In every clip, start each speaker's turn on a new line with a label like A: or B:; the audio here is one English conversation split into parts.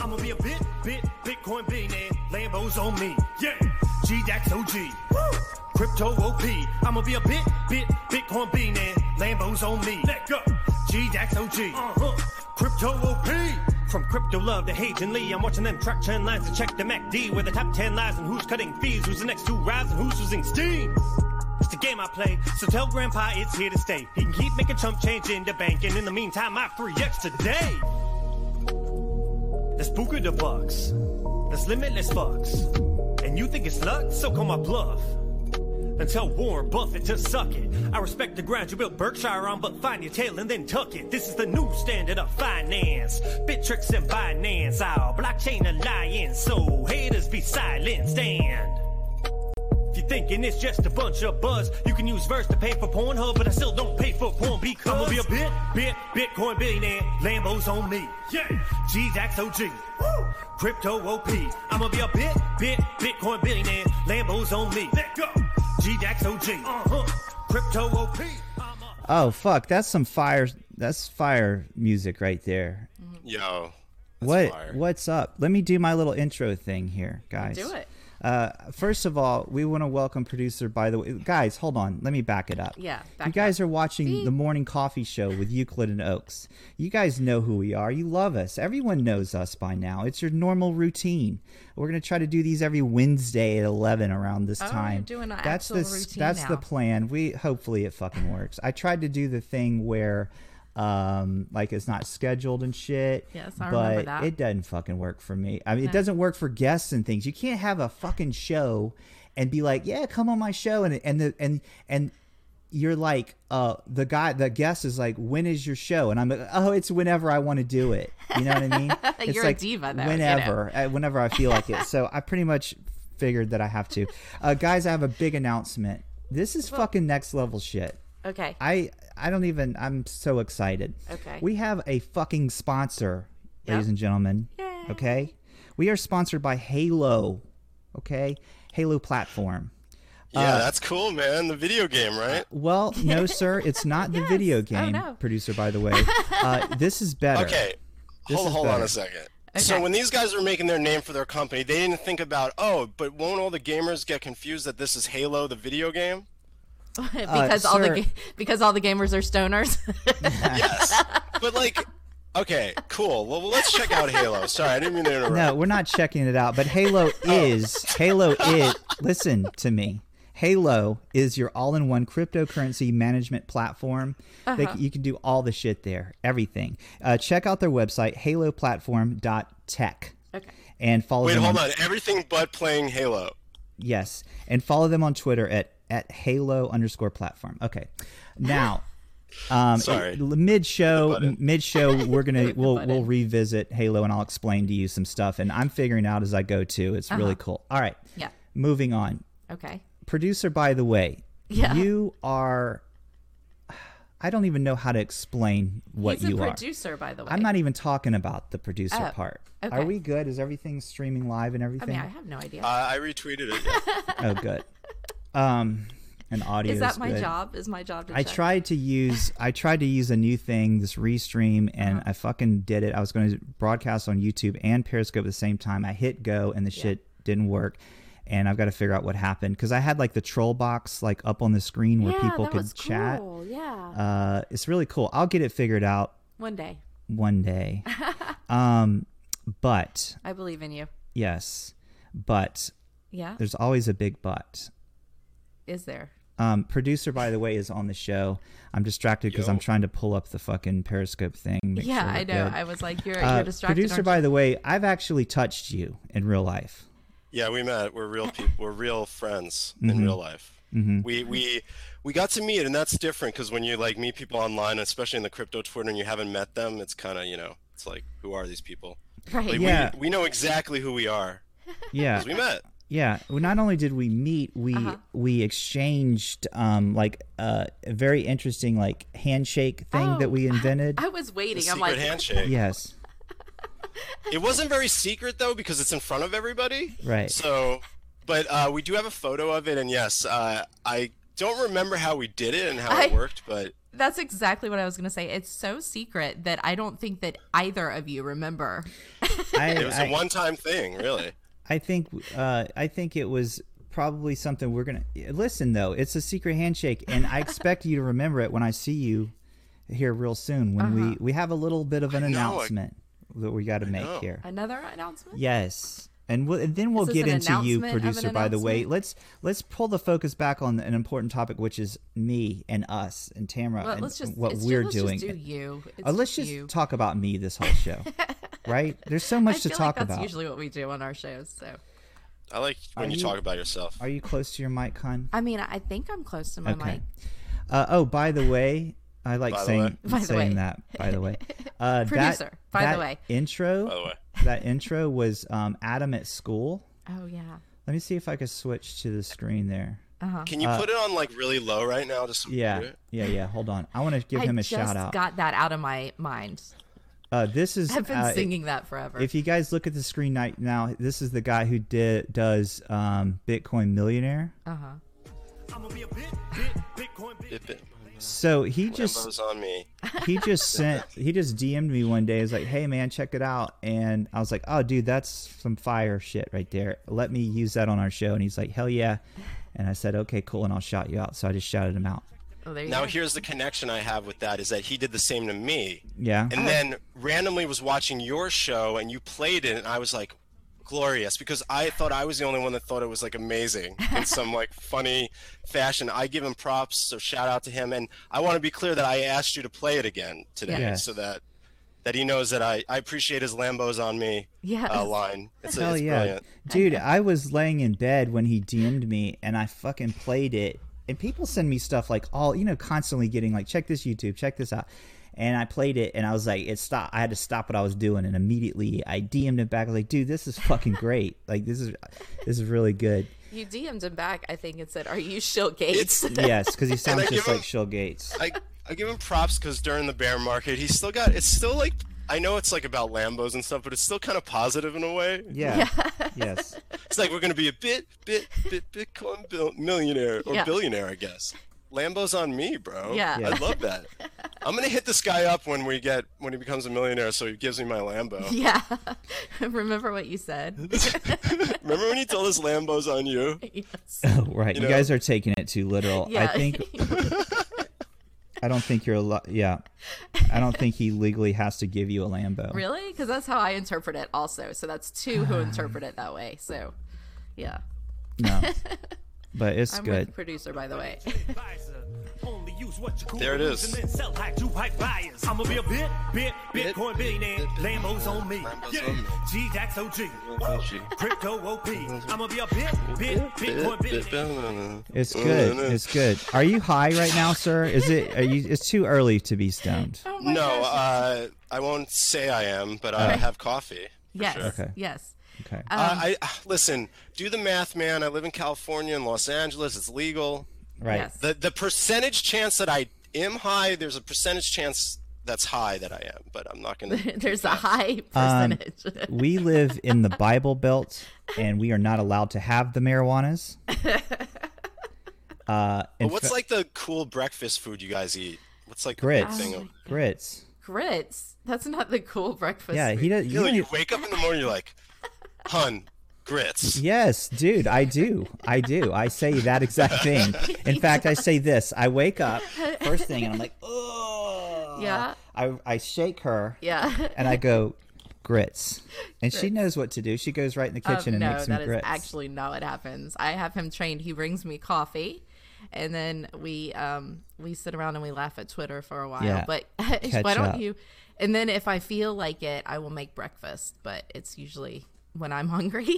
A: I'ma be a bit, bit, Bitcoin billionaire. Lambos on me. Yeah. G Dax OG. Crypto OP. I'ma be a bit, bit, Bitcoin billionaire. Lambos on me. Let go. G Dax OG. Uh-huh. Crypto OP. From crypto love to hate and Lee, I'm watching them track trend lines to check the MACD where the top 10 lies and who's cutting fees, who's the next to rise, and who's using steam. It's the game I play, so tell Grandpa it's here to stay. He can keep making chump change in the bank, and in the meantime, I 3x today. That's Buka the Bucks. That's Limitless Bucks. And you think it's luck? So call my bluff. And tell Warren Buffett to suck it. I respect the ground you built Berkshire on, but find your tail and then tuck it. This is the new standard of finance. Bittrex and Binance, our blockchain alliance. So haters be silent, stand. If you're thinking it's just a bunch of buzz, you can use Verse to pay for Pornhub, but I still don't pay for porn because I'ma be a bit, bit, Bitcoin billionaire. Lambo's on me. Yeah. G Dax OG. Woo. Crypto OP. I'ma be a bit, bit, Bitcoin billionaire. Lambo's on me. Let go. G Dax OG. Uh huh. Crypto OP. I'm a-
B: Oh fuck, that's some fire. That's fire music right there. Uh,
C: Yo. that's
B: what
C: fire.
B: what's up? Let me do my little intro thing here, guys.
D: Do it.
B: Uh, first of all, we want to welcome producer. By the way, guys, hold on. Let me back it up.
D: Yeah, back
B: you
D: it
B: guys
D: up.
B: are watching
D: Beep.
B: the morning coffee show with Euclid and Oaks. You guys know who we are. You love us. Everyone knows us by now. It's your normal routine. We're gonna try to do these every Wednesday at eleven around this
D: Oh, you're
B: time.
D: doing an
B: that's the
D: actual
B: s-
D: routine
B: that's the
D: now.
B: plan. We hopefully it fucking works. I tried to do the thing where um like it's not scheduled and shit
D: Yes, I
B: but
D: remember that.
B: it doesn't fucking work for me i mean it doesn't work for guests and things you can't have a fucking show and be like yeah come on my show and and the and and you're like uh the guy the guest is like when is your show and i'm like oh it's whenever i want to do it you know what i mean it's
D: Uh, You're a
B: like
D: diva, though, you know.
B: whenever uh, whenever i feel like it so i pretty much figured that i have to uh guys i have a big announcement this is fucking next level shit
D: Okay.
B: I I don't even. I'm so excited.
D: Okay.
B: We have a fucking sponsor,
D: Yep.
B: ladies and gentlemen.
D: Yay.
B: Okay. We are sponsored by Halo. Okay. Halo platform.
C: Yeah, that's cool, man. The video game, right?
B: Well, no, sir. It's not the video game
D: Oh, no.
B: producer, by the way. Uh, this is better.
C: Okay.
B: This
C: hold
B: is
C: hold on
B: better.
C: a second. So
D: Okay.
C: when these guys were making their name for their company, they didn't think about, oh, but won't all the gamers get confused that this is Halo, the video game?
D: because all
B: uh, sir.
D: the ga- because all the gamers are stoners.
C: Yes. but like, okay, cool. Well, let's check out Halo. Sorry, I didn't mean to interrupt.
B: No, we're not checking it out. But Halo is Halo is. Listen to me. Halo is your all-in-one cryptocurrency management platform. They c you can do all the shit there, everything. Uh, check out their website, haloplatform.tech,
D: okay.
B: and follow
C: Wait,
B: them.
C: hold on. Everything but playing Halo.
B: Yes, and follow them on Twitter at at Halo underscore platform. Okay, now. Um,
C: Sorry.
B: Mid show,
C: button.
B: mid show, we're gonna we'll
D: button.
B: we'll revisit Halo, and I'll explain to you some stuff. And I'm figuring out as I go too. It's really cool. All right.
D: Uh-huh. Yeah.
B: Moving on.
D: Okay.
B: Producer, by the way,
D: Yeah.
B: you are. I don't even know how to explain what
D: He's a
B: you are.
D: producer, by the way.
B: I'm not even talking about the producer
D: Oh,
B: part.
D: okay.
B: Are we good? Is everything streaming live and
D: I
B: everything?
D: mean, I have no idea.
C: Uh, I retweeted it.
B: oh,
C: yeah.
B: good. Um, and audio
D: is
B: is
D: that my
B: good.
D: job? Is my job to
B: I
D: check?
B: tried to use I tried to use a new thing, this restream, and
D: Uh-huh.
B: I fucking did it. I was going to broadcast on YouTube and Periscope at the same time. I hit go, and the shit didn't work. And I've got to figure out what happened because I had like the troll box like up on the screen where
D: yeah,
B: people
D: that
B: could
D: was
B: chat.
D: Cool. Yeah.
B: Uh, it's really cool. I'll get it figured out
D: One day,
B: one day. um, but
D: I believe in you.
B: yes, but
D: Yeah.
B: there's always a big but.
D: Is there?
B: Um, producer, by the way, is on the show. I'm distracted because I'm trying to pull up the fucking Periscope thing. make
D: Yeah,
B: sure we're
D: I know.
B: good.
D: I was like, you're
B: Uh,
D: you're distracted.
B: producer,
D: aren't
B: by the way, I've actually touched you in real life.
C: Yeah, we met. We're real people. We're real friends in real life. We we we got to meet, and that's different because when you like meet people online, especially in the crypto Twitter, and you haven't met them, it's kind of you know, it's like who are these people?
D: you? right?
C: Like,
B: Yeah.
C: we, we know exactly who we are
B: Yeah,
C: because we met.
B: yeah. Well, not only did we meet, we
D: Uh-huh.
B: we exchanged um like uh, a very interesting like handshake thing
D: Oh,
B: that we invented.
D: I was
C: The
D: waiting. I'm
C: secret
D: like,
C: handshake.
B: yes,
C: It wasn't very secret though because it's in front of everybody.
B: right.
C: So, but uh, we do have a photo of it, and yes, uh, I don't remember how we did it and how
D: I-
C: it worked, but
D: That's exactly what I was going to say. It's so secret that I don't think that either of you remember.
B: I,
C: it was
B: I-
C: a one-time thing, really.
B: I think uh, I think it was probably something we're gonna listen though. It's a secret handshake, and I expect you to remember it when I see you here real soon. When
D: Uh-huh.
B: we we have a little bit of an
C: I know, I-
B: announcement that we got to make
C: know.
B: here.
D: Another announcement?
B: Yes. And, we'll, and then we'll
D: this
B: get
D: an
B: into you,
D: announcement of an
B: producer. By the way,
D: announcement?
B: let's let's pull the focus back on an important topic, which is me and us and Tamara
D: Well,
B: uh, and
D: let's just
B: what
D: it's
B: we're
D: just,
B: doing.
D: Let's just do you. It's
B: Uh, let's just
D: you.
B: talk about me this whole show, right? There's so much
D: I
B: to
D: feel
B: talk
D: like that's
B: about.
D: usually what we do on our shows. So
C: I like when you,
B: you-
C: talk about yourself.
B: Are you close to your mic, Con?
D: I mean, I think I'm close to my
B: Okay.
D: mic.
B: Uh, oh, by the way, I like
C: By the
B: saying
C: way.
D: By the
B: saying
D: way.
B: that. By the way, uh, that-
D: Producer, by the
B: that
D: way.
B: intro.
C: By the way.
B: that intro was um, Adam at school.
D: Oh yeah.
B: Let me see if I can switch to the screen there.
C: Can you put it on like really low right now? Just so we can
B: Uh, Yeah,
C: do it?
B: yeah, yeah. Hold on, I want to give
D: I
B: him a
D: just
B: shout out.
D: got that out of my mind.
B: uh, this is
D: I've been
B: uh,
D: singing that forever.
B: If you guys look at the screen right now, this is the guy who did does um, Bitcoin Millionaire.
D: Oh.
A: I'ma be a bit, bit, Bitcoin, bit.
C: Bip it.
B: So he just
C: Lambo's on me.
B: he just sent he just DM'd me one day. He's like, "Hey man, check it out," and I was like, "Oh dude, that's some fire shit right there. Let me use that on our show." And he's like, "Hell yeah," and I said, "Okay, cool," and I'll shout you out. So I just shouted him out.
D: oh, there you
C: Now
D: go.
C: here's the connection I have with that is that he did the same to me,
B: Yeah,
C: and then randomly was watching your show and you played it, and I was like, glorious, because I thought I was the only one that thought it was like amazing in some like funny fashion. I give him props, so shout out to him, and I want to be clear that I asked you to play it again today,
B: Yes.
C: so that that he knows that I I appreciate his Lambos on me
D: Yes.
C: uh, line. It's,
B: hell
C: it's
B: yeah,
C: brilliant.
B: dude. I was laying in bed when he DM'd me, and I fucking played it. And people send me stuff like all you know, constantly getting like, "Check this YouTube, check this out." And I played it, and I was like, "It stopped." I had to stop what I was doing, and immediately I DM'd it back. I was like, "Dude, this is fucking great. Like, this is this is really good."
D: you DM'd him back, I think, and said, "Are you Shill Gates?"
C: It's-
B: Yes, because he sounds
C: I
B: just
C: give him-
B: like Shill Gates.
C: I, I give him props because during the bear market, he's still got. It's still like I know it's like about Lambos and stuff, but it's still kind of positive in a way.
B: Yeah. yes.
C: It's like we're gonna be a bit, bit, bit Bitcoin bil- millionaire or
D: Yeah.
C: billionaire, I guess. Lambos on me, bro.
D: Yeah. Yeah.
C: I love that. I'm gonna hit this guy up when we get when he becomes a millionaire, so he gives me my Lambo.
D: yeah. Remember what you said?
C: Remember when he told us Lambos on you?
D: yes.
B: Oh, right. You,
C: know-
B: guys are taking it too literal.
D: Yeah.
B: I think I don't think you're a lot. Yeah. I don't think he legally has to give you a Lambo.
D: really? Because that's how I interpret it, also. So that's two
B: Ah.
D: who interpret it that way. So, yeah.
B: No. But it's
D: I'm with
B: good.
D: the producer, by the way.
A: Advisor. Only use what you cool
C: There it
A: believes
C: is.
A: And then sell high to hype buyers. I'ma be a bit, bit,
C: Bit-
A: Bitcoin billionaire.
C: bit-
A: Lambos on me.
C: Lambos
A: Yeah.
C: on me.
A: G Dax OG.
C: OG.
A: Crypto OP. I'ma be a bit, bit, Bitcoin billionaire.
B: It's good. It's good. Are you high right now, sir? Is it? Are you? It's too early to be stoned.
D: Oh my
C: No,
D: gosh.
C: uh, I won't say I am, but I have coffee. for
D: yes.
C: sure.
B: Okay.
D: Yes.
B: Okay.
D: oh,
C: Uh, I ah, listen. Do the math, man. I live in California, in Los Angeles. It's legal.
B: Right.
D: Yes.
C: the The percentage chance that I am high, there's a percentage chance that's high that I am, but I'm not gonna.
D: There's a high percentage.
B: Um, We live in the Bible Belt, and we are not allowed to have the marijuanas. Uh,
C: But
B: and
C: what's like the cool breakfast food you guys eat? What's like the
D: Oh,
C: big
B: grits?
C: thing? of-
B: grits.
D: Grits. That's not the cool breakfast.
B: Yeah, he
D: food.
B: does.
C: You know,
B: you
C: you
B: don't-
C: wake up in the morning, you're like, "Hun, grits."
B: Yes, dude, I do. I do. I say that exact thing. In fact, I say this. I wake up first thing and I'm like, oh.
D: Yeah.
B: I, I shake her
D: Yeah.
B: and I go, grits. And she knows what to do. She goes right in the kitchen
D: Um,
B: and
D: no,
B: makes me
D: that is
B: grits.
D: actually not what happens. I have him trained. He brings me coffee, and then we um we sit around and we laugh at Twitter for a while.
B: Yeah.
D: But why
B: up.
D: don't you? And then if I feel like it, I will make breakfast. But it's usually when I'm hungry.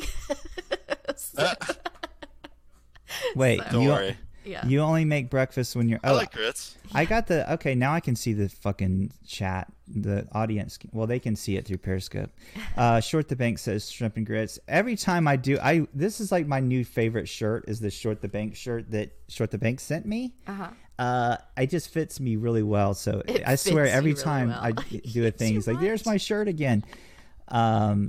B: Wait,
C: Don't
B: you,
C: worry.
D: yeah.
B: you only make breakfast when you're.
C: I
B: Oh,
C: like grits.
B: I got the okay. Now I can see the fucking chat. The audience, well, they can see it through Periscope. Uh, Short the Bank says shrimp and grits. Every time I do, I this is like my new favorite shirt is the Short the Bank shirt that Short the Bank sent me. Uh-huh. Uh, it just fits me really well. So I swear,
D: fits you
B: every
D: really
B: time
D: well.
B: I do a thing, it's like, "There's my shirt again."
D: oh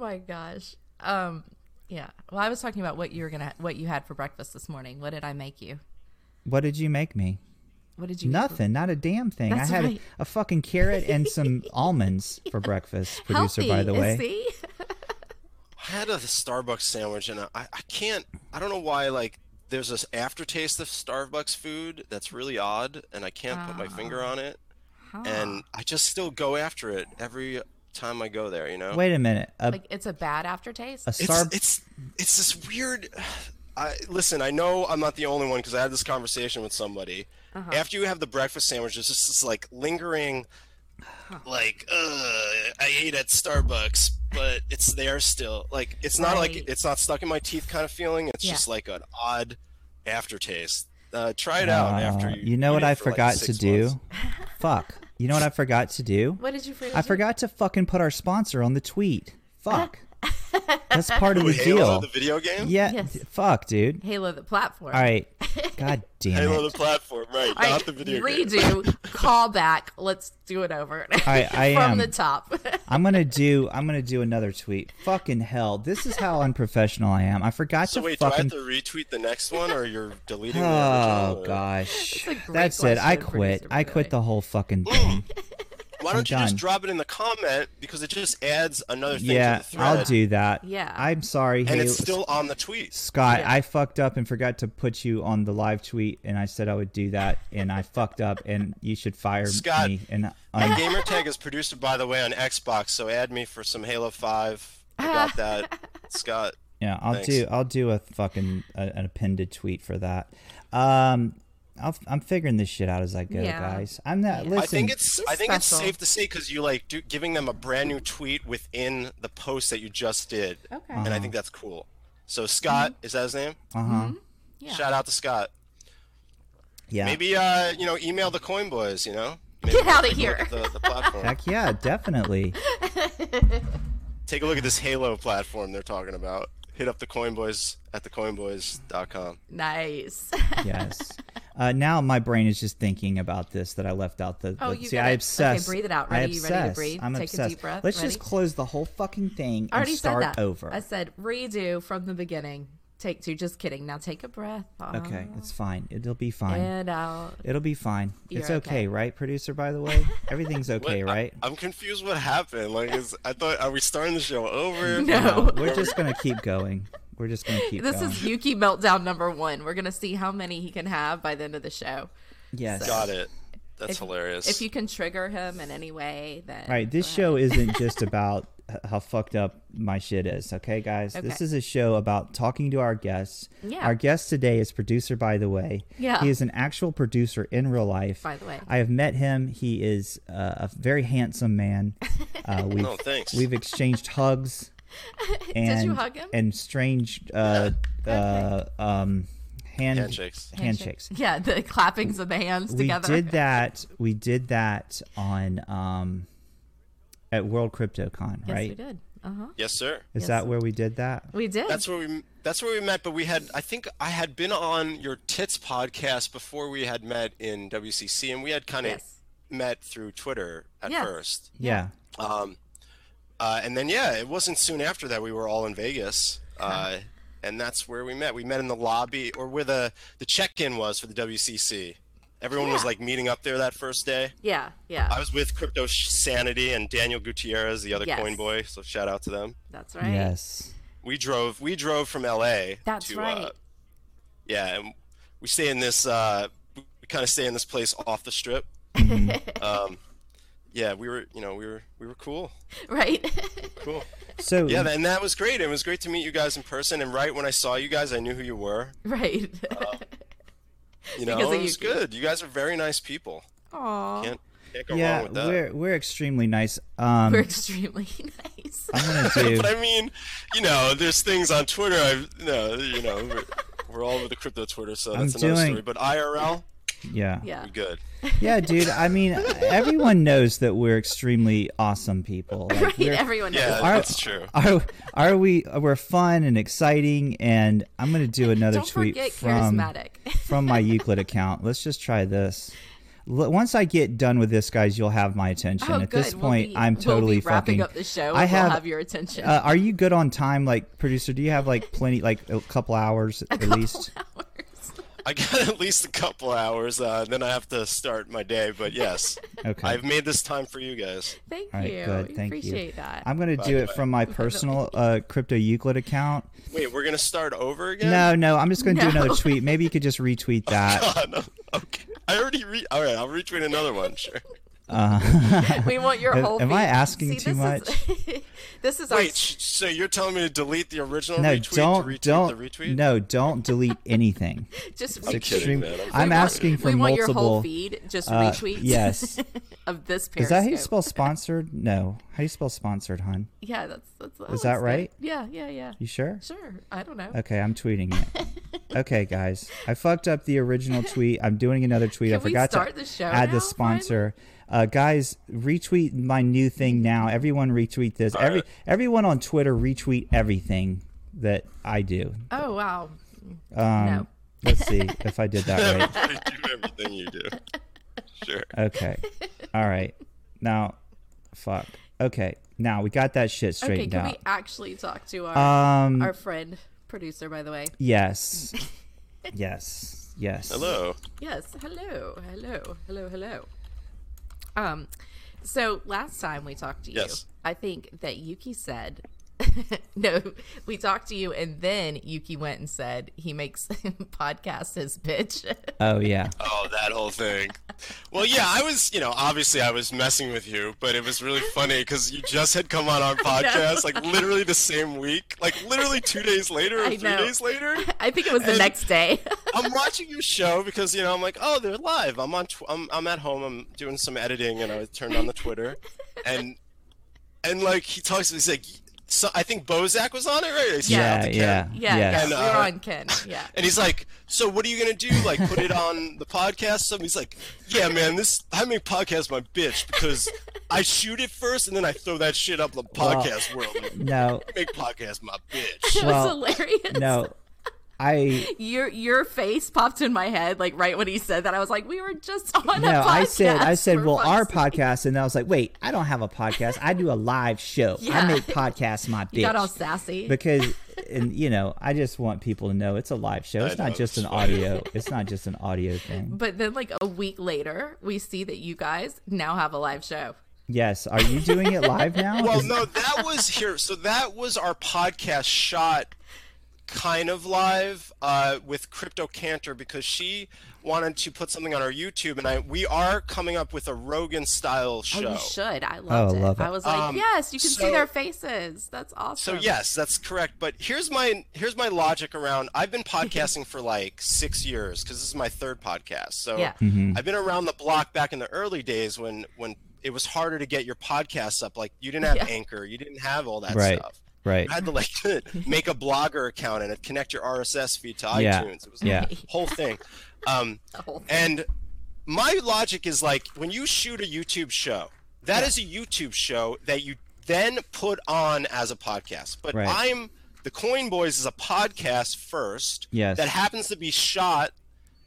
D: my gosh. Um. Yeah. Well, I was talking about what you were gonna what you had for breakfast this morning. What did I make you?
B: What did you make me?
D: What did you? eat?
B: Nothing, not a damn thing.
D: That's
B: I had
D: right.
B: a, a fucking carrot and some almonds for breakfast, producer,
D: Healthy,
B: by the way.
D: See?
C: I had a Starbucks sandwich, and I, I can't. I don't know why. Like, there's this aftertaste of Starbucks food that's really odd, and I can't put my finger on it. And I just still go after it every time I go there. You know,
B: Wait a minute. A,
D: Like it's a bad aftertaste.
B: a
C: it's
B: Star-
C: it's it's this weird. I listen. I know I'm not the only one because I had this conversation with somebody.
D: Uh-huh.
C: After you have the breakfast sandwich, it's just this like lingering, like Ugh, I ate at Starbucks, but it's there still. Like it's not
D: Right.
C: like it's not stuck in my teeth kind of feeling. It's
D: Yeah.
C: just like an odd aftertaste. Uh, try it
B: uh,
C: out after you.
B: know
C: eat
B: what
C: it
B: I
C: for, like,
B: forgot to
C: six months.
B: do? Fuck. You know what I forgot to do?
D: what did you forget?
B: I
D: to-
B: forgot to fucking put our sponsor on the tweet. Fuck. That's part of the
C: Halo,
B: deal.
C: the video game.
B: yeah.
D: Yes.
B: d- Fuck, dude.
D: Halo the platform.
B: All right. God damn it.
C: Halo, the platform, right?
D: All right,
C: Not the video game.
D: redo, call back. Let's do it over.
B: right, I
D: from
B: am.
D: the top.
B: I'm gonna do. I'm gonna do another tweet. Fucking hell! This is how unprofessional I am. I forgot
C: So
B: to
C: wait,
B: fucking.
C: do I have to retweet the next one, or you're deleting the original?
B: oh
C: or-
B: gosh,
D: That's a great
B: that's it. I
D: question,
B: quit.
D: producer, by
B: I
D: the way.
B: quit the whole fucking thing.
C: Why don't you
B: done.
C: just drop it in the comment because it just adds another thing to
B: yeah,
C: the thread,
B: I'll do that.
D: Yeah.
B: I'm sorry,
C: and
B: Haley.
C: it's still on the tweet.
B: Scott.
D: Yeah.
B: I fucked up and forgot to put you on the live tweet, and I said I would do that, and I fucked up, and you should fire
C: Scott.
B: me. And
C: My
B: um,
C: gamer tag is produced, by the way, on Xbox, so add me for some Halo Five. I got that, Scott.
B: yeah, I'll
C: Thanks.
B: do. I'll do a fucking a, an appended tweet for that. Um, I'll, I'm figuring this shit out as I go,
D: Yeah.
B: guys. I'm not. Listen,
C: I think it's
D: he's
C: I think it's
D: special.
C: safe to say because you like do, giving them a brand new tweet within the post that you just did,
D: Okay.
B: Uh,
D: Mm-hmm.
C: and I think that's cool. So Scott, is that his name?
B: uh-huh.
D: Yeah.
C: Shout out to Scott.
B: Yeah.
C: Maybe uh, you know, email the Coin Boys. You know, Maybe
D: Get out of
C: take a look
D: here.
C: at The, the platform.
B: Heck yeah, definitely.
C: Take a look at this Halo platform they're talking about. Hit up the Coinboys at thecoinboys.com.
D: Nice.
B: yes. Uh, now my brain is just thinking about this that I left out the.
D: Oh,
B: the-
D: you
B: see,
D: got
B: I
D: it. Okay,
B: obsess.
D: breathe it out.
B: I
D: Ready? You ready to
B: obsess.
D: breathe?
B: I'm
D: Take a
B: obsessed.
D: deep breath.
B: Let's
D: Ready?
B: just close the whole fucking thing
D: I already
B: and start
D: said that.
B: over.
D: I said redo from the beginning. Take two. Just kidding. Now take a breath. On
B: okay, it's fine. It'll be fine.
D: And out.
B: It'll be fine. it's
D: You're
B: okay,
D: okay.
B: right, producer? By the way, everything's okay, right?
C: I'm confused what happened. Like, is, I thought, are we starting the show over?
D: No.
B: We're just gonna keep going. We're just gonna keep
D: This
B: going.
D: is Yuki meltdown number one. We're gonna see how many he can have by the end of the show.
B: yes.
C: Got it. That's
D: If-
C: hilarious.
D: If you can trigger him in any way, then
B: All right, this show isn't just about h- how fucked up my shit is, okay, guys? This
D: Okay.
B: is a show about talking to our guests.
D: Yeah.
B: Our guest today is producer, by the way.
D: Yeah.
B: He is an actual producer in real life.
D: By the way.
B: I have met him. He is uh, a very handsome man. Uh, we've,
C: no, thanks.
B: we've exchanged hugs. And,
D: you hug him?
B: And strange uh, uh, um, hand,
C: Handshakes.
B: Handshakes.
D: yeah, the clappings of the hands
B: We
D: together.
B: did that. We did that on um, at World CryptoCon,
D: Yes,
B: right?
D: we did. Uh huh.
C: Yes, sir.
B: Is that where we did that?
D: We did.
C: That's where we. That's where we met. But we had. I think I had been on your Tits podcast before we had met in WCC, and we had kind of
D: Yes.
C: met through Twitter at
D: Yes.
C: first.
B: Yeah.
C: Um, uh, and then yeah, it wasn't soon after that we were all in Vegas, uh, and that's where we met. We met in the lobby or where the the check-in was for the WCC. Everyone was
D: Yeah.
C: like meeting up there that first day.
D: yeah, yeah.
C: I was with Crypto Sanity and Daniel Gutierrez, the other
D: Yes.
C: coin boy. So shout out to them.
D: That's right.
B: Yes.
C: We drove we drove from LA.
D: That's
C: to,
D: right.
C: Uh, yeah, and we stay in this. Uh, we kind of stay in this place off the strip. um, yeah, we were you know we were we were cool,
D: Right.
C: cool.
B: So
C: Yeah, and that was great. It was great to meet you guys in person. And right when I saw you guys, I knew who you were.
D: right.
C: um, You know,
D: Because of
C: it was
D: Yuki.
C: good. You guys are very nice people.
D: Aw.
C: Can't, can't go
B: yeah,
C: wrong with that.
B: we're we're extremely nice. Um,
D: We're extremely nice.
B: I'm gonna do.
C: But I mean, you know, there's things on Twitter. I no, you know, we're, we're all over the crypto Twitter, so that's another
B: doing-
C: story. But IRL,
B: yeah.
D: yeah.
C: we good.
B: Yeah, dude. I mean, everyone knows that we're extremely awesome people. Like,
D: Right.
B: we're-
D: Everyone
C: Yeah,
D: knows.
C: that's true.
B: Are are we? We're fun and exciting. And I'm gonna do another
D: Don't
B: tweet
D: forget
B: from
D: charismatic.
B: from my Euclid account. Let's just try this. L- Once I get done with this, guys, you'll have my attention.
D: Oh,
B: At
D: good.
B: this
D: We'll
B: point,
D: be-
B: I'm
D: we'll
B: totally
D: be wrapping
B: fucking.
D: up the show.
B: I
D: and
B: have
D: we'll have your attention.
B: Uh, are you good on time, like producer? Do you have like plenty, like a couple hours at least?
D: Hours.
C: I got at least a couple hours, uh, then I have to start my day. But yes,
B: Okay.
C: I've made this time for you guys.
D: Thank
B: All right,
D: you.
B: good.
D: We
B: Thank you.
D: appreciate that.
B: I'm gonna do it from my personal uh, crypto Euclid account.
C: Wait, we're gonna start over again?
B: No, no, I'm just gonna do
D: No.
B: another tweet. Maybe you could just retweet that.
C: God, no. okay. I already re. All right, I'll retweet another one. Sure.
D: we want your
B: Am-
D: whole.
B: am I
D: feed.
B: asking
D: See,
B: too
D: this Is, this is
C: Wait, sh- so you're telling me to delete the original
B: No,
C: retweet
B: don't,
C: to retweet
B: don't,
C: the retweet?
B: no, don't delete anything.
D: our just.
B: It's
D: retweet.
C: kidding,
B: extreme.
C: man. I'm
B: I'm
D: We want-
B: asking for
D: we want
B: multiple.
D: your whole feed. Just
B: uh,
D: retweets.
B: yes.
D: of this
B: Is
D: periscope.
B: that how you spell sponsored? No. How do you spell sponsored, hon?
D: Yeah, that's that's. that
B: Is that
D: looks good.
B: right?
D: Yeah, yeah, yeah.
B: You sure?
D: Sure. I don't know.
B: Okay, I'm tweeting it. okay, guys, I fucked up the original tweet. I'm doing another tweet. I
D: Can we
B: forgot
D: start
B: to
D: the show
B: add
D: now,
B: the sponsor. Uh, guys, retweet my new thing now. Everyone retweet this. Every
C: right.
B: everyone on Twitter retweet everything that I do.
D: Oh wow.
B: Um,
D: no.
B: Let's see if I did that right.
C: Retweet everything you do. Sure.
B: Okay. All right. Now, fuck. Okay. Now we got that shit
D: Okay,
B: straightened
D: can we
B: out.
D: actually talk to our
B: um.
D: our friend producer? By the way.
B: Yes. yes. Yes.
C: Hello.
D: Yes. Hello. Hello. Hello. Hello. Um, so last time we talked to you,
C: Yes.
D: I think that Yuki said, no, we talked to you, and then Yuki went and said he makes podcasts his bitch.
B: Oh yeah.
C: Oh, that whole thing. Well, yeah, I was, you know, obviously I was messing with you, but it was really funny because you just had come on our podcast, like literally the same week, like literally two days later or
D: I
C: three
D: know.
C: days later.
D: I think it was the
C: And-
D: next day.
C: I'm watching your show because you know I'm like, oh, they're live. I'm on. Tw- I'm I'm at home. I'm doing some editing, and I turned on the Twitter, and and like he talks. He's like, so I think Bozak was on it, right? He shout out
B: Yeah. Uh,
C: to Ken.
B: Yeah. Yes.
D: yeah, yeah,
C: And,
D: we
C: uh,
D: were on Ken. Yeah,
C: And he's like, so what are you gonna do? Like, put it on the podcast? Somebody's like, yeah, man, this I make podcasts my bitch because I shoot it first, and then I throw that shit up the podcast world.
B: No.
C: I make podcasts my bitch.
D: it
B: well,
D: was hilarious.
B: No. I
D: Your your face popped in my head like right when he said that. I was like, we were just on a
B: no,
D: podcast.
B: I said I said
D: for
B: well our
D: fuck's sake."
B: podcast and I was like, "Wait, I don't have a podcast. I do a live show.
D: Yeah.
B: I make podcasts my bitch."
D: You got all sassy.
B: because and you know, I just want people to know it's a live show. It's
C: know,
B: not just an
C: it's
B: audio. It's not just an audio thing.
D: But then, like a week later, we see that you guys now have a live show.
B: Yes, are you doing it live now?
C: Well,
B: Is-
C: no, that was here. So that was our podcast shot kind of live uh, with Crypto Cantor because she wanted to put something on our YouTube, and I we are coming up with a Rogan style
D: Oh,
C: show.
D: you should. I loved
B: Oh,
D: it.
B: love it.
D: I was like,
C: Um,
D: yes, you can see
C: so-
D: their faces. That's
C: So
D: awesome.
C: yes, that's correct. But here's my here's my logic around. I've been podcasting for like six years because this is my third podcast. So
D: Yeah.
B: Mm-hmm.
C: I've been around the block back in the early days when when it was harder to get your podcasts up. Like you didn't have
D: Yeah.
C: Anchor, you didn't have all that
B: right.
C: stuff.
B: Right.
C: I had to like make a blogger account and connect your RSS feed to
B: Yeah.
C: iTunes. It was
B: Yeah.
C: a whole thing. Um,
D: whole thing.
C: and my logic is like when you shoot a YouTube show, that is a YouTube show that you then put on as a podcast. But
B: Right.
C: I'm the Coin Boys is a podcast first
B: Yes.
C: that happens to be shot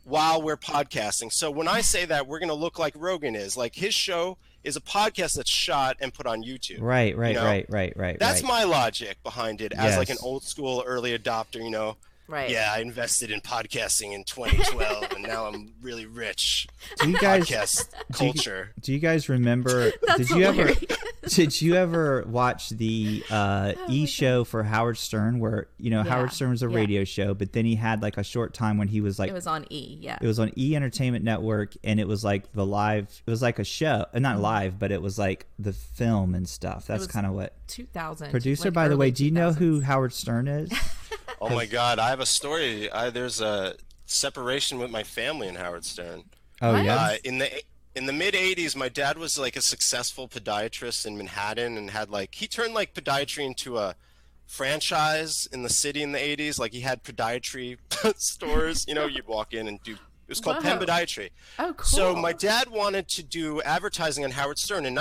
C: while we're podcasting. So when I say that, we're going to look like Rogan is. Like his show is a podcast that's shot and put on YouTube.
B: Right, right,
C: You know?
B: right, right, right.
C: That's
B: right.
C: my logic behind it as like an
B: Yes.
C: old school early adopter, you know.
D: Right.
C: Yeah, I invested in podcasting in 2012 and now I'm really rich.
B: Do you guys
C: Podcast culture.
B: Do you guys remember? did you
D: hilarious. Oh
B: ever? Did you ever watch the uh, E show for Howard Stern, where you know Howard Stern was a
D: yeah.
B: radio show, but then he had like a short time when he was like
D: It was on E. Yeah.
B: it was on E Entertainment Network, and it was like the live. It was like a show, uh, not live, but it was like the film and stuff. That's
D: Mm-hmm. was
B: kind of what.
D: 2000.
B: Producer,
D: like
B: by the
D: early
B: way, do you know
D: 2000s.
B: who Howard Stern is?
C: Oh my god, I have a story. I, there's a separation with my family in Howard Stern.
B: Oh
D: What?
B: yeah,
C: Uh, in the in the mid 80s, my dad was like a successful podiatrist in Manhattan and had like he turned like podiatry into a franchise in the city in the 80s. Like he had podiatry stores, you know, you'd walk in and do it was called Penn
D: Wow.
C: Podiatry.
D: Oh, cool.
C: So my dad wanted to do advertising on Howard Stern in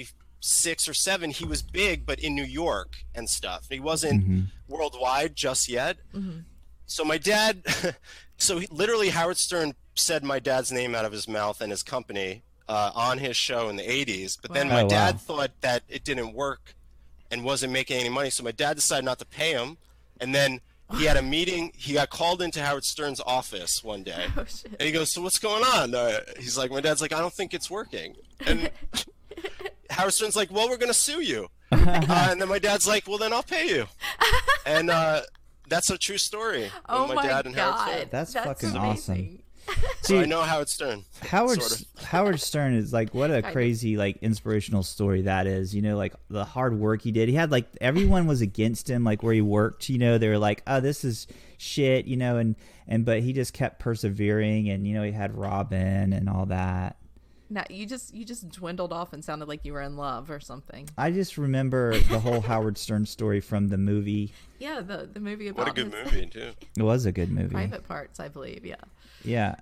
C: 1986 or 7. He was big, but in New York and stuff. He wasn't
D: Mm-hmm.
C: worldwide just yet. So my dad, so he, literally Howard Stern said my dad's name out of his mouth and his company uh, on his show in the 80s. But then
D: Wow.
C: my
B: Oh, wow.
C: dad thought that it didn't work and wasn't making any money. So my dad decided not to pay him. And then He had a meeting. He got called into Howard Stern's office one day,
D: Oh, shit.
C: and he goes, "So what's going on?" Uh, he's like, "My dad's like, I don't think it's working." And Howard Stern's like, "Well, we're gonna sue you." uh, and then my dad's like, "Well, then I'll pay you." And uh, that's a true story. of
D: Oh
C: my,
D: my
C: dad and Howard Stern.
D: god,
B: That's fucking awesome.
D: amazing.
C: So I know Howard Stern.
B: Howard
C: sort of.
B: Howard Stern is like what a crazy like inspirational story that is. You know, like the hard work he did. He had like everyone was against him, like where he worked. You know, they were like, "Oh, this is shit," you know, and and but he just kept persevering, and you know, he had Robin and all that.
D: Now you just you just dwindled off and sounded like you were in love or something.
B: I just remember the whole Howard Stern story from the movie.
D: Yeah, the the movie about
C: What a good
D: his
C: movie, too.
B: It was a good movie.
D: private parts, I believe. Yeah.
B: Yeah.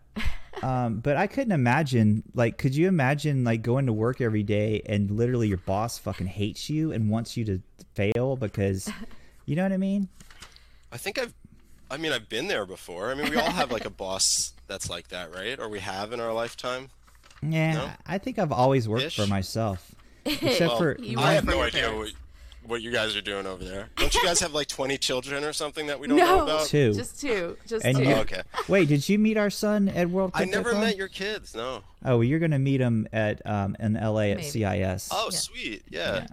B: Um, but I couldn't imagine, like, could you imagine, like, going to work every day and literally your boss fucking hates you and wants you to fail because, you know what I mean?
C: I think I've, I mean, I've been there before. I mean, we all have like a boss that's like that, right? Or we have in our lifetime.
B: Yeah.
C: No?
B: I think I've always worked for
C: Ish.
B: myself. Except
C: Well,
B: for,
D: You
C: I
D: work
C: have
D: for
C: no
D: your
C: idea what,
D: parents.
C: what you guys are doing over there. Don't you guys have like 20 children or something that we don't know
D: No.
C: about?
B: Two.
D: Just two. Just
B: And
D: two.
B: you-
C: Oh, okay.
B: wait, did you meet our son at World
C: I
B: Cup?
C: never
B: Decathlon?
C: met your kids. No.
B: Oh, well, you're going to meet him at, um, in LA at
D: Maybe.
B: CIS.
C: Oh, sweet. Yeah.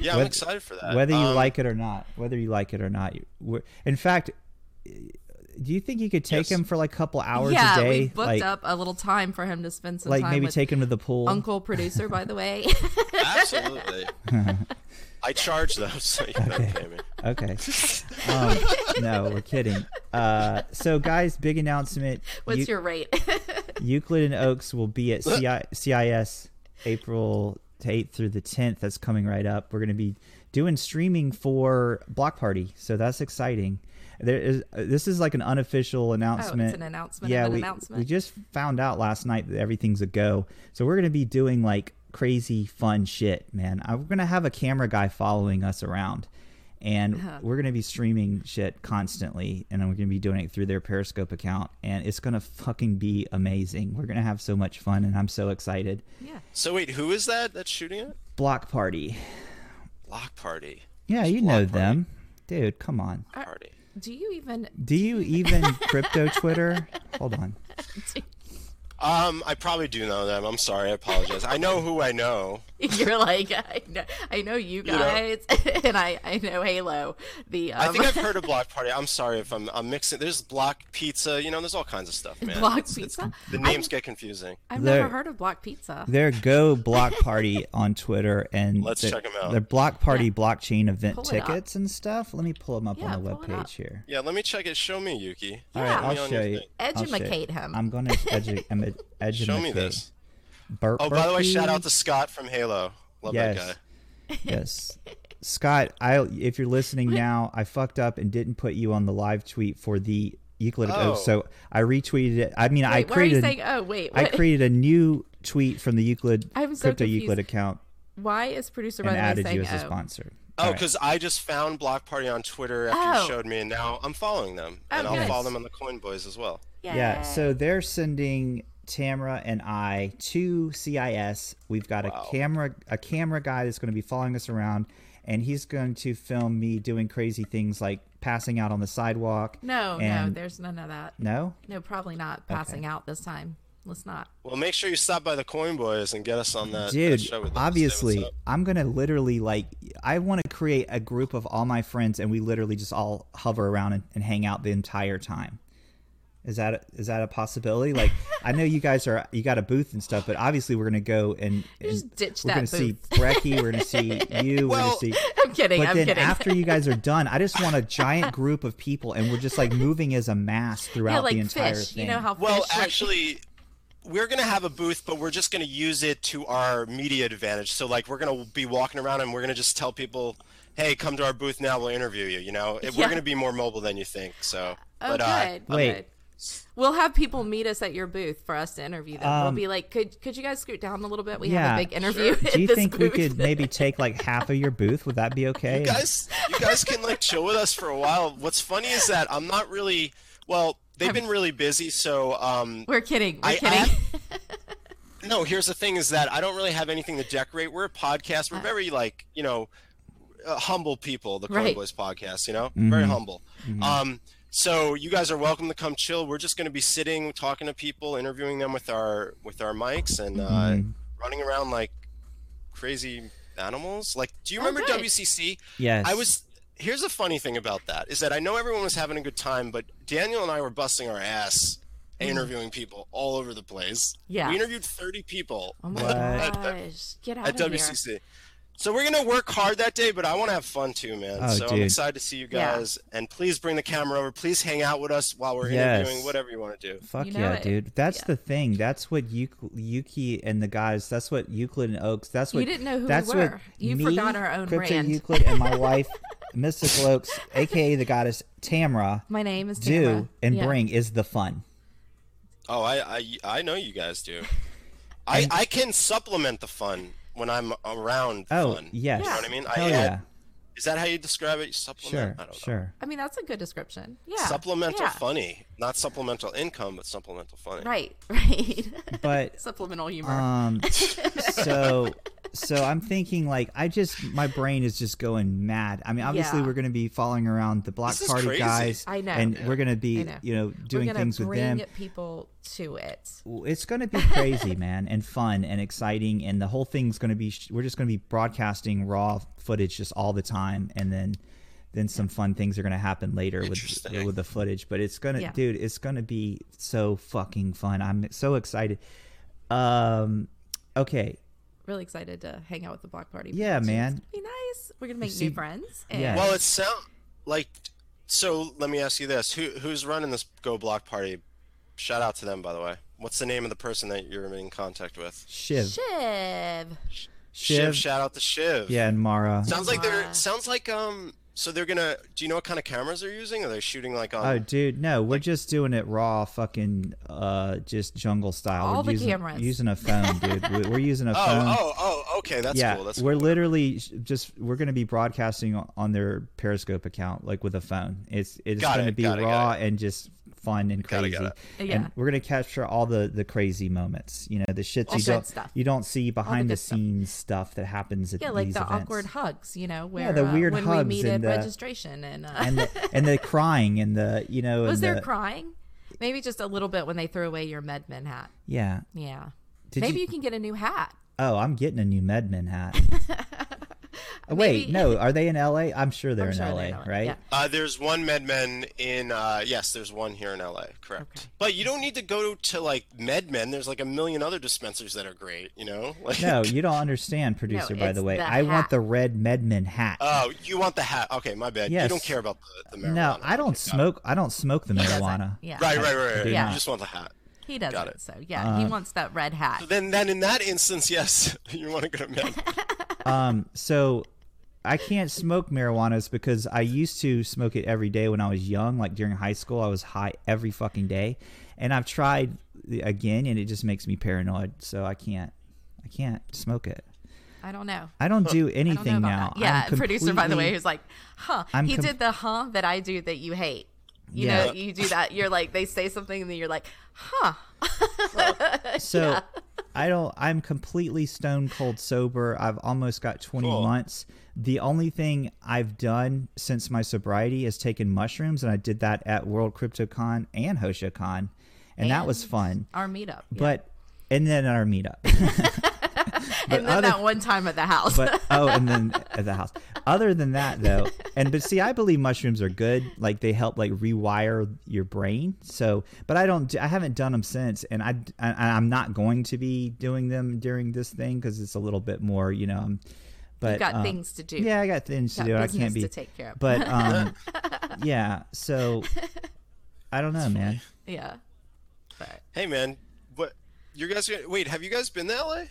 C: Yeah, I'm
B: Whether-
C: excited for that.
B: whether you
C: Um,
B: like it or not, whether you like it or not. You, we're- in fact, do you think you could take
C: Yes.
B: him for like a couple hours
D: yeah,
B: a day?
D: we booked
B: like,
D: up a little time for him to spend some
B: like
D: time
B: maybe
D: with
B: take him to the pool.
D: Uncle Producer, by the way.
C: Absolutely. I charge them, so you don't pay me.
B: Okay. Um, no, we're kidding. Uh, so, guys, big announcement.
D: What's
B: Eu-
D: your rate?
B: Euclid and Oaks will be at CI- CIS April 8th through the 10th. That's coming right up. We're going to be doing streaming for Block Party, so that's exciting. There is this is like an unofficial announcement.
D: Oh, announcement of
B: Yeah,
D: an
B: we,
D: announcement.
B: we just found out last night that everything's a go. So we're going to be doing like crazy fun shit, man. I'm going to have a camera guy following us around. And
C: Uh-huh.
B: we're going to be streaming shit constantly, and then we're going to be doing it through their Periscope account, and it's going to fucking be amazing. We're going to have so much fun, and I'm so excited.
D: yeah.
C: So wait, who is that that's shooting it?
B: Block Party.
C: Block Party.
B: Yeah, you
C: Block
B: know
C: Party.
B: them. Dude, come on.
D: Uh,
C: Party.
D: Do you even
B: Do you even crypto Twitter? Hold on.
C: Um, I probably do know them. I'm sorry. I apologize. I know who I know.
D: you're like I know, I know you
C: know.
D: guys and I I know Halo. The um,
C: I think I've heard of Block Party. I'm sorry if I'm I'm mixing. There's Block Pizza. You know, there's all kinds of stuff, man.
D: Block
C: It's- it's-
D: Pizza?
C: The names get confusing.
D: I've
B: There-
D: never heard of Block Pizza.
B: their go block party on Twitter and
C: Let's
B: their,
C: check 'em out.
B: Their block party blockchain event
D: Pull it up.
B: tickets and stuff. Let me pull them up
D: Yeah,
B: on the
D: pull it up.
B: webpage here.
C: Yeah, let me check it. Show me, Yuki.
B: All right,
C: Put me
B: I'll
C: on
B: show
C: your
B: you.
C: thing.
B: I'll show you.
D: Edumacate him.
B: I'm going to edu- I'm a- edumacate.
C: Show me this.
B: Bur-
C: Oh, by the way,
B: Berkey?
C: shout out to Scott from Halo. Love that
B: yes,
C: guy.
B: yes. Scott, I if you're listening now, I fucked up and didn't put you on the live tweet for the Euclid of Oaks,
C: Oh.
B: so I retweeted it. I mean, I
D: Wait, why are you
B: created
D: saying oh wait,
B: I
D: what-
B: created a new tweet from the Euclid
D: I'm so
B: crypto
D: confused.
B: Euclid account
D: why is producer by
B: and
D: the way
B: added
D: saying
B: you as a
D: oh?
B: sponsor. All
C: Oh,
B: right.
C: because I just found Block Party on Twitter after
D: Oh.
C: you showed me, and now I'm following them,
D: Oh,
C: and I'll
D: nice.
C: follow them on the Coin Boys as well.
B: Yeah, so they're sending Tamra and I to CIS. We've got
C: Wow.
B: a camera a camera guy that's going to be following us around and he's going to film me doing crazy things like passing out on the sidewalk.
D: no, no,
B: and-
D: there's none of that.
B: No?
D: No, probably not passing out this time. Let's not.
C: Well, make sure you stop by the Coin Boys and get us on that, that
B: Dude,
C: show with them. Say what's
B: obviously,
C: up.
B: I'm going to literally like I want to create a group of all my friends and we literally just all hover around and, and hang out the entire time. Is that is that a possibility? Like, I know you guys are you got a booth and stuff, but obviously we're gonna go and, and
D: Just ditch
B: we're
D: that
B: gonna see Brecky, we're gonna see you,
C: Well-
B: we're gonna see.
D: I'm kidding.
B: But
D: I'm
B: then
D: kidding.
B: after you guys are done, I just want a giant group of people, and we're just like moving as a mass throughout
D: yeah, like
B: the entire
D: fish.
B: thing.
D: You know how
C: Well,
D: fish like-
C: actually, we're gonna have a booth, but we're just gonna use it to our media advantage. So like, we're gonna be walking around and we're gonna just tell people, "Hey, come to our booth now. We'll interview you." You know, If
D: Yeah.
C: we're gonna be more mobile than you think. So,
D: Oh,
C: but uh,
D: good.
B: Wait.
D: good. We'll have people meet us at your booth for us to interview them. we'll
B: Um,
D: be like, could could you guys scoot down a little bit? We
B: Yeah.
D: have a big interview. at
B: Do you
D: this
B: think we
D: booth.
B: could maybe take like half of your booth? Would that be okay?
C: you guys, you guys can like chill with us for a while. What's funny is that I'm not really well. They've been really busy, so um,
D: We're kidding. We're
C: I- I
D: kidding.
C: have-
D: Uh,
C: no, here's the thing is that I don't really have anything to decorate. We're a podcast. We're very like, you know, uh, humble people, the Card
D: Right.
C: Boys podcast, you know, very humble. Um, so you guys are welcome to come chill. We're just going to be sitting, talking to people, interviewing them with our with our mics and uh, running around like crazy animals. Like, do you remember
D: Oh, good.
C: WCC?
B: Yes.
C: I was. Here's a funny thing about that is that I know everyone was having a good time, but Daniel and I were busting our ass
B: Mm.
C: interviewing people all over the place.
D: Yeah.
C: we interviewed 30 people
D: Oh my
B: What?
D: gosh. Get out
C: at
D: of
C: WCC. So we're gonna work hard that day, but I want to have fun too, man.
B: Oh,
C: so I'm
B: dude.
C: excited to see you
D: Yeah.
C: guys, and please bring the camera over. Please hang out with us while we're
B: Yes.
C: interviewing, whatever you want to do.
B: Fuck
D: You know
B: yeah,
D: it.
B: dude. That's
D: Yeah.
B: the thing. That's what Euc- Yuki and the guys. That's what Euclid and Oaks. That's
D: You
B: what
D: didn't know who we
B: that's what
D: were. You
B: me,
D: forgot our own
B: Crypto
D: brand.
B: Euclid and my wife, Mystical Oaks, aka the goddess Tamra,
D: My name is Tamara.
B: do and
D: Yeah.
B: bring is the fun.
C: Oh, I I, I know you guys do. I I can supplement the fun when I'm around. the
B: Oh
C: fun.
B: yes.
C: You know what I mean? I-
B: Hell
C: I-
B: yeah.
C: Is that how you describe it? Supplement?
B: Sure.
C: I don't know.
B: Sure.
D: I mean, that's a good description. Yeah.
C: Supplemental
D: yeah.
C: funny, not supplemental income, but supplemental funny.
D: Right, right.
B: But
D: Supplemental humor.
B: Um, so, so I'm thinking like I just my brain is just going mad. I mean, obviously
D: Yeah.
B: we're going to be following around the block
C: This is
B: party
C: crazy.
B: guys,
D: I know.
B: and we're going to
D: I
B: be
D: know.
B: you know doing
D: We're gonna
B: things with
D: bring
B: them.
D: people to it.
B: It's going to be crazy, man, and fun and exciting, and the whole thing's going to be. We're just going to be broadcasting raw footage just all the time, and then. Then some fun things are gonna happen later with
C: Interesting.
B: with the footage, but it's gonna,
D: Yeah.
B: dude, it's gonna be so fucking fun. I'm so excited. Um, okay,
D: Really excited to hang out with the block party.
B: Yeah,
D: people, too.
B: man.
D: It's gonna be nice. We're gonna make
B: see-
D: new friends. And
B: Yeah.
C: Well, it sound like. So let me ask you this: Who who's running this Go Block party? Shout out to them, by the way. What's the name of the person that you're in contact with?
B: Shiv.
D: Shiv.
C: Shiv.
B: Shiv.
C: shout out to Shiv.
B: Yeah, and Mara.
C: Sounds like they're.
D: Wow.
C: Sounds like um. So they're gonna. Do you know what kind of cameras they're using? Are they shooting like on?
B: Oh, dude, no, we're just doing it raw, fucking, uh, just jungle style.
D: All
B: we're
D: the
B: using,
D: cameras.
B: Using a phone, dude. We- We're using a phone.
C: oh, oh, oh, okay. That's
B: yeah,
C: cool. That's
B: we're
C: cool.
B: literally sh- just we're gonna be broadcasting o- on their Periscope account, like with a phone. It's it's
C: Got
B: gonna
C: it,
B: be
C: got it, got
B: raw and just fun and
C: Got it,
B: crazy.
C: got
D: Uh, Yeah.
B: And we're gonna capture all the the crazy moments. You know, the shit
D: All
B: you
D: good
B: don't
D: stuff.
B: you don't see behind the,
D: good stuff.
B: scenes stuff. that happens at
D: Yeah, like
B: these
D: the
B: events.
D: awkward hugs, you know, where
B: the
D: uh,
B: weird
D: when
B: hugs
D: we meet
B: and
D: at
B: the-
D: registration and, uh,
B: and the, and the crying and the you know
D: was
B: and
D: there
B: the-
D: crying? Maybe just a little bit when they threw away your Medmen hat.
B: yeah
D: Yeah.
B: Did
D: Maybe
B: you-
D: you... can get a new hat.
B: Oh, I'm getting a new Medmen hat. Oh, Wait,
D: Maybe-
B: no, are they in LA? I'm sure they're,
D: I'm
B: in,
D: sure
B: LA,
D: they're not.
B: right?
D: Yeah.
C: Uh, there's one MedMen in. Uh, yes, there's one here in LA. Correct.
D: Okay.
C: But you don't need to go to like MedMen. There's like a million other dispensers that are great. You know. Like,
B: No, you don't understand, producer. by
D: it's
B: the way,
D: the
B: I want
D: hat.
B: the red Medmen hat.
C: Oh, you want the hat? Okay, my bad. You
B: Yes.
C: don't care about the, the marijuana.
B: no, I don't
C: Okay, got
B: smoke. I don't smoke the marijuana.
D: Yeah.
C: it. Right, right, right, right.
D: Yeah.
C: You just want the hat.
D: He doesn't.
C: it.
D: So yeah,
B: Uh,
D: he wants that red hat.
C: But then, then in that instance, yes, you want to go to men.
B: Um, so I can't smoke marijuanas because I used to smoke it every day when I was young, like during high school. I was high every fucking day, and I've tried again, and it just makes me paranoid. So I can't, I can't smoke it.
D: I don't know.
B: I don't do
D: I don't know
B: anything
D: about
B: now.
D: that. Yeah,
B: I'm
D: producer by the way,
B: completely-
D: who's like, huh?
B: I'm
D: he
B: com-
D: did the huh that I do that you hate. You
B: Yeah.
D: know, you do that. You're like, they say something, and then you're like, huh?
B: So I don't. I'm completely stone cold sober. I've almost got 20
C: Cool.
B: months. The only thing I've done since my sobriety is taken mushrooms, and I did that at World CryptoCon and HoshaCon, and, that was
D: And-
B: fun.
D: Our meetup. Yeah.
B: But and then our meetup. but
D: and then
B: other-
D: that one time at the house.
B: but oh, and then at the house. Other than that, though, and but see, I believe mushrooms are good. Like they help like rewire your brain. So, but I don't. do- I haven't done them since, and I, I I'm not going to be doing them during this thing because it's a little bit more, you know. um, But
D: You've got
B: um,
D: things to do.
B: Yeah, I got things to
D: Got
B: do. and I
D: business
B: can't be
D: to take care of.
B: But um, yeah, so I don't know, man.
D: yeah. But
C: hey, man, what? You guys, gonna- wait, have you guys been to LA?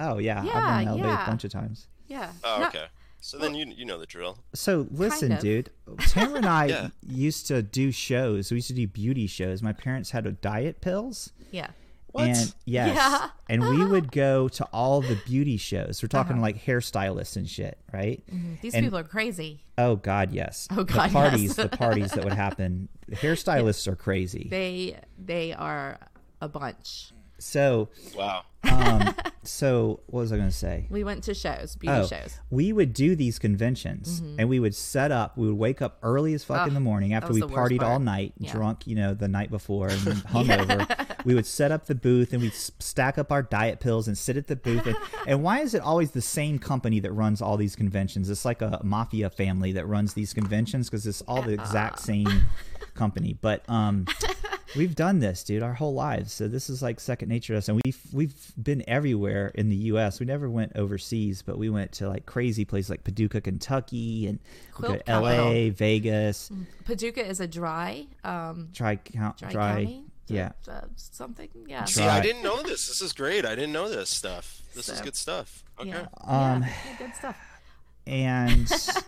B: Oh yeah,
D: Yeah,
B: I've been to LA a
D: yeah.
B: bunch of times.
D: yeah.
C: Oh,
D: No,
C: okay. So then you you know the drill.
B: So listen,
D: of.
B: dude. Tamara and I
C: Yeah.
B: used to do shows. We used to do beauty shows. My parents had a diet pills.
D: Yeah.
C: What?
B: And yes.
D: Yeah.
B: And we would go to all the beauty shows. We're
D: Uh-huh.
B: talking like hairstylists and shit, right?
D: These
B: And-
D: people are crazy.
B: Oh God, yes.
D: Mm-hmm. Oh, God,
B: the
D: yes.
B: parties, the parties that would happen. The hairstylists are crazy.
D: They they are a bunch.
B: So,
C: Wow.
B: um, so what was I going to say?
D: We went to shows, beauty shows.
B: Oh,
D: Mm-hmm.
B: we would do these conventions and we would set up. We would wake up early as fuck in the morning after
D: was
B: we
D: the worst
B: partied all
D: part.
B: night,
D: Yeah.
B: drunk, you know, the night before and hungover. We would set up the booth and we'd s- stack up our diet pills and sit at the booth. And, and why is it always the same company that runs all these conventions? It's like a mafia family that runs these conventions because it's all the exact same company. But um, we've done this, dude, our whole lives. So this is like second nature to us, and we've we've been everywhere in the U.S. We never went overseas, but we went to like crazy places like Paducah, Kentucky, and we go
D: Quilt Mm-hmm.
B: to L.A.,
D: Company.
B: Vegas,
D: Paducah is a dry, um,
B: Tri Count,
D: dry,
B: Tri,
D: county.
B: yeah.
D: Uh, something. Yeah.
C: See,
B: Right.
C: I didn't know this. This is great. I didn't know this stuff. This is
D: So-
C: good stuff. Okay.
D: Yeah.
B: Um,
D: yeah. yeah, Good stuff.
B: and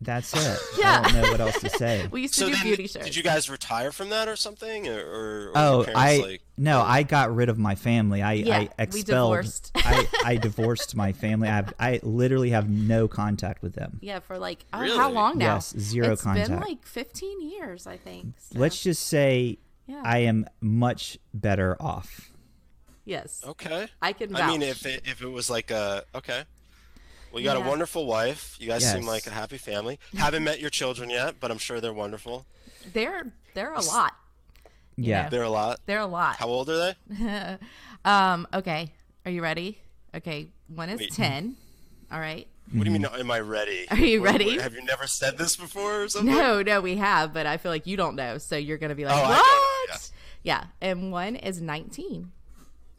B: that's it.
D: Yeah.
B: I don't know what else to say.
D: We used to
C: So
D: do
C: then,
D: beauty shows.
C: did you guys retire from that or something, or, or, or your
B: Oh,
C: parents,
B: I
C: like,
B: no, I got rid of my family. I,
D: Yeah,
B: I
D: we
B: expelled.
D: divorced.
B: I, I divorced my family. I I literally have no contact with them.
D: yeah, for like oh, how
C: Really?
D: long now?
B: Yes, zero
D: It's been
B: contact.
D: like 15 years, I think. so.
B: Let's just say
D: Yeah.
B: I am much better off.
D: yes.
C: Okay.
D: I can
C: I mean,
D: vouch.
C: if it, if it was like a okay. Well, you got
D: Yeah.
C: a wonderful wife. You guys seem
B: Yes.
C: like a happy family. Haven't met your children yet, but I'm sure they're wonderful.
D: They're they're a lot.
B: Yeah.
C: They're a lot.
D: They're a lot.
C: How old are they?
D: Um, okay. Are you ready? Okay. One is
C: Wait.
D: 10. All right.
C: What do you mean? Am I ready?
D: Are you
C: What- what-
D: ready?
C: have you never said this before or something?
D: No, no, we have, but I feel like you don't know. So you're going to be like,
C: Oh, I don't know,
D: what? yeah. And one is 19.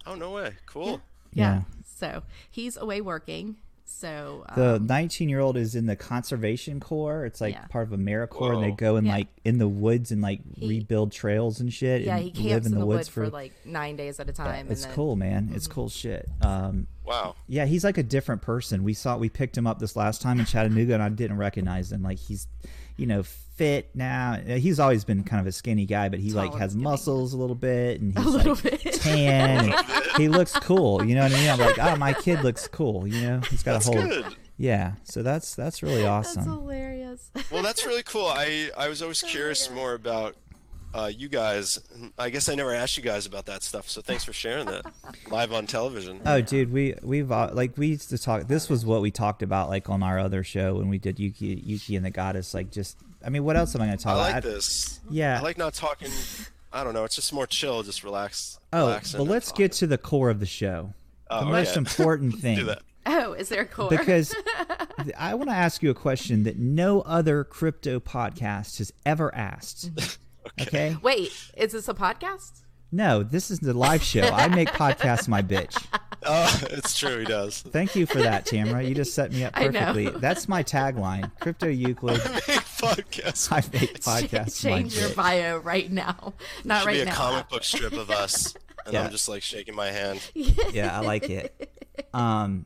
C: Oh no way. Cool.
D: Yeah.
B: Yeah.
D: So he's away working. So uh,
B: The 19 year old is in the conservation corps. It's like
D: Yeah.
B: part of AmeriCorps, and they
C: Whoa.
B: go and
D: Yeah.
B: like in the woods and like rebuild trails and shit.
D: yeah,
B: and
D: he camps in the, woods for,
B: for
D: like nine days at a Mm-hmm. time. and
B: It's
D: then,
B: cool, man. It's cool shit. Um,
C: Wow.
B: yeah, he's like a different person. We saw we picked him up this last time in Chattanooga, and I didn't recognize him. Like he's, you know, fit now. He's always been kind of a skinny guy, but he like
D: Tall and
B: has
D: skinny.
B: muscles a little bit, and he's
D: A little
B: like,
D: bit.
B: tan. and he looks cool. You know what I mean? I'm like, oh, my kid looks cool. You know, he's got
C: That's
B: a whole.
C: good.
B: Yeah, so that's that's really
D: That's
B: awesome.
D: hilarious.
C: Well, that's really cool. I I was
D: Oh,
C: always curious more about uh, you guys. I guess I never asked you guys about that stuff. So thanks for sharing that live on television.
B: Oh, dude, we we've uh, like we used to talk. This was what we talked about like on our other show when we did Yuki Yuki and the Goddess. Like, just I mean, what else am I going to talk
C: I
B: about?
C: like this.
B: Yeah.
C: I like not talking. I don't know. It's just more chill. Just relax.
B: Oh,
C: relax
B: but let's get to the core of the show. the
C: Oh, okay.
B: most important thing.
C: do that.
D: oh, is there a core?
B: Because th- I want to ask you a question that no other crypto podcast has ever asked. okay.
D: Wait, is this a podcast?
B: No, this is the live show. I make podcasts my bitch.
C: Oh, it's true. He does.
B: Thank you for that, Tamara. You just set me up
D: I know.
B: perfectly. That's my tagline Crypto Euclid,
C: Podcast.
B: I make podcasts my
D: Change your
B: bitch.
D: bio right now. Not
C: Should
D: right
C: be a
D: now.
C: comic book strip of us, and
B: Yeah.
C: I'm just like shaking my hand.
B: Yeah, I like it. Um,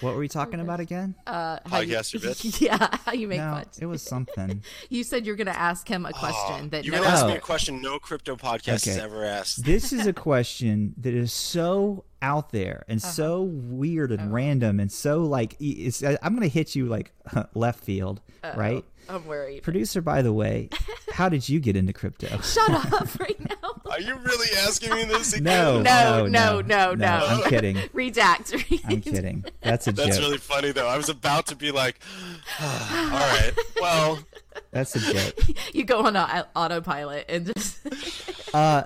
B: what were we talking about again?
D: How you-
C: Podcast your bitch.
D: Yeah, how you make
B: no,
D: fun.
B: it was something.
D: You said you're going to ask him a question that
C: You're
D: no
C: gonna ask me
B: Oh.
C: a question no crypto podcast has
B: Okay.
C: ever asked.
B: this is a question that is so out there and
D: Uh-huh.
B: so weird and random and so like i- it's, I- I'm gonna hit you like left field, right?
D: I'm worried.
B: Producer, by the way, how did you get into crypto?
D: Shut up right now.
C: Are you really asking me this? Again?
B: No,
D: No,
B: no,
D: no, no, no.
B: I'm kidding.
D: Redact.
B: I'm kidding. That's a
C: That's
B: joke.
C: really funny though. I was about to be like, all right, well,
B: That's a joke.
D: you go on a, autopilot and just.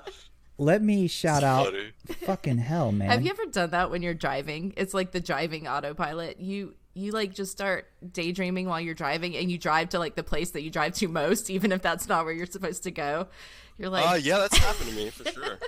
B: Let me shout out.
C: funny.
B: Fucking hell, man.
D: Have you ever done that when you're driving? It's like the driving autopilot. You you like just start daydreaming while you're driving, and you drive to like the place that you drive to most, even if that's not where you're supposed to go. You're like,
C: uh, yeah, that's happened to me for sure.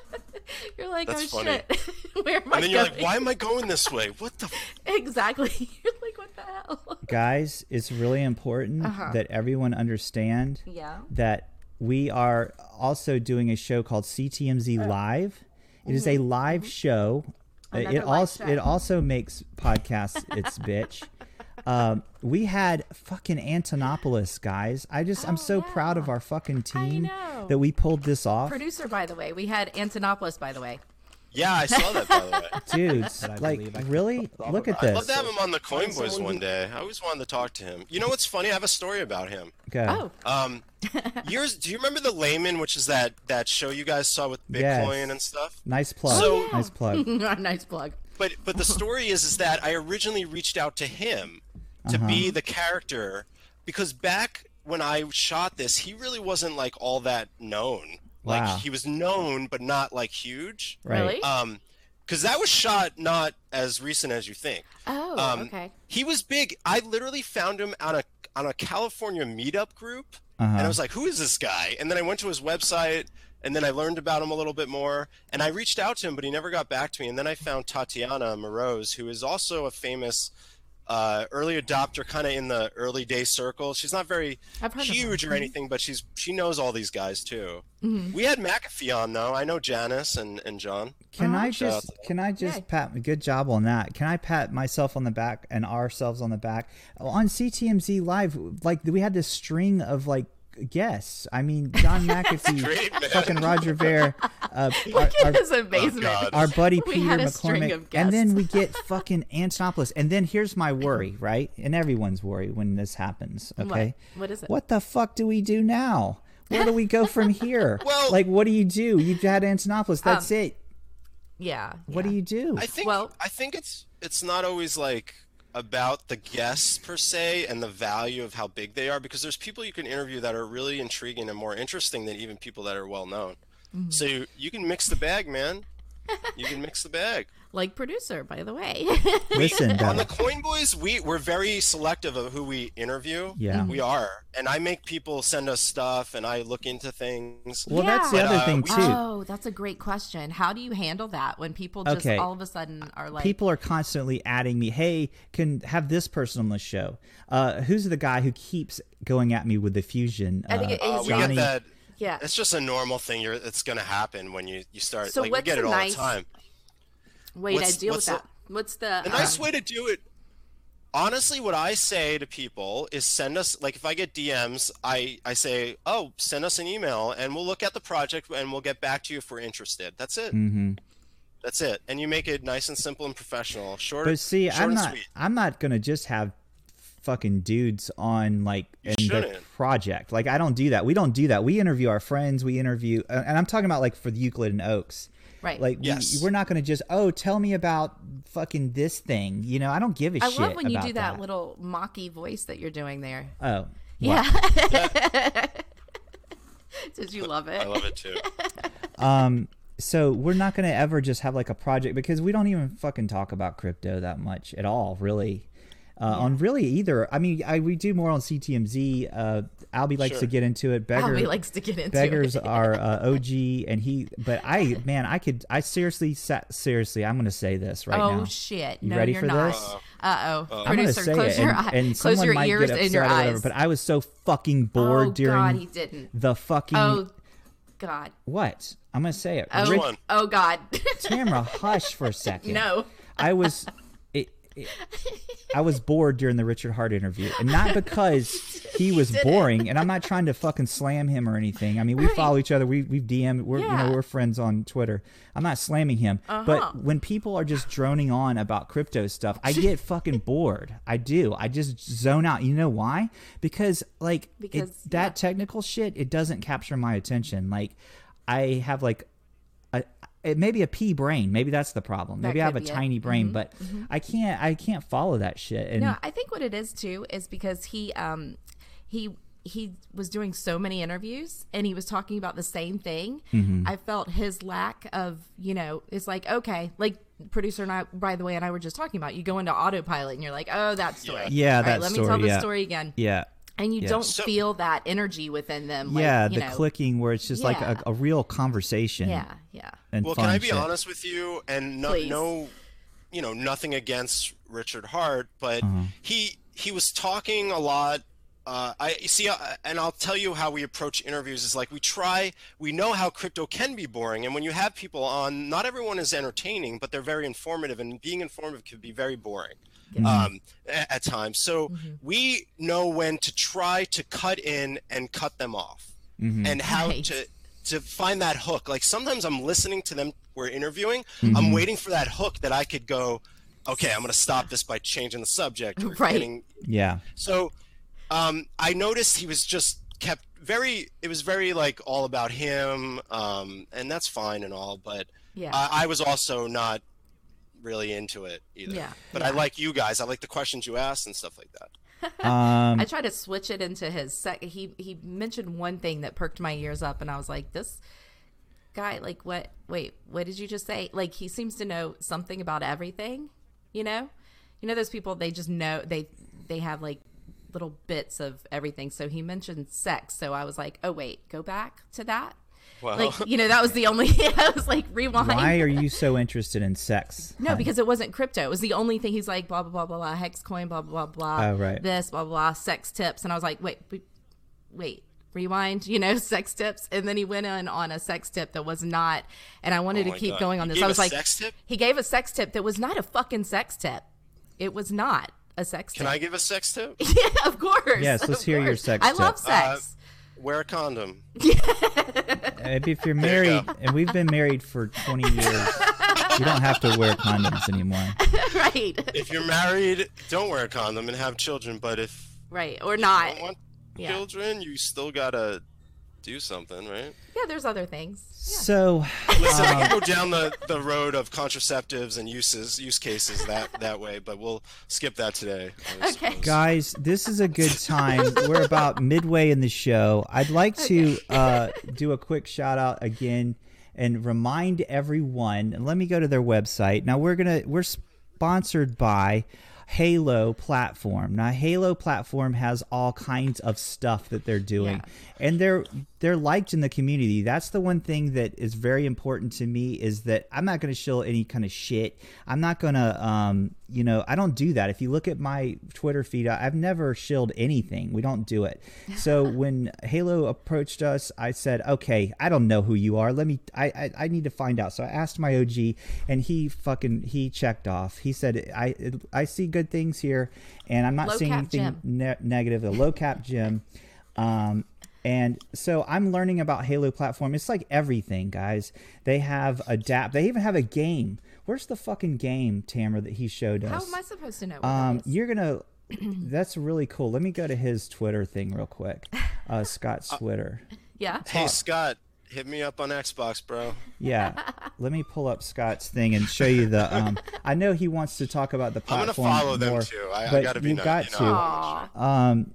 D: you're like, oh
C: that's funny.
D: shit, where am I
C: And then you're like,
D: going?
C: why am I going this way? What the? F-?
D: Exactly. You're like, what the hell?
B: guys it's really important that everyone understand
D: Uh-huh. Yeah.
B: that we are also doing a show called
D: Oh.
B: ctmz live It is a live show Uh, it
D: Mm-hmm. Another live
B: also
D: show.
B: it also makes podcasts its bitch um, we had fucking antonopoulos guys i just i'm so proud of our fucking team
D: Oh, know.
B: that we pulled this off
D: Producer, by the way, we had Antonopoulos. By the way,
C: Yeah, I saw that by the way.
B: dudes.
E: But I
B: like,
E: believe I can
B: really?
E: solve
B: Look
E: it.
B: at
E: I'd
B: this.
C: I'd love to have him on the Coin
E: Find
C: Boys
E: someone
C: one
E: who-
C: day. I always wanted to talk to him. You know what's funny? I have a story about him.
B: Go.
D: Oh,
C: Um, years. Do you remember the Layman, which is that that show you guys saw with Bitcoin
B: Yes.
C: and stuff?
B: Nice plug.
C: So-
B: nice plug.
D: nice plug.
C: But but the story is is that I originally reached out to him to
B: Uh-huh.
C: be the character because back when I shot this, he really wasn't like all that known.
B: Wow.
C: Like he was known, but not like huge.
B: Right. Uh,
D: Really?
C: Um, because that was shot not as recent as you think.
D: oh,
C: Um,
D: okay.
C: He was big. I literally found him on a on a California meetup group, and I was like, "Who is this guy?" And then I went to his website, and then I learned about him a little bit more. And I reached out to him, but he never got back to me. And then I found Tatiana Moroz, who is also a famous uh, early adopter, kind of in the early day circle. She's not very
D: I've heard of her. Mm-hmm.
C: huge or anything, but she's she knows all these guys too. We had McAfee on though. I know Janice and and John.
B: Can I
C: Shout out
B: just
C: to
B: can I just
D: Uh-huh. Yay.
B: pat good job on that? Can I pat myself on the back and ourselves on the back on CTMZ live? Like we had this string of like guests. I mean, John McAfee,
C: Great man.
B: fucking Roger Ver, uh, our,
D: Look at
B: our-
D: his amazement.
C: God.
B: our buddy
D: We
B: Peter
D: had a string
B: McCormick,
D: of
B: and
D: guests.
B: then we get fucking Antonopoulos. And then here's my worry, right? And everyone's worry when this happens. Okay,
D: What is it?
B: What the fuck do we do now? Where do we go from here?
C: Well-
B: like, what do you do? You've had Antonopoulos. That's it.
D: Um, yeah.
B: What do you do?
C: I think
D: Well-
C: I think it's it's not always like about the guests per se and the value of how big they are because there's people you can interview that are really intriguing and more interesting than even people that are well known.
D: Mm-hmm.
C: So you, you can mix the bag, man. You can mix the bag.
D: Like producer, by the way.
B: Listen,
C: On
B: though,
C: the Coin Boys, we we're very selective of who we interview.
B: Yeah. Mhm.
C: we are, and I make people send us stuff, and I look into things.
B: well, that's the
D: Yeah.
B: other
C: But, uh,
B: thing
C: we-
B: too.
D: oh, that's a great question. How do you handle that when people just
B: Okay.
D: all of a sudden are like,
B: People are constantly adding me, "Hey, can have this person on the show." Uh, who's the guy who keeps going at me with the fusion?
D: I think
B: Uh,
D: it
C: Uh,
D: is
C: we get
B: Johnny-
C: that.
D: yeah.
C: It's just a normal thing. You're, it's gonna happen when you you start.
D: So
C: like we
D: what's
C: get
D: a
C: it all
D: nice-
C: the time.
D: Wait, I
C: what's-
D: deal with
C: what's
D: that.
C: the-
D: What's the
B: Um,
D: um,
C: The nice way to do it, honestly, what I say to people is send us, like, if I get DMs, I, I say, oh, send us an email and we'll look at the project and we'll get back to you if we're interested. That's it. Mm-hmm. That's it. And you make it nice and simple and professional. Short,
B: But see,
C: short
B: I'm
C: and
B: not.
C: sweet.
B: I'm not gonna just have fucking dudes on like in the
C: shouldn't.
B: project. Like I don't do that. We don't do that. We interview our friends. We interview, uh, and I'm talking about like for the Euclid and Oaks.
D: Right.
B: Like
C: Yes.
B: we, are not gonna just oh tell me about fucking this thing. You know I don't give a
D: I
B: shit.
D: love when you
B: about
D: do that, little mocky voice that you're doing there.
B: Oh. what?
D: Yeah. Did you love it?
C: I love it too.
B: So we're not going to ever just have like a project because we don't even fucking talk about crypto that much at all, really. Uh, On really either. I mean, I, we do more on CTMZ. Uh, Albie likes to get into it. Beggar,
D: Albie likes to get into
B: Beggars
D: it.
B: are uh, OG, and he. But I, man, I could. I seriously, sa- seriously, I'm going to say this right
D: oh
B: now.
D: shit!
B: You
D: No,
B: ready
D: you're
B: for
D: not.
B: this?
D: Uh oh.
B: I'm gonna
D: Producer,
B: say
D: close
B: it,
D: your
B: and,
D: eyes.
B: and
D: close
B: someone
D: your
B: might
D: ears
B: get
D: and
B: upset
D: your
B: or whatever,
D: eyes.
B: But I was so fucking bored
D: oh
B: during
D: god, he didn't.
B: the fucking
D: Oh god.
B: what? I'm gonna say it.
D: Oh,
B: Rick-
C: one?
D: oh god.
B: Tamara, hush for a second.
D: No.
B: I was, it, it, I was bored during the Richard Hart interview, and not because he was boring. And I'm not trying to fucking slam him or anything. I mean, we follow each other. We we DM. We're you
D: Yeah. Uh-huh.
B: know we're friends on Twitter. I'm not slamming him, but when people are just droning on about crypto stuff, I get fucking bored. I do. I just zone out. You know why? Because like it-
D: Because,
B: that technical shit, it doesn't capture my attention. Like I have like a, it may be a pea brain. Maybe that's the problem. Maybe I have
D: could
B: a
D: be it. Mm-hmm.
B: tiny brain, but I can't. I can't follow that shit. And
D: No, I think what it is too is because he um he he was doing so many interviews and he was talking about the same thing.
B: Mm-hmm.
D: I felt his lack of, you know, it's like okay, like producer and I by the way and I were just talking about you go into autopilot and you're like, "Oh, that story."
B: Yeah,
D: All
B: that
D: let
B: story,
D: me tell the
B: yeah.
D: story again.
B: yeah,
D: And you don't
C: So-
D: feel that energy within them like,
B: yeah,
D: you
B: the
D: know.
B: clicking where it's just like
D: Yeah.
B: a, a real conversation.
D: Yeah, yeah.
B: And
C: Well,
B: fun
C: can I be
B: shit.
C: honest with you? And no,
D: Please.
C: no, you know, nothing against Richard Hart, but
B: Uh-huh.
C: he he was talking a lot. Uh, I you see, uh, and I'll tell you how we approach interviews is like we try. We know how crypto can be boring, and when you have people on, not everyone is entertaining, but they're very informative, and being informative can be very boring um, a- at times. So we
B: Mm-hmm.
C: know when to try to cut in and cut them off, and how
D: Right.
C: to to find that hook. Like sometimes I'm listening to them we're interviewing,
D: Mm-hmm.
C: I'm waiting for that hook that I could go, okay, I'm gonna stop this by changing the subject or
D: Right.
C: getting
B: Yeah.
C: so um, I noticed he was just kept very. It was very like all about him, um, and that's fine and all. But
D: Yeah.
C: I, I was also not really into it either.
D: Yeah,
C: But I like you guys. I like the questions you asked and stuff like that.
B: Um,
D: I tried to switch it into his sec. He he mentioned one thing that perked my ears up, and I was like, this guy, like, what? Wait, what did you just say? Like, he seems to know something about everything. You know, you know those people. They just know they they have like little bits of everything. So he mentioned sex. So I was like, oh wait, go back to that.
C: Wow.
D: Like, you know, that was the only. I was like, rewind.
B: why are you so interested in sex?
D: No, because it wasn't crypto. It was the only thing he's like, blah, blah, blah, blah, blah, hex coin, blah, blah, blah, blah.
B: Oh, right.
D: This, blah, blah, blah, sex tips. And I was like, wait, wait, wait, rewind, you know, sex tips. And then he went in on a sex tip that was not, and I wanted
C: Oh
D: to
C: my
D: keep
C: God.
D: going on
C: He
D: this.
C: gave
D: I was
C: a
D: like,
C: sex tip?
D: he gave a sex tip that was not a fucking sex tip. It was not a sex
C: Can
D: tip.
C: I give a sex tip?
D: yeah, of course.
B: Yes, let's
D: of
B: hear your
D: course.
B: sex
D: I
B: tip.
D: love sex.
C: Uh, Wear a condom.
B: Maybe Uh, if you're married, and we've been married for 20 years, you don't have to wear condoms anymore.
D: right.
C: If you're married, don't wear a condom and have children. But if
D: Right. Or
C: you
D: not.
C: don't want
D: yeah.
C: children, you still gotta do something, right?
D: Yeah, there's other things.
B: So,
C: Listen, I can go down the, the road of contraceptives and uses use cases that, that way, but we'll skip that today. I
D: Okay.
C: suppose.
B: guys, this is a good time. We're about midway in the show. I'd like to uh, do a quick shout out again and remind everyone. and Let me go to their website. Now we're gonna we're sponsored by Halo platform. Now Halo platform has all kinds of stuff that they're doing.
D: Yeah.
B: and they're they're liked in the community that's the one thing that is very important to me is that i'm not going to shill any kind of shit i'm not going to um you know i don't do that if you look at my twitter feed I- i've never shilled anything we don't do it so when halo approached us i said okay i don't know who you are let me I, I i need to find out so i asked my og and he fucking he checked off he said i i see good things here and i'm not
D: Low
B: seeing
D: cap
B: anything
D: gym.
B: ne- negative a low cap gym um, and so I'm learning about Halo platform. It's like everything, guys. They have adapt. They even have a game. Where's the fucking game, Tamara, that he showed us?
D: How am I supposed to know? what
B: Um,
D: that is?
B: you're gonna. That's really cool. Let me go to his Twitter thing real quick. Uh, Scott's Twitter.
D: Yeah.
C: Hey Scott, hit me up on Xbox, bro.
B: Yeah. Let me pull up Scott's thing and show you the. Um, I know he wants to talk about the
C: I'm gonna
B: platform.
C: follow them
B: more,
C: too. I- I
B: but
C: gotta be
B: you
C: nice,
B: got
C: you
B: to.
C: know.
D: Aw.
B: Oh.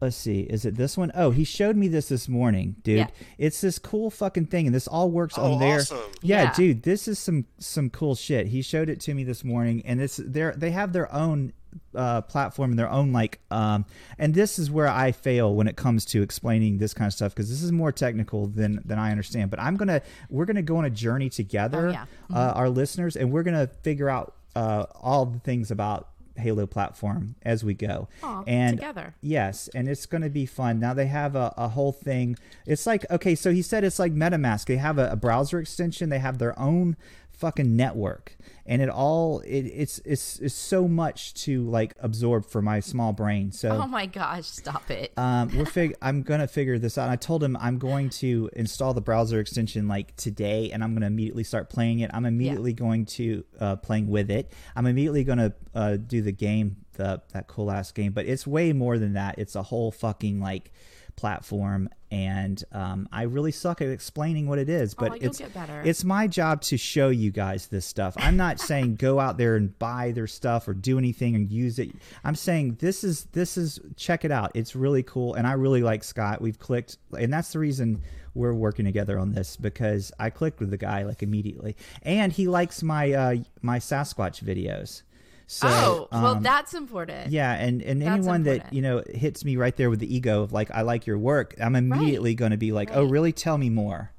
B: let's see is it this one? Oh, he showed me this this morning dude
D: Yeah.
B: it's this cool fucking thing and this all works
C: Oh,
B: on there
C: awesome.
B: yeah,
D: Yeah.
B: dude this is some some cool shit he showed it to me this morning and it's they're they have their own uh, platform and their own like um and this is where i fail when it comes to explaining this kind of stuff because this is more technical than than i understand but i'm gonna we're gonna go on a journey together
D: Oh, yeah.
B: uh, our listeners, and we're gonna figure out uh, all the things about Halo platform as we go.
D: Aw,
B: and
D: together.
B: yes, and it's gonna be fun. Now they have a, a whole thing. It's like okay, so he said it's like MetaMask. They have a, a browser extension. They have their own fucking network, and it all it, it's it's it's so much to like absorb for my small brain. So
D: Oh my gosh, stop it.
B: um, we're fig- I'm gonna figure this out. I told him I'm going to install the browser extension like today, and I'm gonna immediately start playing it. I'm immediately going to uh, playing with it. I'm immediately gonna uh, do the game, the that cool ass game. But it's way more than that. It's a whole fucking like platform, and um, I really suck at explaining what it is. But
D: you'll
B: it's
D: get better.
B: it's my job to show you guys this stuff. I'm not saying go out there and buy their stuff or do anything and use it. I'm saying this is this is check it out. It's really cool and I really like Scott. We've clicked and that's the reason we're working together on this because I clicked with the guy like immediately and he likes my uh my Sasquatch videos. So
D: oh, well,
B: um,
D: that's important.
B: yeah, and and
D: That's
B: anyone that
D: important.
B: you know hits me right there with the ego of like I like your work, I'm immediately going to be like, oh, really? Tell me more.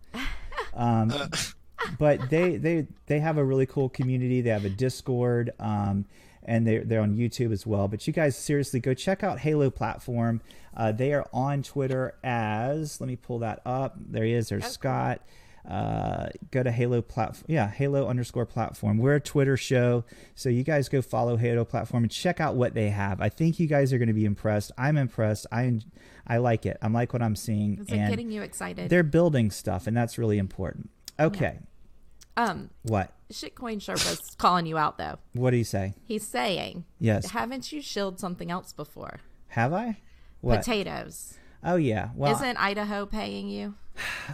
B: Um, but they they they have a really cool community. They have a Discord, um, and they they're on YouTube as well. But you guys, seriously, go check out Halo Platform. Uh, they are on Twitter as let me pull that up. There he is. There's Scott. uh, go to Halo platform. Yeah, Halo underscore platform. We're a Twitter show, so you guys go follow Halo platform and check out what they have. I think you guys are going to be impressed. I'm impressed. I I like it. I'm like what I'm seeing.
D: It's like
B: and
D: getting you excited.
B: they're building stuff, and that's really important. Okay,
D: um,
B: what?
D: shitcoin Sherpa's calling you out though.
B: What do you say?
D: He's saying,
B: Yes.
D: haven't you shilled something else before?
B: Have I? What?
D: Potatoes.
B: oh yeah. Well,
D: Isn't Idaho paying you?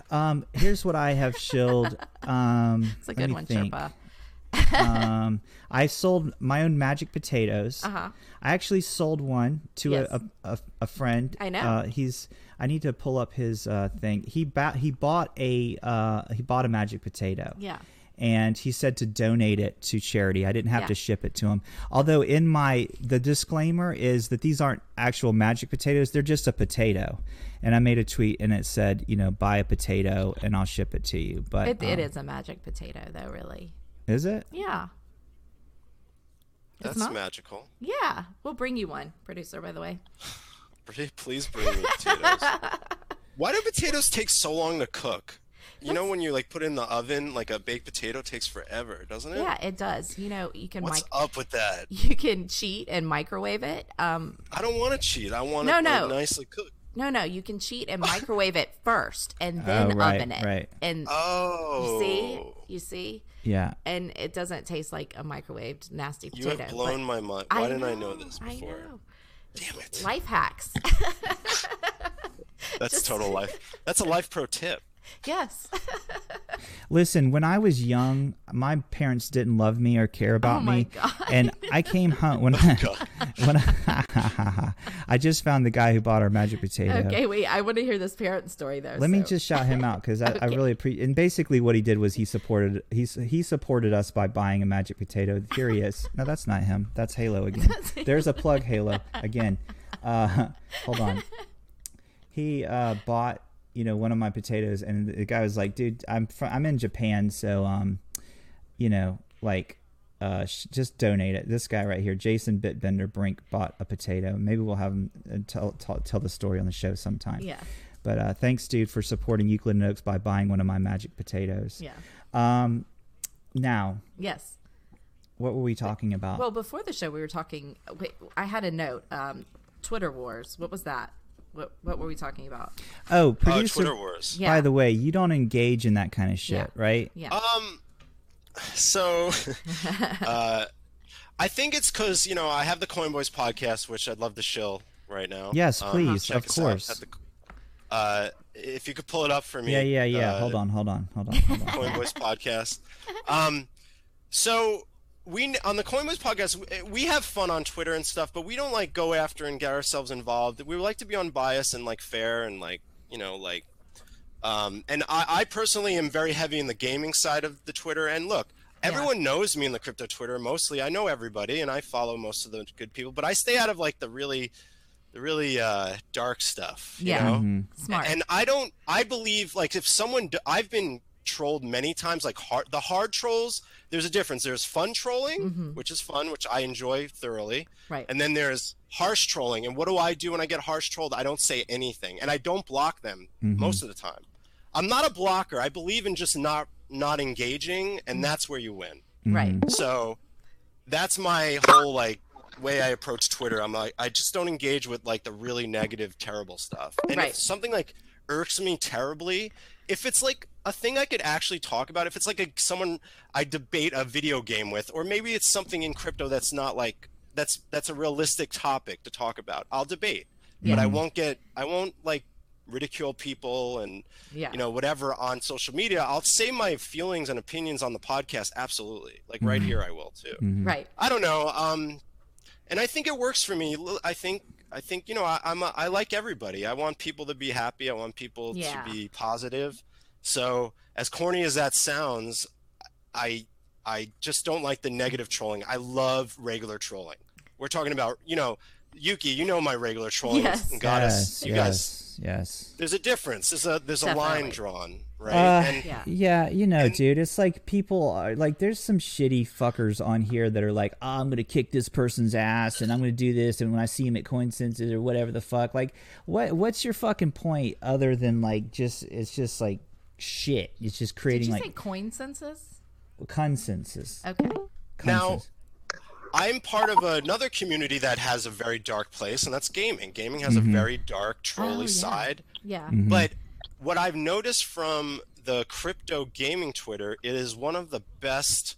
B: um, here's what I have shilled. Um,
D: It's a
B: let
D: good
B: me
D: one,
B: think.
D: Sherpa.
B: um, I sold my own magic potatoes.
D: Uh-huh.
B: I actually sold one to
D: Yes.
B: a, a, a friend.
D: I know.
B: Uh, he's. I need to pull up his uh, thing. He bought. He bought a. Uh, he bought a magic potato.
D: Yeah.
B: And he said to donate it to charity. I didn't have
D: Yeah.
B: to ship it to him. Although in my the disclaimer is that these aren't actual magic potatoes. They're just a potato. And I made a tweet and it said, you know, buy a potato and I'll ship it to you. But
D: It, it
B: um,
D: is a magic potato though, really.
B: Is it?
D: Yeah.
C: That's
D: not?
C: magical.
D: Yeah. We'll bring you one, producer, by the way.
C: Pretty- Please bring me potatoes. Why do potatoes take so long to cook? You know when you like put it in the oven, like a baked potato takes forever, doesn't it?
D: Yeah, it does. You know, you can
C: What's
D: mic-
C: up with that?
D: you can cheat and microwave it. Um,
C: I don't want to cheat. I want
D: No,
C: it
D: no.
C: like, nicely cooked.
D: no, no, you can cheat and microwave it first and then
B: Oh, right,
D: oven it.
B: right.
D: And
C: Oh.
D: you see, you see,
B: Yeah.
D: and it doesn't taste like a microwaved nasty
C: You
D: potato.
C: have
D: but-
C: blown my mind. Why didn't I know
D: know,
C: this
D: I
C: before?
D: know.
C: Damn it.
D: Life hacks.
C: That's total life. That's a life pro tip.
D: yes.
B: Listen, when I was young, my parents didn't love me or care about
D: Oh my
B: me,
D: God.
B: and I came home when I, when I, I just found the guy who bought our magic potato.
D: Okay, wait. I want to hear this parent story though.
B: Let me
D: so-
B: just shout him out because I, I really appreciate. And basically, what he did was he supported he s- he supported us by buying a magic potato. Here he is. No, that's not him. That's Halo again. There's a plug Halo again. Uh, hold on. He uh, bought you know one of my potatoes, and the guy was like, "Dude, I'm fr- I'm in Japan, so um, you know, like." Uh, sh- just donate it. This guy right here, Jason Bitbender Brink, bought a potato. Maybe we'll have him uh, tell tell, tell the story on the show sometime.
D: Yeah.
B: But uh, thanks, dude, for supporting Euclid and Oaks by buying one of my magic potatoes.
D: Yeah.
B: Um, now,
D: Yes.
B: what were we talking about?
D: Well, before the show, we were talking. Wait, I had a note. Um, Twitter wars. What was that? What What were we talking about?
B: oh,
C: Oh,
B: producer.
C: Twitter wars.
D: Yeah.
B: By the way, you don't engage in that kind of shit,
D: Yeah.
B: right?
D: Yeah.
C: Um, so uh, I think it's because you know I have the Coin Boys podcast, which I'd love to shill right now.
B: Yes,
C: Um,
B: please,
C: check
B: of
C: us out
B: course.
C: at the- uh, if you could pull it up for me.
B: Yeah, yeah, yeah.
C: uh,
B: hold on, hold on, hold on. Hold on.
C: Coin Boys podcast. Um, so we on the Coin Boys podcast, we- we have fun on Twitter and stuff, but we don't like go after and get ourselves involved. We like to be unbiased and like fair and like you know like. Um, and I, I personally am very heavy in the gaming side of the Twitter. And look, everyone knows me in the crypto Twitter mostly. I know everybody, and I follow most of the good people. But I stay out of like the really, the really uh, dark stuff. You
D: Yeah.
C: know?
D: Smart.
C: And I don't. I believe like if someone d- I've been trolled many times, like hard the hard trolls. There's a difference. There's fun trolling, which is fun, which I enjoy thoroughly.
D: Mm-hmm. Right.
C: And then there's harsh trolling. And what do I do when I get harsh trolled? I don't say anything, and I don't block them most of the time. I'm not a blocker. I believe in just not not engaging,
D: Mm.
C: and that's where you win.
D: right.
B: Mm-hmm.
C: So that's my whole like way I approach Twitter. I'm like I just don't engage with like the really negative, terrible stuff. And
D: Right.
C: if something like irks me terribly, if it's like a thing I could actually talk about, if it's like a someone I debate a video game with, or maybe it's something in crypto that's not like that's that's a realistic topic to talk about, I'll debate. But I won't get I won't like ridicule people and
D: Yeah.
C: you know whatever on social media i'll say my feelings and opinions on the podcast absolutely like right
B: Mm-hmm.
C: here i will too
D: Right.
C: i don't know um and i think it works for me L- i think i think you know I, i'm a, i like everybody i want people to be happy i want people
D: Yeah.
C: to be positive so as corny as that sounds i i just don't like the negative trolling i love regular trolling we're talking about you know yuki you know my regular trolling
D: Yes.
C: and goddess
B: yes,
C: you guys
B: yes, yes.
C: there's a difference. There's a there's a
D: Definitely.
C: line drawn, right?
B: Uh,
C: and
D: Yeah.
B: yeah, you know, dude, it's like people are like, there's some shitty fuckers on here that are like, oh, I'm gonna kick this person's ass, and I'm gonna do this, and when I see him at CoinSenses or whatever the fuck, like, what what's your fucking point other than like just it's just like shit. It's just
D: Did
B: creating
D: you say
B: like
D: coin census?
B: consensus.
D: Okay.
C: Now,
B: Consensus.
C: I'm part of another community that has a very dark place, and that's gaming. Gaming has a very dark, trolly
D: Oh, yeah.
C: side.
D: Yeah.
B: Mm-hmm.
C: But what I've noticed from the crypto gaming Twitter, it is one of the best,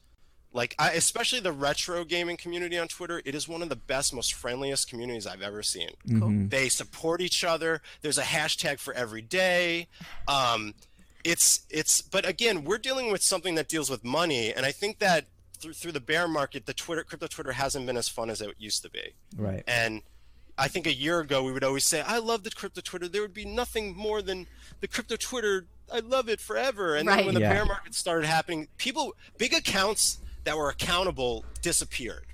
C: like I, especially the retro gaming community on Twitter. It is one of the best, most friendliest communities I've ever seen.
D: Cool.
C: They support each other. There's a hashtag for every day. Um, it's it's, but again, we're dealing with something that deals with money, and I think that through through the bear market, the Twitter crypto Twitter hasn't been as fun as it used to be.
B: right.
C: And I think a year ago, we would always say, I love the crypto Twitter. There would be nothing more than the crypto Twitter. I love it forever. And
D: Right.
C: then when the
B: Yeah.
C: bear market started happening, people, big accounts that were accountable disappeared.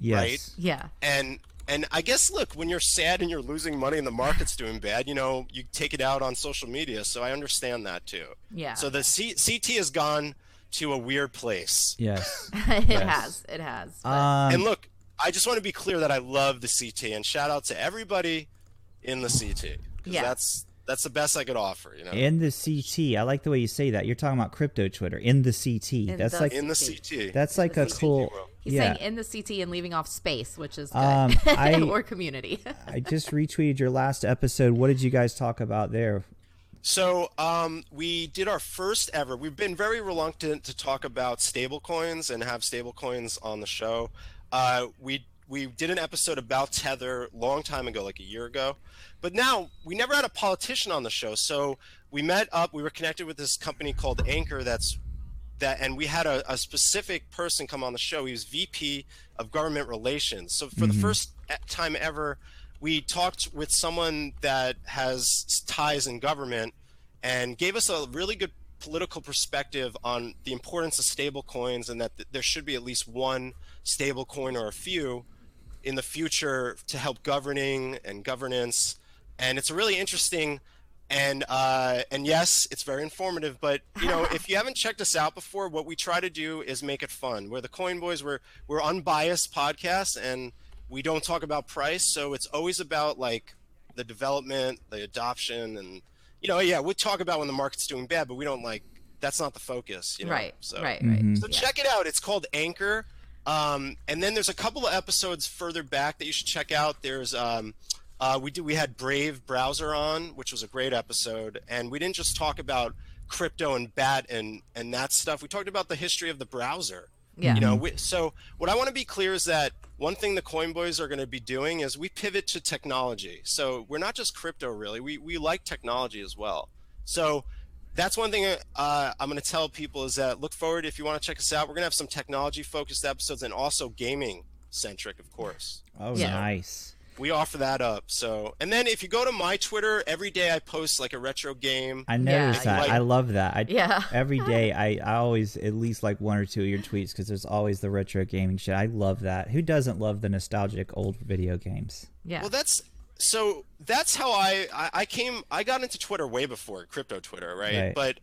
B: Yes.
C: right?
D: Yeah.
C: And and I guess look, when you're sad and you're losing money and the market's doing bad, you know, you take it out on social media. So I understand that too.
D: Yeah.
C: So the C- CT has gone to a weird place.
B: Yes.
D: it
B: Yes.
D: has. It has. but-
B: Um,
C: and look, I just want to be clear that I love the CT and shout out to everybody in the CT. 'cause
D: Yeah.
C: That's that's the best I could offer, you know.
B: in the CT, I like the way you say that. You're talking about crypto Twitter in the CT.
D: In
B: that's
D: the-
B: like
C: in the
D: CT.
C: CT.
B: that's like a
D: CT
B: cool.
C: world.
D: He's
B: yeah.
D: saying in the CT and leaving off space, which is good.
B: Um, I-
D: or community.
B: I just retweeted your last episode. What did you guys talk about there?
C: So um, we did our first ever. We've been very reluctant to talk about stablecoins and have stablecoins on the show. Uh, we we did an episode about Tether long time ago, like a year ago, but now we never had a politician on the show. So we met up. We were connected with this company called Anchor. That's that and we had a, a specific person come on the show he was vp of government relations so for the first e- time ever we talked with someone that has s- ties in government and gave us a really good political perspective on the importance of stable coins and that th- there should be at least one stable coin or a few in the future to help governing and governance and it's really interesting and uh, and yes it's very informative but you know if you haven't checked us out before what we try to do is make it fun we're the coin boys we're we're unbiased podcast and we don't talk about price so it's always about like the development the adoption and you know yeah we talk about when the market's doing bad but we don't like that's not the focus you know
D: right.
C: so
D: Right. Right.
B: Mm-hmm.
C: so check it out. It's called Anchor. Um, and then there's a couple of episodes further back that you should check out. There's um, uh, we do we had Brave Browser on, which was a great episode, and we didn't just talk about crypto and bat and and that stuff. We talked about the history of the browser.
D: Yeah.
C: You know, we, so what I want to be clear is that one thing the Coin Boys are going to be doing is we pivot to technology. So we're not just crypto, really. We we like technology as well. So that's one thing uh, I'm going to tell people is that look forward if you want to check us out. We're going to have some technology focused episodes and also gaming centric, of course.
B: Oh,
D: Yeah.
B: nice.
C: We offer that up. So, and then if you go to my Twitter, every day I post like a retro game.
B: I noticed
D: Yeah,
B: that.
C: like-
B: I love that. I,
D: Yeah.
B: Every day, I, I always at least like one or two of your tweets because there's always the retro gaming shit. I love that. Who doesn't love the nostalgic old video games?
D: Yeah.
C: Well, that's so that's how I, I I came. I got into Twitter way before crypto Twitter, right?
B: Right.
C: But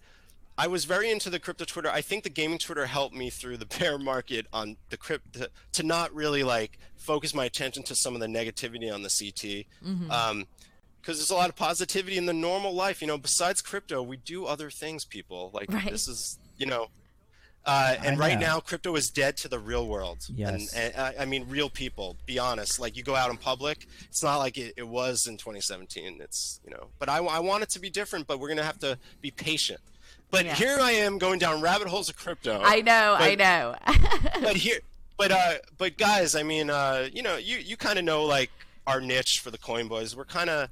C: I was very into the crypto Twitter. I think the gaming Twitter helped me through the bear market on the crypto to, to not really like focus my attention to some of the negativity on the CT.
D: Mm-hmm.
C: Um, because there's a lot of positivity in the normal life, you know. Besides crypto, we do other things, people. Like
D: Right.
C: this is, you know, uh, and
B: I
C: right
B: know.
C: now, crypto is dead to the real world.
B: Yes.
C: And, and I, I mean, real people, be honest. Like, you go out in public, it's not like it, it was in 2017. It's, you know, but I, I want it to be different, but we're going to have to be patient. But
D: Yeah.
C: here I am going down rabbit holes of crypto
D: I know. I
C: but-
D: know.
C: but here but uh but guys i mean uh you know you you kind of know like our niche for the coin boys we're kind of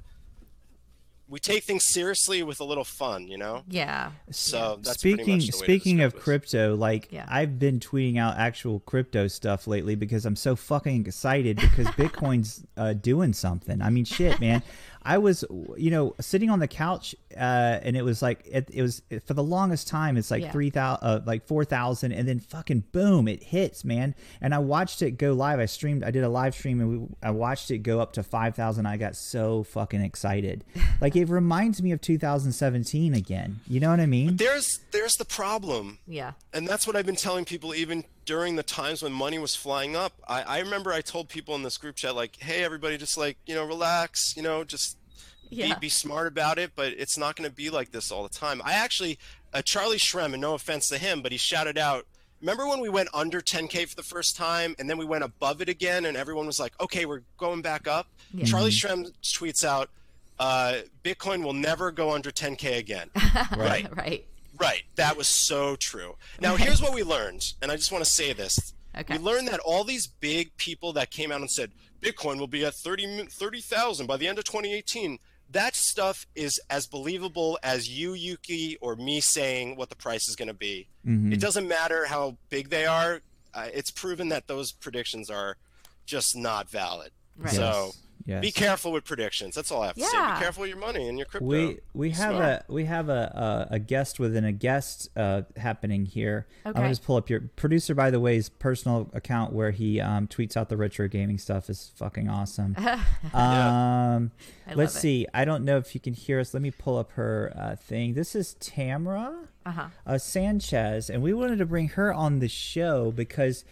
C: we take things seriously with a little fun you know
D: yeah.
C: so Oh, that's pretty
B: speaking
C: much the way to
B: speaking of
C: describe us.
B: crypto, like
D: Yeah.
B: I've been tweeting out actual crypto stuff lately because I'm so fucking excited because Bitcoin's uh, doing something. I mean, shit, man. I was, you know, sitting on the couch, uh, and it was like it, it was for the longest time. It's like
D: Yeah.
B: three thousand, uh, like four thousand, and then fucking boom, it hits, man. And I watched it go live. I streamed. I did a live stream, and we, I watched it go up to five thousand. I got so fucking excited. Like it reminds me of 2017 again. You know what I mean?
C: there's there's the problem
D: Yeah.
C: and that's what I've been telling people even during the times when money was flying up. I, I remember I told people in this group chat, like, hey, everybody, just like, you know, relax, you know, just
D: Yeah.
C: be, be smart about it, but it's not going to be like this all the time. I actually, uh, Charlie Shrem, and no offense to him, but he shouted out. Remember when we went under 10K for the first time and then we went above it again and everyone was like, okay, we're going back up?
D: Yeah.
C: Charlie Shrem tweets out, uh, Bitcoin will never go under 10K again. right.
D: right.
C: Right. That was so true. Now, here's what we learned, and I just want to say this.
D: Okay.
C: We learned that all these big people that came out and said Bitcoin will be at 30 mi- 30,000 by the end of 2018. That stuff is as believable as you, Yuki, or me saying what the price is going to be.
B: Mm-hmm.
C: It doesn't matter how big they are. Uh, it's proven that those predictions are just not valid.
D: Right.
C: So
B: Yes.
C: be careful with predictions. That's all I have to say.
D: Yeah.
C: Be careful with your money and your crypto.
B: We we have
C: Smart.
B: a we have a, a a guest within a guest uh, happening here. I'm
D: Okay.
B: gonna just pull up your producer. By the way, his personal account where he um, tweets out the retro gaming stuff is fucking awesome. um,
D: I
B: let's
D: love it.
B: see. I don't know if you can hear us. Let me pull up her uh, thing. This is Tamra
D: Uh-huh.
B: uh, Sanchez, and we wanted to bring her on the show because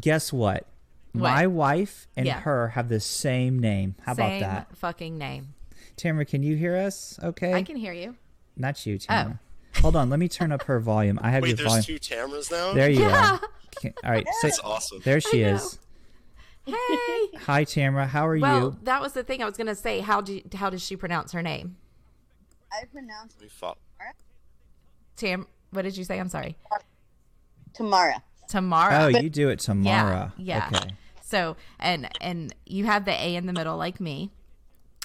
B: guess what? My wife and
D: Yeah.
B: her have the same name. How
D: Same
B: about that?
D: fucking name.
B: Tamara, can you hear us? Okay.
D: I can Oh. hear you.
B: Not you, Tamara. Hold on, let me turn up her volume. I have
C: Wait,
B: your
C: there's
B: volume.
C: two Tamras now?
B: There you are. Okay, All right, so
C: That's awesome.
B: there she
D: I
B: is.
D: Hey.
B: Hi, Tamara. How are
D: Well,
B: you?
D: that was the thing I was gonna say. How do you- how does she pronounce her name?
E: I pronounce
C: We fought.
D: Tam. What did you say? I'm sorry.
E: Tamara.
B: Oh,
D: Tamara.
B: you do it, Tamara.
D: Yeah. Yeah.
B: Okay.
D: So and and you have the a in the middle like me,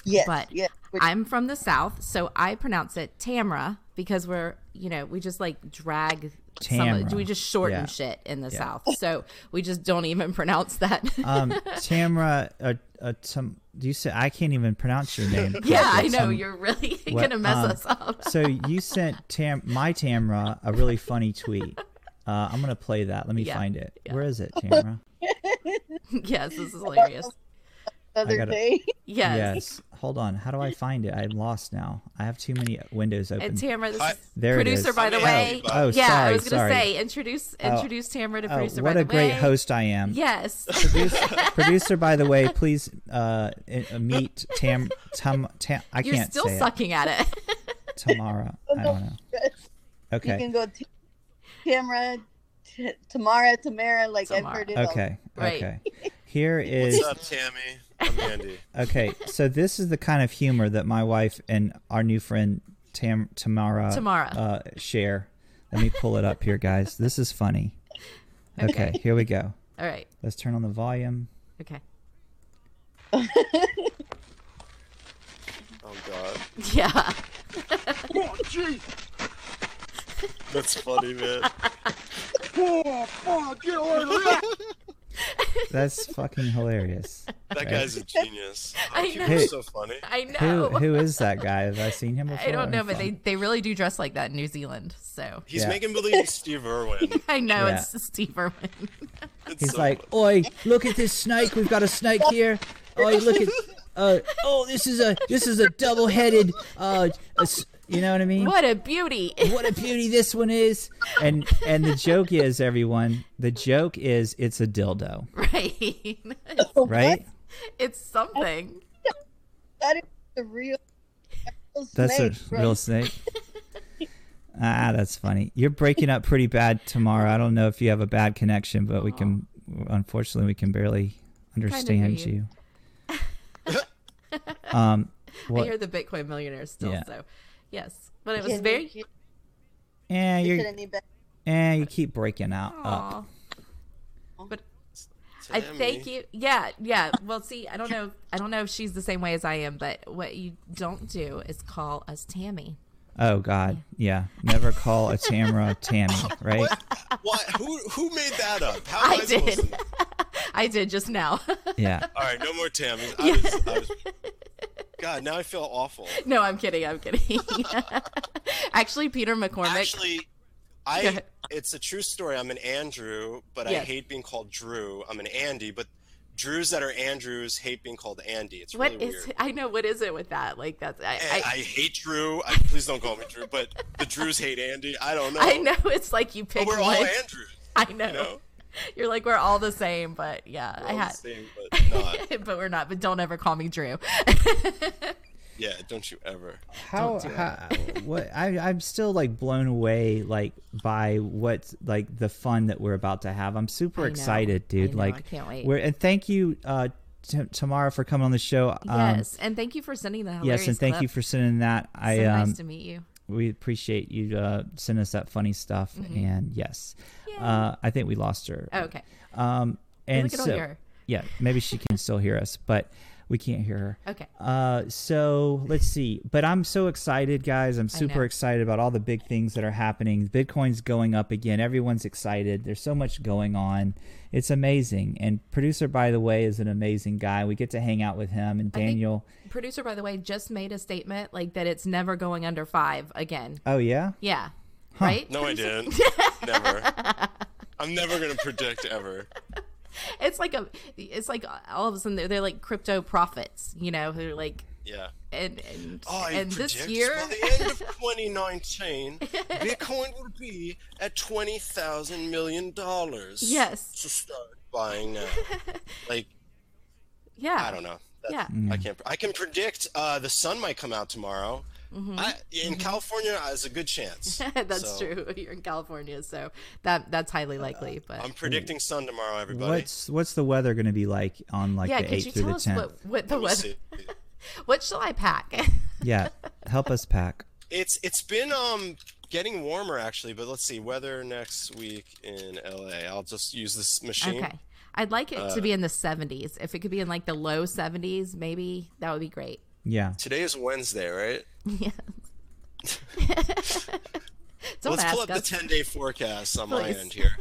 E: Yes.
D: but
E: yes. Which-
D: I'm from the south, so I pronounce it Tamra because we're you know we just like drag. Some,
B: Tamra.
D: we just shorten
B: Yeah.
D: shit in the south, so we just don't even pronounce that.
B: Um, Tamara, uh, uh, Tam- do you say I can't even pronounce your name?
D: yeah, I
B: correctly.
D: know
B: Tam-
D: you're really
B: what-
D: gonna mess
B: um,
D: us up.
B: so you sent Tam my Tamara a really funny tweet. Uh, I'm gonna play that. Let me
D: Yeah,
B: find it. Where is it, Tamara?
D: yes, this is hilarious.
E: the
B: I
E: other
B: gotta-
E: day.
D: Yes.
B: yes. Hold on. How do I find it? I'm lost now. I have too many windows open.
D: And Tamara, this
C: Hi.
D: is
B: There it
D: producer,
B: is.
D: by the
C: Oh,
D: way.
B: oh,
D: yeah, I
B: sorry,
D: was gonna
B: sorry.
D: say introduce introduce Tamara to
B: Oh,
D: producer.
B: what
D: by
B: a
D: the
B: great
D: way.
B: host I am.
D: Yes,
B: Producer, producer, by the way, please uh, in- uh, meet Tam. Tam. Tam I
D: you're
B: can't
D: still
B: say
D: sucking at it.
B: it. Tamara. I don't know.
E: You
B: Okay.
E: can go t- Tamara, t- Tamara, Tamara. Like
D: Tamara.
E: I've heard it all.
B: Okay.
D: Right.
B: Okay. Here is
C: What's up, Tammy? I'm Andy.
B: okay. So this is the kind of humor that my wife and our new friend Tam Tamara
D: Tamara.
B: uh, share. Let me pull it up here, guys. This is funny. okay. Here we go.
D: All right.
B: Let's turn on the volume.
D: Okay.
C: Oh God,
D: Yeah.
C: that's funny, man.
B: That's fucking hilarious.
C: That guy's a genius. Oh,
D: I
C: People
D: know.
C: are so funny.
D: I know.
B: Who who is that guy? Have I seen him before?
D: I don't know,
B: Let me
D: but they,
B: find-
D: they really do dress like that in New Zealand. So
C: He's
B: Yeah.
C: making believe he's Steve Irwin.
D: I know
B: Yeah.
D: it's Steve Irwin.
C: It's
B: He's
C: so
B: like,
C: funny.
B: "Oi, look at this snake. We've got a snake here. Oi, look at uh, oh, this is a this is a double-headed uh, a s- you know what I mean?
D: what a beauty!
B: What a beauty this one is." And and the joke is everyone, the joke is it's a dildo,
D: right?
B: right?
D: It's something.
E: That is the real. real
B: That's a
E: snake, bro.
B: real snake. Ah, that's funny. You're breaking up pretty bad tomorrow. I don't know if you have a bad connection, but we can unfortunately we can barely understand
D: you.
B: you. um
D: I
B: well,
D: hear the Bitcoin millionaire still.
B: Yeah.
D: So yes, but it was
E: Can you-
D: very.
E: you
B: eh,
E: put
B: you're,
E: it any better?
B: eh, you keep breaking out up.
D: Aw. But I
C: Tammy.
D: thank you. Yeah, yeah. Well, see, I don't know. I don't know if she's the same way as I am, but what you don't do is call us Tammy.
B: Oh god. Yeah. Never call a Tamara Tammy, right?
C: What? Who? Who made that up? How am
D: I
C: I, supposed
D: did.
C: to-
D: I did just now.
B: Yeah.
C: All right, no more Tammys. I was, I was... God, now I feel awful.
D: no, I'm kidding. I'm kidding. Actually, Peter McCormick.
C: Actually,
D: Go
C: I.
D: ahead.
C: It's a true story. I'm an Andrew, but I
D: Yes.
C: hate being called Drew. I'm an Andy, but Drews that are Andrews hate being called Andy. It's
D: what
C: really
D: is?
C: weird.
D: I know what is it with that? Like that's. I.
C: I,
D: I,
C: I hate Drew. I, please don't call me Drew, but the Drews hate Andy. I don't know.
D: I know it's like you
C: But
D: pick
C: we're all
D: one.
C: Andrews.
D: I know.
C: You know,
D: You're like we're all the same, but yeah,
C: we're
D: I
C: all the
D: had.
C: same, but not.
D: but we're not. But don't ever call me Drew.
C: Yeah, don't you ever.
B: how, how what I, i'm still like blown away like by what like the fun that we're about to have i'm super
D: I know.
B: excited dude
D: I know.
B: like
D: I can't wait.
B: we're and thank you uh T- Tamara for coming on the show. Um,
D: yes, and thank you for sending that.
B: yes, and thank you for sending that. I
D: so
B: um,
D: nice to meet you.
B: we appreciate you uh, sending us that funny stuff. And yes, uh, I think we lost her.
D: Oh, Mm-hmm. okay.
B: Um, and
D: could all
B: so,
D: hear her.
B: yeah, maybe she can still hear us, but we can't hear her.
D: Okay.
B: Uh, so let's see. But I'm so excited, guys. I'm super
D: know.
B: excited about all the big things that are happening. Bitcoin's going up again. Everyone's excited. There's so much going on. It's amazing. And producer, by the way, is an amazing guy. We get to hang out with him and
D: think-
B: Daniel.
D: Producer, by the way, just made a statement like that it's never going under five again.
B: Oh yeah.
D: Yeah. Right?
C: No, I didn't. never. I'm never gonna predict ever.
D: It's like a, it's like all of a sudden they're, they're like crypto prophets, you know, who are like,
C: Yeah.
D: and and,
C: Oh, I
D: and
C: predict
D: this year,
C: by the end of 2019, Bitcoin will be at twenty thousand million dollars.
D: Yes.
C: So start buying now. like
D: yeah,
C: I don't know.
D: yeah,
C: I can't. I can predict uh, the sun might come out tomorrow. I, in California, there's a good chance.
D: Mm-hmm. that's
C: So, Uh,
D: true. You're in California, so that that's highly likely. But
C: I'm predicting sun tomorrow, everybody.
B: What's what's the weather going to be like on like
D: yeah,
B: the
D: could you
B: eighth through
D: tell
B: the
D: us
B: tenth?
D: what what the
C: We'll
D: weather?
C: see.
D: What shall I pack?
B: Yeah, help us pack.
C: It's it's been um getting warmer actually, but let's see weather next week in LA. I'll just use this machine.
D: okay, I'd like it to
C: uh,
D: be in the 70s. If it could be in like the low 70s, maybe that would be great.
B: Yeah,
C: Today is Wednesday, right?
D: Yeah. Don't
C: Let's
D: ask
C: pull up
D: us.
C: the 10 day forecast on my
D: Please.
C: end here.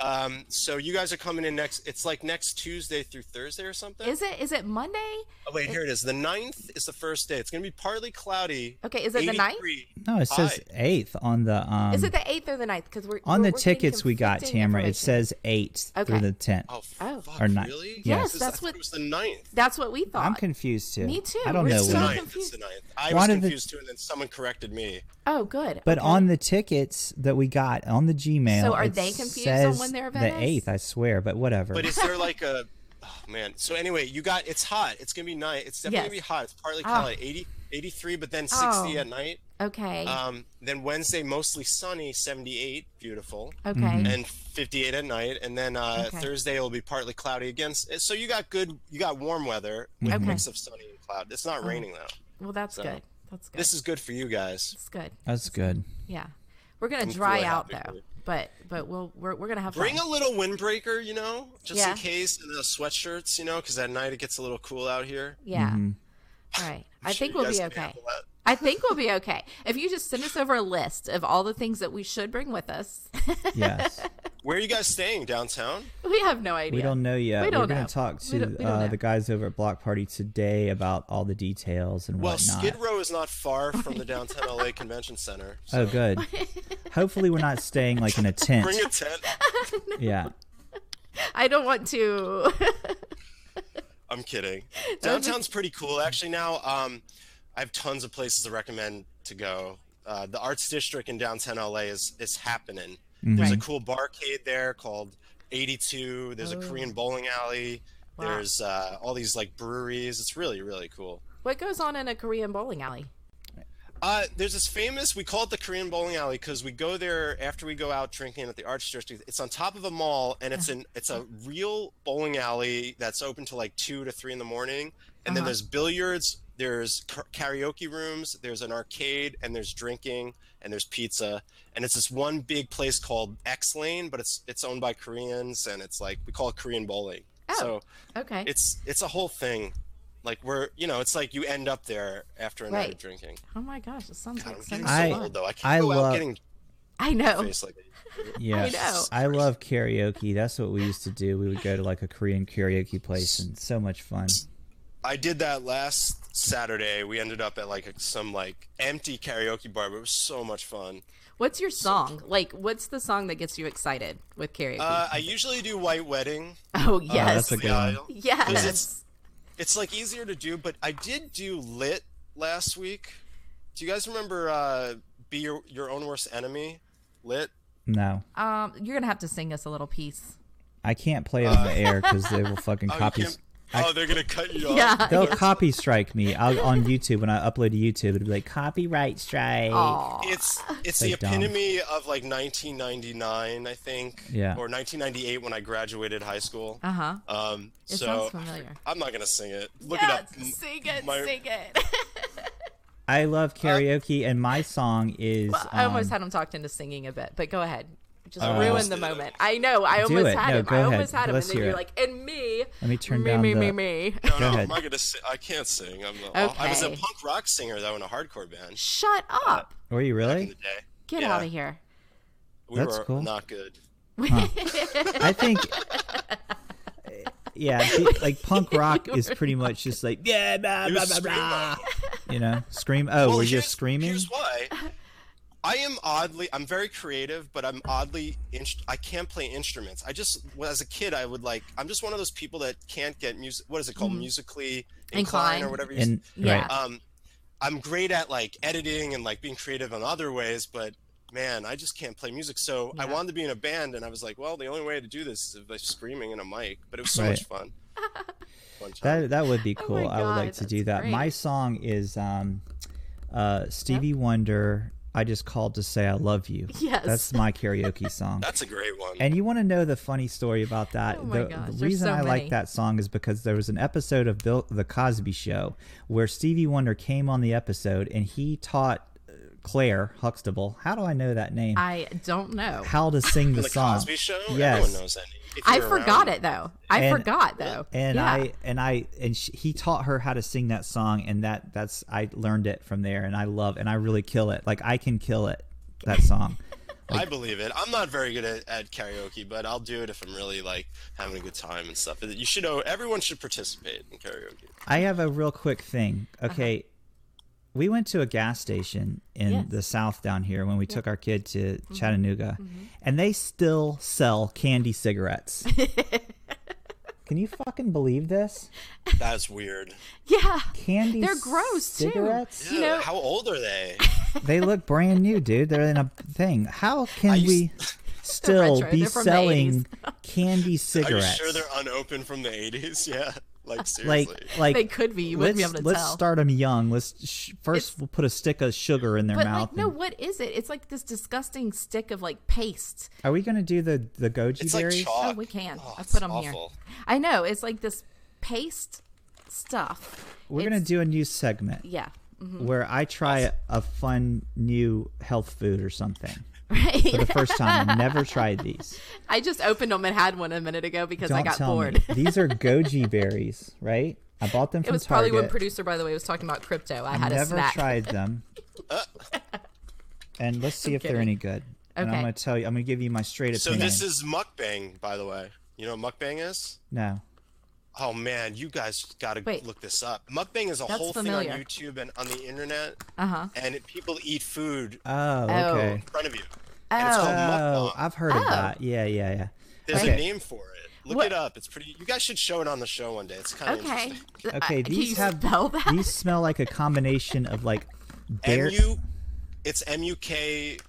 C: um, so you guys are coming in next. It's like next Tuesday through Thursday or something.
D: is it is it Monday?
C: oh, wait, here it is. The 9th is the first day. It's gonna be partly cloudy.
D: Okay, is it the 9th?
C: 83.
B: no, it says
C: Hi.
B: eighth on the um
D: Is it the eighth or the 9th? Because we're
B: on
D: we're-
B: the
D: we're getting
B: tickets we got,
D: conflicting
B: Tamara. It
D: information.
B: says eighth through
D: Okay.
B: the tenth.
C: Oh,
D: Oh.
C: fuck,
B: Or ninth.
C: really?
D: Yes,
C: I
D: that's
C: thought
D: what-
C: It was the 9th.
D: that's what we thought.
B: I'm confused too.
D: Me too.
B: I don't
D: We're
B: know.
C: It's the
D: so
B: when-
C: 9th.
D: confused.
C: It's the 9th. I
B: Why
C: was
B: did the-
C: confused too, and then someone corrected me.
D: oh, good.
B: But
D: okay.
B: on the tickets that we got on the Gmail,
D: So are
B: it
D: they confused on
B: says
D: when they're
B: The
D: Venice?
B: eighth, I swear, but whatever.
C: But is there like a oh, man? So anyway, you got it's hot. It's gonna be night. It's definitely
D: Yes. Ah.
C: gonna be hot. It's partly cloudy, 80, 83, but then 60
D: Oh.
C: at night.
D: okay,
C: Um, then Wednesday mostly sunny, 78, beautiful,
D: okay,
B: Mm-hmm.
C: and 58 at night. And then uh,
D: Mm. Okay.
C: Thursday will be partly cloudy again. S- So you got good, you got warm weather with a
D: Okay. Oh,
C: mix of sunny and cloud. It's not raining though.
D: well that's
C: so,
D: good. That's good.
C: This is good for you guys.
D: that's good.
B: That's good.
D: Yeah, we're gonna
C: I'm
D: dry
C: really
D: out
C: happy for
D: though,
C: you.
D: but but we'll we're, we're gonna have
C: Bring
D: fun.
C: a little windbreaker, you know, just
D: Yeah.
C: in case, and the sweatshirts, you know, because at night it gets a little cool out here.
D: yeah. All
B: Mm-hmm.
D: right. I
C: sure
D: think
C: you
D: we'll
C: guys
D: be
C: can
D: okay.
C: handle that.
D: I think we'll be okay. If you just send us over a list of all the things that we should bring with us,
B: Yes.
C: Where are you guys staying? Downtown?
D: we have no idea.
B: We don't know yet.
D: We
B: are
D: don't
B: going
D: know.
B: to talk
D: We
B: to
D: don't- we don't
B: uh,
D: know.
B: the guys over at Block Party today about all the details and
C: Well,
B: whatnot.
C: Skid Row is not far from the downtown LA Convention Center. So
B: Oh, good. Hopefully, we're not staying like in a tent.
C: bring a tent.
B: yeah.
D: I don't want to.
C: I'm kidding. Downtown's pretty cool actually. Now, um, I have tons of places to recommend to go. Uh, the Arts District in downtown LA is is happening.
B: Mm-hmm.
C: There's a
D: Right. Oh.
C: cool barcade there called 82. There's a Korean bowling alley.
D: Wow.
C: There's uh, all these like breweries. It's really really cool.
D: what goes on in a Korean bowling alley?
C: Uh, there's this famous. We call it the Korean bowling alley because we go there after we go out drinking at the Arts District. It's on top of a mall, and
D: Uh-huh.
C: it's an it's a real bowling alley that's open till like two to three in the morning. And
D: Uh-huh.
C: then there's billiards, there's ka- karaoke rooms, there's an arcade, and there's drinking, and there's pizza. And it's this one big place called X Lane, but it's it's owned by Koreans, and it's like we call it Korean bowling.
D: Oh.
C: So
D: Okay.
C: it's it's a whole thing. Like we're you know it's like you end up there after a night
D: Right.
C: of drinking.
D: oh my gosh, it sounds
C: God,
D: like
C: I'm
D: so
C: getting
D: much
C: so
B: I-
D: fun.
C: old though. I can't
B: I
C: go
B: love-
C: out getting
D: I know.
C: face like that.
B: Yeah.
D: I know.
B: I love karaoke. That's what we used to do. We would go to like a Korean karaoke place and so much fun.
C: I did that last Saturday. We ended up at like some like empty karaoke bar, but it was so much fun.
D: What's your song? Like, what's the song that gets you excited with karaoke?
C: Uh, I usually do White Wedding. uh,
D: oh
B: Oh,
D: yes,
B: that's a
C: the
B: good one.
C: aisle.
D: yes.
C: it's- It's like easier to do, but I did do Lit last week. Do you guys remember uh, Be Your, Your Own Worst Enemy? Lit?
B: No,
D: Um, you're gonna have to sing us a little piece.
B: I can't play it on the air because they will fucking
C: Oh, you
B: copy
C: can't- Oh, they're gonna cut you off.
D: Yeah.
B: They'll copy strike me I'll, on YouTube when I upload to YouTube. It'll be like copyright strike.
D: Aw.
C: It's it's
B: Like
C: the
B: Dom.
C: epitome of like 1999, I think.
B: Yeah.
C: Or 1998 when I graduated high school.
D: Uh huh.
C: Um.
D: It
C: so
D: sounds familiar.
C: I'm not gonna sing it. Look it up. M-
D: sing it,
C: my-
D: sing it.
B: I love karaoke, and my song is.
D: Well, I almost
B: um,
D: had him talked into singing a bit, but go ahead. Just
C: I
D: ruin
C: almost
D: the
C: did it.
D: moment. I know. I
B: Do
D: almost
B: it.
D: had
B: No,
D: him.
B: go
D: I
B: ahead.
D: almost had him,
B: Let's
D: and then
B: hear
D: you're
B: it.
D: like, and me.
B: Let me turn
D: me,
B: down
D: me,
B: the-
D: me, me.
C: No, no,
B: ahead.
C: I'm not gonna. Si- I can't sing. I'm. not I was a
D: Okay.
C: punk rock singer though in a hardcore band
D: Shut up.
B: Were you
C: back in the
B: really?
C: day.
D: Get
C: Uh, Yeah.
D: out of here.
C: We
B: That's
C: were
B: cool.
C: not good.
B: I think. Yeah, be- like punk rock is pretty much just like yeah, blah,
C: It
B: blah,
C: was
B: blah,
C: screamo.
B: blah. you know, scream. Oh,
C: Well,
B: we're just
C: here's-
B: screaming.
C: Here's why. I am oddly, I'm very creative, but I'm oddly, inst- I can't play instruments. I just, well, as a kid, I would like, I'm just one of those people that can't get music. What is it called? Musically inclined,
D: Mm-hmm. Inclined.
C: or whatever. You
B: And
D: Yeah.
B: right,
C: um, I'm great at like editing and like being creative in other ways, but man, I just can't play music. So I
D: Yeah.
C: wanted to be in a band, and I was like, well, the only way to do this is by screaming in a mic. But it was so
B: Right.
C: much fun. Fun time.
B: that that would be cool. I would like
D: Oh God,
B: to do
D: that's
B: that. My
D: great.
B: song is um, uh, Stevie Wonder. I just called to say I love you.
D: Yes.
B: that's my karaoke song.
C: That's a great one.
B: And you want to know the funny story about that?
D: Oh my
B: the,
D: gosh,
B: the
D: there's
B: reason
D: so
B: I like
D: many.
B: that song is because there was an episode of Bill the Cosby Show where Stevie Wonder came on the episode and he taught uh, Claire Huxtable. How do I know that name?
D: I don't know.
B: how to sing the,
C: the
B: song.
C: Cosby Show.
B: Yes.
C: Everyone knows that. name. If
D: I
C: you're around.
D: forgot it though. I
B: And-
D: forgot though.
B: And
D: yeah.
B: I and I and she, he taught her how to sing that song, and that that's I learned it from there, and I love and I really kill it. Like I can kill it that song.
C: I believe it. I'm not very good at, at karaoke, but I'll do it if I'm really like having a good time and stuff. You should know everyone should participate in karaoke.
B: I have a real quick thing.
D: Uh-huh.
B: Okay. We went to a gas station in
D: Yes. Mm-hmm.
B: the south down here when we took our kid to Chattanooga, and they still sell candy cigarettes. Can you fucking believe this?
C: That's weird.
D: Yeah.
B: Candy
D: They're gross, too.
B: cigarettes?
D: You know-
C: Ew, how old are they?
B: They look brand new, dude. They're in a thing. How can
C: I used-
B: we still
D: retro.
B: be
D: They're from the
B: selling candy
C: Are you
B: cigarettes?
C: sure they're unopened from the 80s? Yeah. Like seriously.
B: like, like
D: They could be. You
B: let's,
D: wouldn't be able to
B: let's
D: tell.
B: start them young. Let's sh- first
D: It's-
B: we'll put a stick of sugar in their
D: but
B: mouth.
D: like, no,
B: and-
D: what is it? It's like this disgusting stick of like paste.
B: Are we gonna do the the goji
C: it's like
B: berries?
C: chalk.
D: Oh, we can.
C: Oh,
D: I
C: it's
D: put them here.
C: awful.
D: I know. It's like this paste stuff.
B: We're gonna
D: It's-
B: do a new segment
D: Yeah. mm-hmm.
B: where I try a, a fun new health food or something for
D: Right.
B: the first time. I never tried these.
D: I just opened them and had one a minute ago because
B: Don't
D: I got
B: tell
D: bored.
B: me these are goji berries, right? I bought them
D: It
B: from
D: was
B: Target.
D: probably when producer, by the way, was talking about crypto. I had a
B: never
D: snack.
B: tried them. and let's see if they're any good. And I'm
D: Okay.
B: gonna tell you. I'm gonna give you my straight
C: So
B: opinion.
C: this is mukbang, by the way. You know what mukbang is?
B: no.
C: Oh man, you guys got to
D: Wait.
C: look this up. Mukbang is a
D: That's
C: whole thing on
D: familiar.
C: YouTube and on the internet,
D: Uh-huh.
C: and it, people eat food in
B: Oh, okay.
C: front of you. And it's called
B: Oh,
C: mukbang.
B: I've heard of
D: Oh.
B: that. Yeah, yeah, yeah.
C: There's
B: Okay.
C: a name for it. Look
D: What-
C: it up. It's pretty. You guys should show it on the show one day. It's kind of
D: Okay.
C: interesting.
D: Uh,
B: Okay,
D: can
B: these
D: you
B: have
D: spell that?
B: these smell like a combination of like bear
C: MU, it's MUK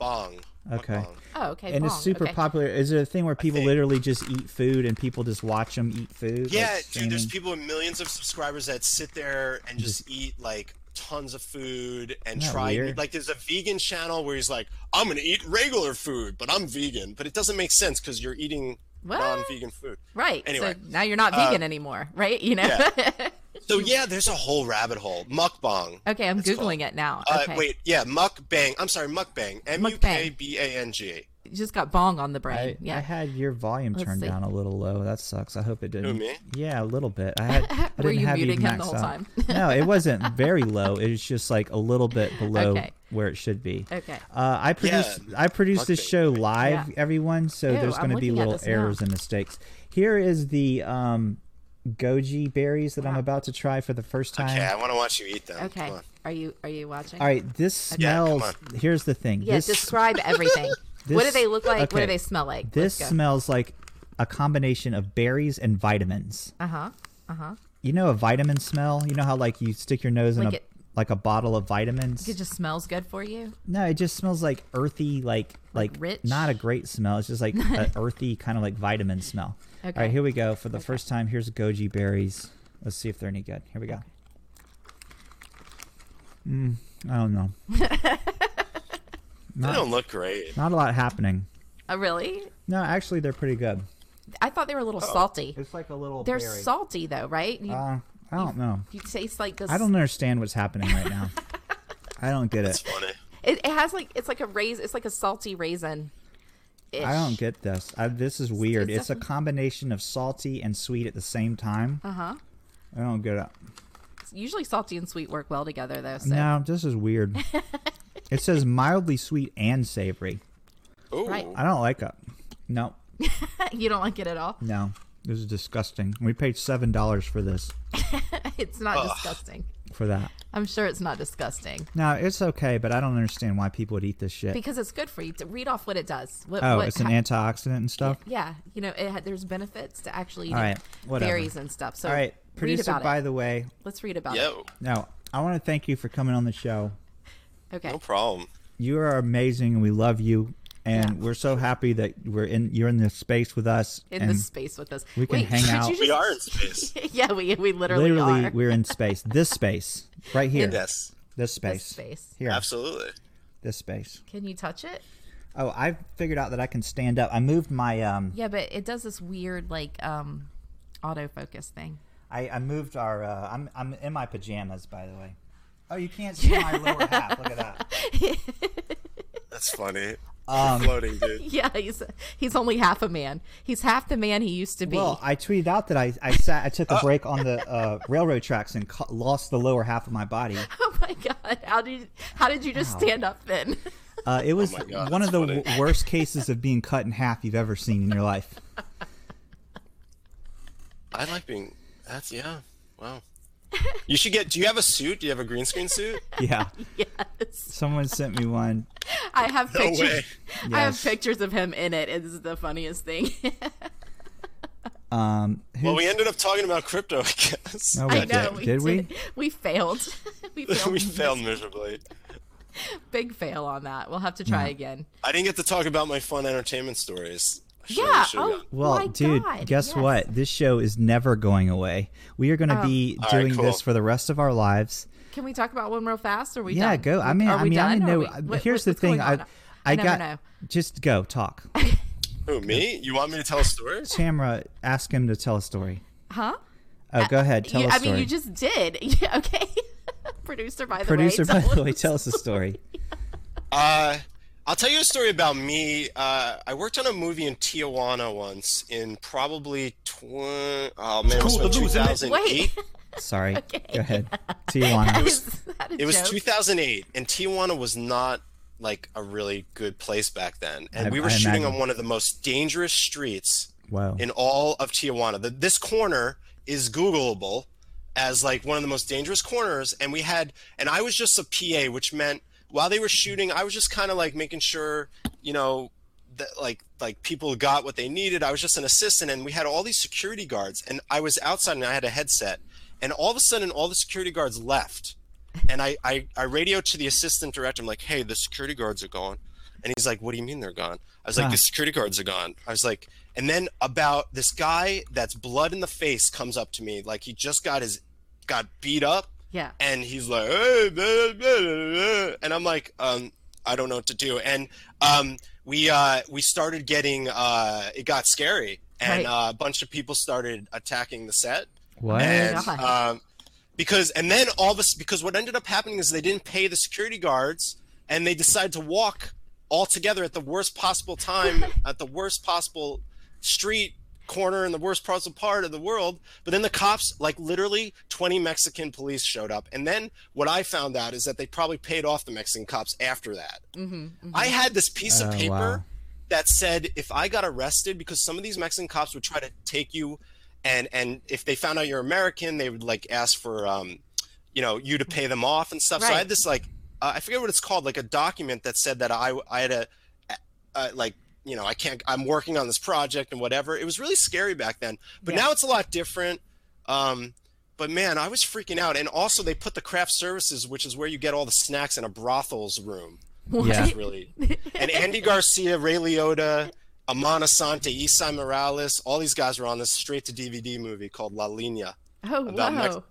C: bong.
B: Okay.
C: Mukbang.
D: oh, okay.
B: and it's
D: Bong,
B: super
D: okay.
B: popular. Is it a thing where people
C: think-
B: literally just eat food and people just watch them eat food? like
C: Yeah, dude. There's
B: streaming?
C: people with millions of subscribers that sit there and just eat like tons of food
B: Isn't
C: and
B: that
C: try
B: weird?
C: like there's a vegan channel where he's like i'm gonna eat regular food but i'm vegan but it doesn't make sense because you're eating
D: What?
C: non-vegan food
D: Right.
C: Anyway, uh,
D: so now you're not vegan anymore, right? You know.
C: so yeah there's a whole rabbit hole mukbang
D: okay, I'm
C: it's
D: googling
C: called.
D: it now.
C: uh
D: okay.
C: wait yeah mukbang i'm sorry mukbang m-u-k-b-a-n-g
D: You just got bong on the brain.
B: I,
D: yeah.
B: I had your volume
D: Let's
B: turned
D: see.
B: down a little low. That sucks. I hope it didn't.
C: me?
B: Yeah, a little bit. I had. I
D: Were
B: didn't
D: you
B: have you
D: muting him the
B: maxed
D: whole
B: out.
D: time?
B: no, it wasn't very low. It was just like a little bit below
D: Okay.
B: where it should be.
D: Okay.
B: Uh, I produce I produce this
C: Mukbang,
B: show live,
D: Yeah.
B: everyone. So
D: Ew,
B: there's
D: I'm
B: going to be
D: looking at
B: little
D: this now.
B: errors and mistakes. Here is the um, goji berries that I'm about to try for the first time.
C: okay i want to watch you eat them
D: okay.
C: Come on.
D: Are you are you watching?
B: All right, this
C: Yeah, come
B: smells.
C: on.
B: here's the thing.
D: Yeah.
B: this,
D: describe everything. what do
B: this-
D: they look like? What
B: okay.
D: do they smell like?
B: this
D: Let's go.
B: smells like a combination of berries and vitamins.
D: Uh huh. Uh huh.
B: You know a vitamin smell? You know how like you stick your nose in
D: Like
B: a
D: it-
B: like like a bottle of vitamins.
D: It just smells good for you.
B: No, it just smells like earthy, like like
D: rich?
B: Not a great smell. It's just like an earthy kind of like vitamin smell. All
D: Okay.
B: right, here we go. For the first time, here's goji berries. Let's see if they're any good. Here we go. Mm, I don't know.
C: They don't look great.
B: Not a lot happening.
D: Oh, really?
B: No, actually, they're pretty good.
D: I thought they were a
C: Oh.
D: little salty.
B: It's like a little.
D: They're salty though, right? You,
B: Uh, I don't know.
D: you taste like this.
B: I don't understand what's happening right now. I don't get
C: It's
B: it.
C: funny.
D: It, it has like it's like a raisin. It's like a salty raisin.
B: I don't get this. I, this is weird.
D: it's
B: It's a
D: definitely-
B: combination of salty and sweet at the same time.
D: Uh huh.
B: I don't get it.
D: Usually salty and sweet work well together though. So
B: No, this is weird. it says mildly sweet and savory.
C: Ooh.
D: Right.
B: I don't like it. No,
D: you don't like it at all.
B: no. This is disgusting. We paid seven dollars for this
D: It's not disgusting.
B: for that.
D: I'm sure it's not disgusting
B: No, it's okay, but I don't understand why people would eat this shit.
D: because it's good for you. To read off what it does. What,
B: oh,
D: what
B: it's an
D: ki-
B: antioxidant and stuff.
D: Yeah, you know, it, ha- there's benefits to actually eating
B: All right, whatever.
D: berries and stuff. So
B: All right,
D: read
B: producer.
D: about
B: By
D: it.
B: the way,
D: Let's read about
C: Yo,
B: no, I want to thank you for coming on the show.
D: it. Okay.
C: no problem.
B: you are amazing and we love you and
D: Yeah.
B: we're so happy that we're in you're in this space with us
D: In
B: and
D: this space with us,
B: we can
D: Wait,
B: hang
D: should
B: out.
D: You just,
C: We are in space.
D: yeah, we we literally,
B: literally
D: are.
B: we're in space this space right here
C: yes,
B: this space
D: This space.
B: here
C: absolutely.
B: this space
D: Can you touch it?
B: oh i figured out that i can stand up i moved my um
D: Yeah, but it does this weird like um autofocus thing.
B: i, I moved our uh, i'm i'm in my pajamas by the way oh you can't see my lower half look at that
C: That's funny.
B: Um,
C: Floating, dude.
D: Yeah, he's he's only half a man. He's half the man he used to be.
B: well i tweeted out that i i sat i took a
D: Oh.
B: break on the uh, railroad tracks and ca- lost the lower half of my body
D: oh my god, how did how did you just stand up then?
B: Uh, it was
C: Oh my God,
B: one of
C: that's
B: the
C: funny.
B: w- worst cases of being cut in half you've ever seen in your life.
C: I like being. That's yeah. Wow. You should get. Do you have a suit? Do you have a green screen suit?
B: Yeah.
D: yes,
B: Someone sent me one.
D: I have
C: No
D: pictures.
C: way.
D: I have
B: Yes.
D: pictures of him in it. It's the funniest thing.
B: Um,
C: Well,
B: who-
C: we ended up talking about crypto, I guess.
B: Oh,
D: I
B: wait,
D: know.
B: Did, did we?
D: did- We failed. we failed.
C: we failed miserably.
D: Big fail on that. We'll have to try again.
C: I didn't get to talk about my fun entertainment stories. I surely
D: Yeah.
C: should've
D: Oh,
C: gotten-
B: Well,
D: my
B: dude,
D: God,
B: guess
D: yes. Oh.
B: what? This show is never going away. We are going to be
C: All right,
B: doing
C: cool.
B: this for the rest of our lives.
D: Can we talk about one real fast? Or are we?
B: yeah,
D: done?
B: go. I mean,
D: Are
B: I
D: we
B: mean, I
D: done?
B: didn't
D: Are
B: know.
D: we-
B: I-
D: what- what-
B: here's the
D: what's going
B: thing. I,
D: on?
B: I
D: never
B: got
D: know.
B: just go talk.
C: Who me? You want me to tell a story?
B: Tamra, ask him to tell a story.
D: Huh?
B: Oh, go ahead. Tell
D: you,
B: a
D: I
B: story.
D: mean, you just did. Yeah, okay. Producer, by the
B: Producer,
D: way.
B: by
D: tell
B: the way,
D: us.
B: tell us a story.
C: Uh, I'll tell you a story about me. Uh, I worked on a movie in Tijuana once in probably twenty. Oh man, it was
A: cool
C: like
A: to lose, isn't it?
C: 2008.
D: Wait.
B: Sorry. Go ahead. Tijuana.
D: Is that a
C: It was
D: joke?
C: 2008, and Tijuana was not like a really good place back then. And
B: I-
C: we were
B: I
C: shooting
B: imagine.
C: on one of the most dangerous streets
B: Wow.
C: in all of Tijuana. The, this corner is Googleable as like one of the most dangerous corners. And we had, and I was just a PA, which meant while they were shooting, I was just kind of like making sure, you know, that like like people got what they needed. I was just an assistant, and we had all these security guards, and I was outside, and I had a headset, and all of a sudden, all the security guards left. And I, I, I radioed to the assistant director. I'm like, hey, the security guards are gone. And he's like, what do you mean they're gone? I was like,
B: Huh.
C: the security guards are gone. I was like, and then about this guy that's blood in the face comes up to me. Like, he just got his, got beat up.
D: Yeah.
C: And he's like, hey, blah, blah, blah, blah." and I'm like, um, I don't know what to do. And um, we, uh, we started getting, uh, it got scary. And
D: Right.
C: uh, a bunch of people started attacking the set
B: What?
C: and
D: God.
C: um, because and then all this because what ended up happening is they didn't pay the security guards and they decided to walk all together at the worst possible time at the worst possible street corner in the worst possible part of the world but then the cops like literally 20 mexican police showed up and then what i found out is that they probably paid off the mexican cops after that i
D: Mm-hmm.
C: had this piece
B: Oh,
C: of
B: wow.
C: paper that said if I got arrested because some of these Mexican cops would try to take you and and if they found out you're American they would like ask for um you know you to pay them off and stuff so I
D: Right.
C: had this like uh, I forget what it's called like a document that said that I I had a uh, like you know I can't I'm working on this project and whatever it was really scary back then but
D: Yeah.
C: now it's a lot different um But man, I was freaking out. And also, they put the craft services, which is where you get all the snacks, in a brothels room.
B: Yeah.
C: It's really. and Andy Garcia, Ray Liotta, Amon Asante, Isai Morales, all these guys were on this straight to DVD movie called La Línea
D: Oh,
C: about
D: whoa.
C: Mexico.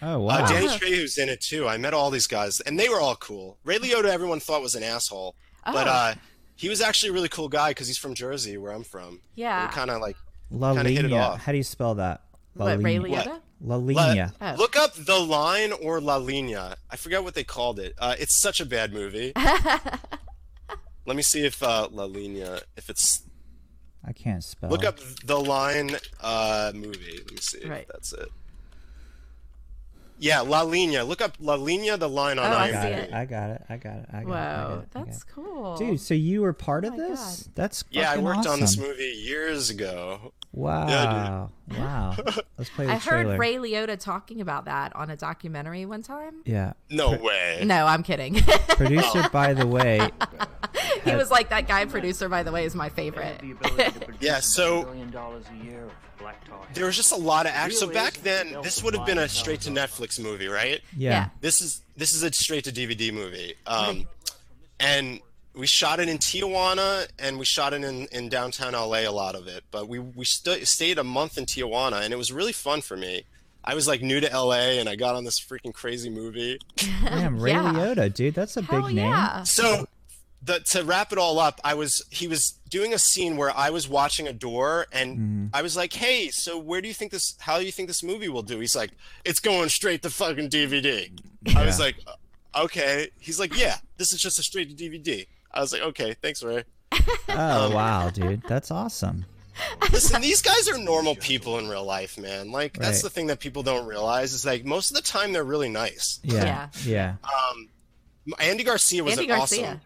B: Oh wow.
C: Uh, Danny Trejo's in it too. I met all these guys, and they were all cool. Ray Liotta, everyone thought was an asshole, but
D: Oh.
C: uh, he was actually a really cool guy because he's from Jersey, where I'm from.
D: Yeah.
C: kind of like
B: La
C: kinda hit it
B: Lina.
C: off.
B: How do you spell that? La
D: What, Ray
B: Lina.
C: What?
D: Liotta?
B: La
C: La-
B: Lina.
D: Oh.
C: Look up The Line or La Línea. I forgot what they called it. Uh, it's such a bad movie. Let me see if uh, La Línea, if it's.
B: I can't spell.
C: Look up The Line uh, movie. Let me see
D: Oh. Right.
C: if that's it. Yeah, La Línea. Look up La Línea, The Line on
D: Oh, I
B: I got
D: see
C: IMDb.
B: it. I got it. I got it. I got it. I got it.
D: Whoa,
B: I got
D: that's
B: it.
D: cool. Oh
B: Dude, so you were part of
D: my
B: this? That's
C: Yeah, I
B: fucking
C: worked on this
B: awesome.
C: movie years ago.
B: Wow. wow. Let's play the
D: I heard
B: trailer.
D: Ray Liotta talking about that on a documentary one time.
B: Yeah.
C: No way.
D: No, I'm kidding.
B: Producer, by the way,
D: he was like, that guy producer, by the way, is my favorite.
F: the ability to produce
C: Yeah, so-
F: a billion dollars a year of black tar.
C: There was just a lot of action. So
F: Really
C: back
F: is.
C: then, this would have been a straight to Netflix movie, right?
B: yeah.
C: This is this is a straight to DVD movie. Um, and we shot it in Tijuana and we shot it in, in downtown LA a lot of it. But we we stu- stayed a month in Tijuana and it was really fun for me. I was like new to LA and I got on this freaking crazy movie.
B: Damn, Ray
D: Yeah.
B: Liotta, dude. That's a
D: Hell
B: big name.
D: yeah.
C: So, the, to wrap it all up, I was he was doing a scene where I was watching a door, and
B: Mm-hmm.
C: I was like, "Hey, so where do you think this? How do you think this movie will do?" He's like, "It's going straight to fucking DVD." I was
B: Yeah.
C: like, "Uh, "Okay." He's like, "Yeah, this is just a straight to DVD." I was like, "Okay, thanks, Ray."
B: Oh, wow, dude. That's awesome.
C: Listen, these guys are normal people in real life, man. Like that's
B: Right.
C: the thing that people don't realize is like most of the time they're really nice.
B: Yeah. Yeah.
D: Yeah.
C: Andy Garcia was
D: Andy
C: an
D: Garcia.
C: awesome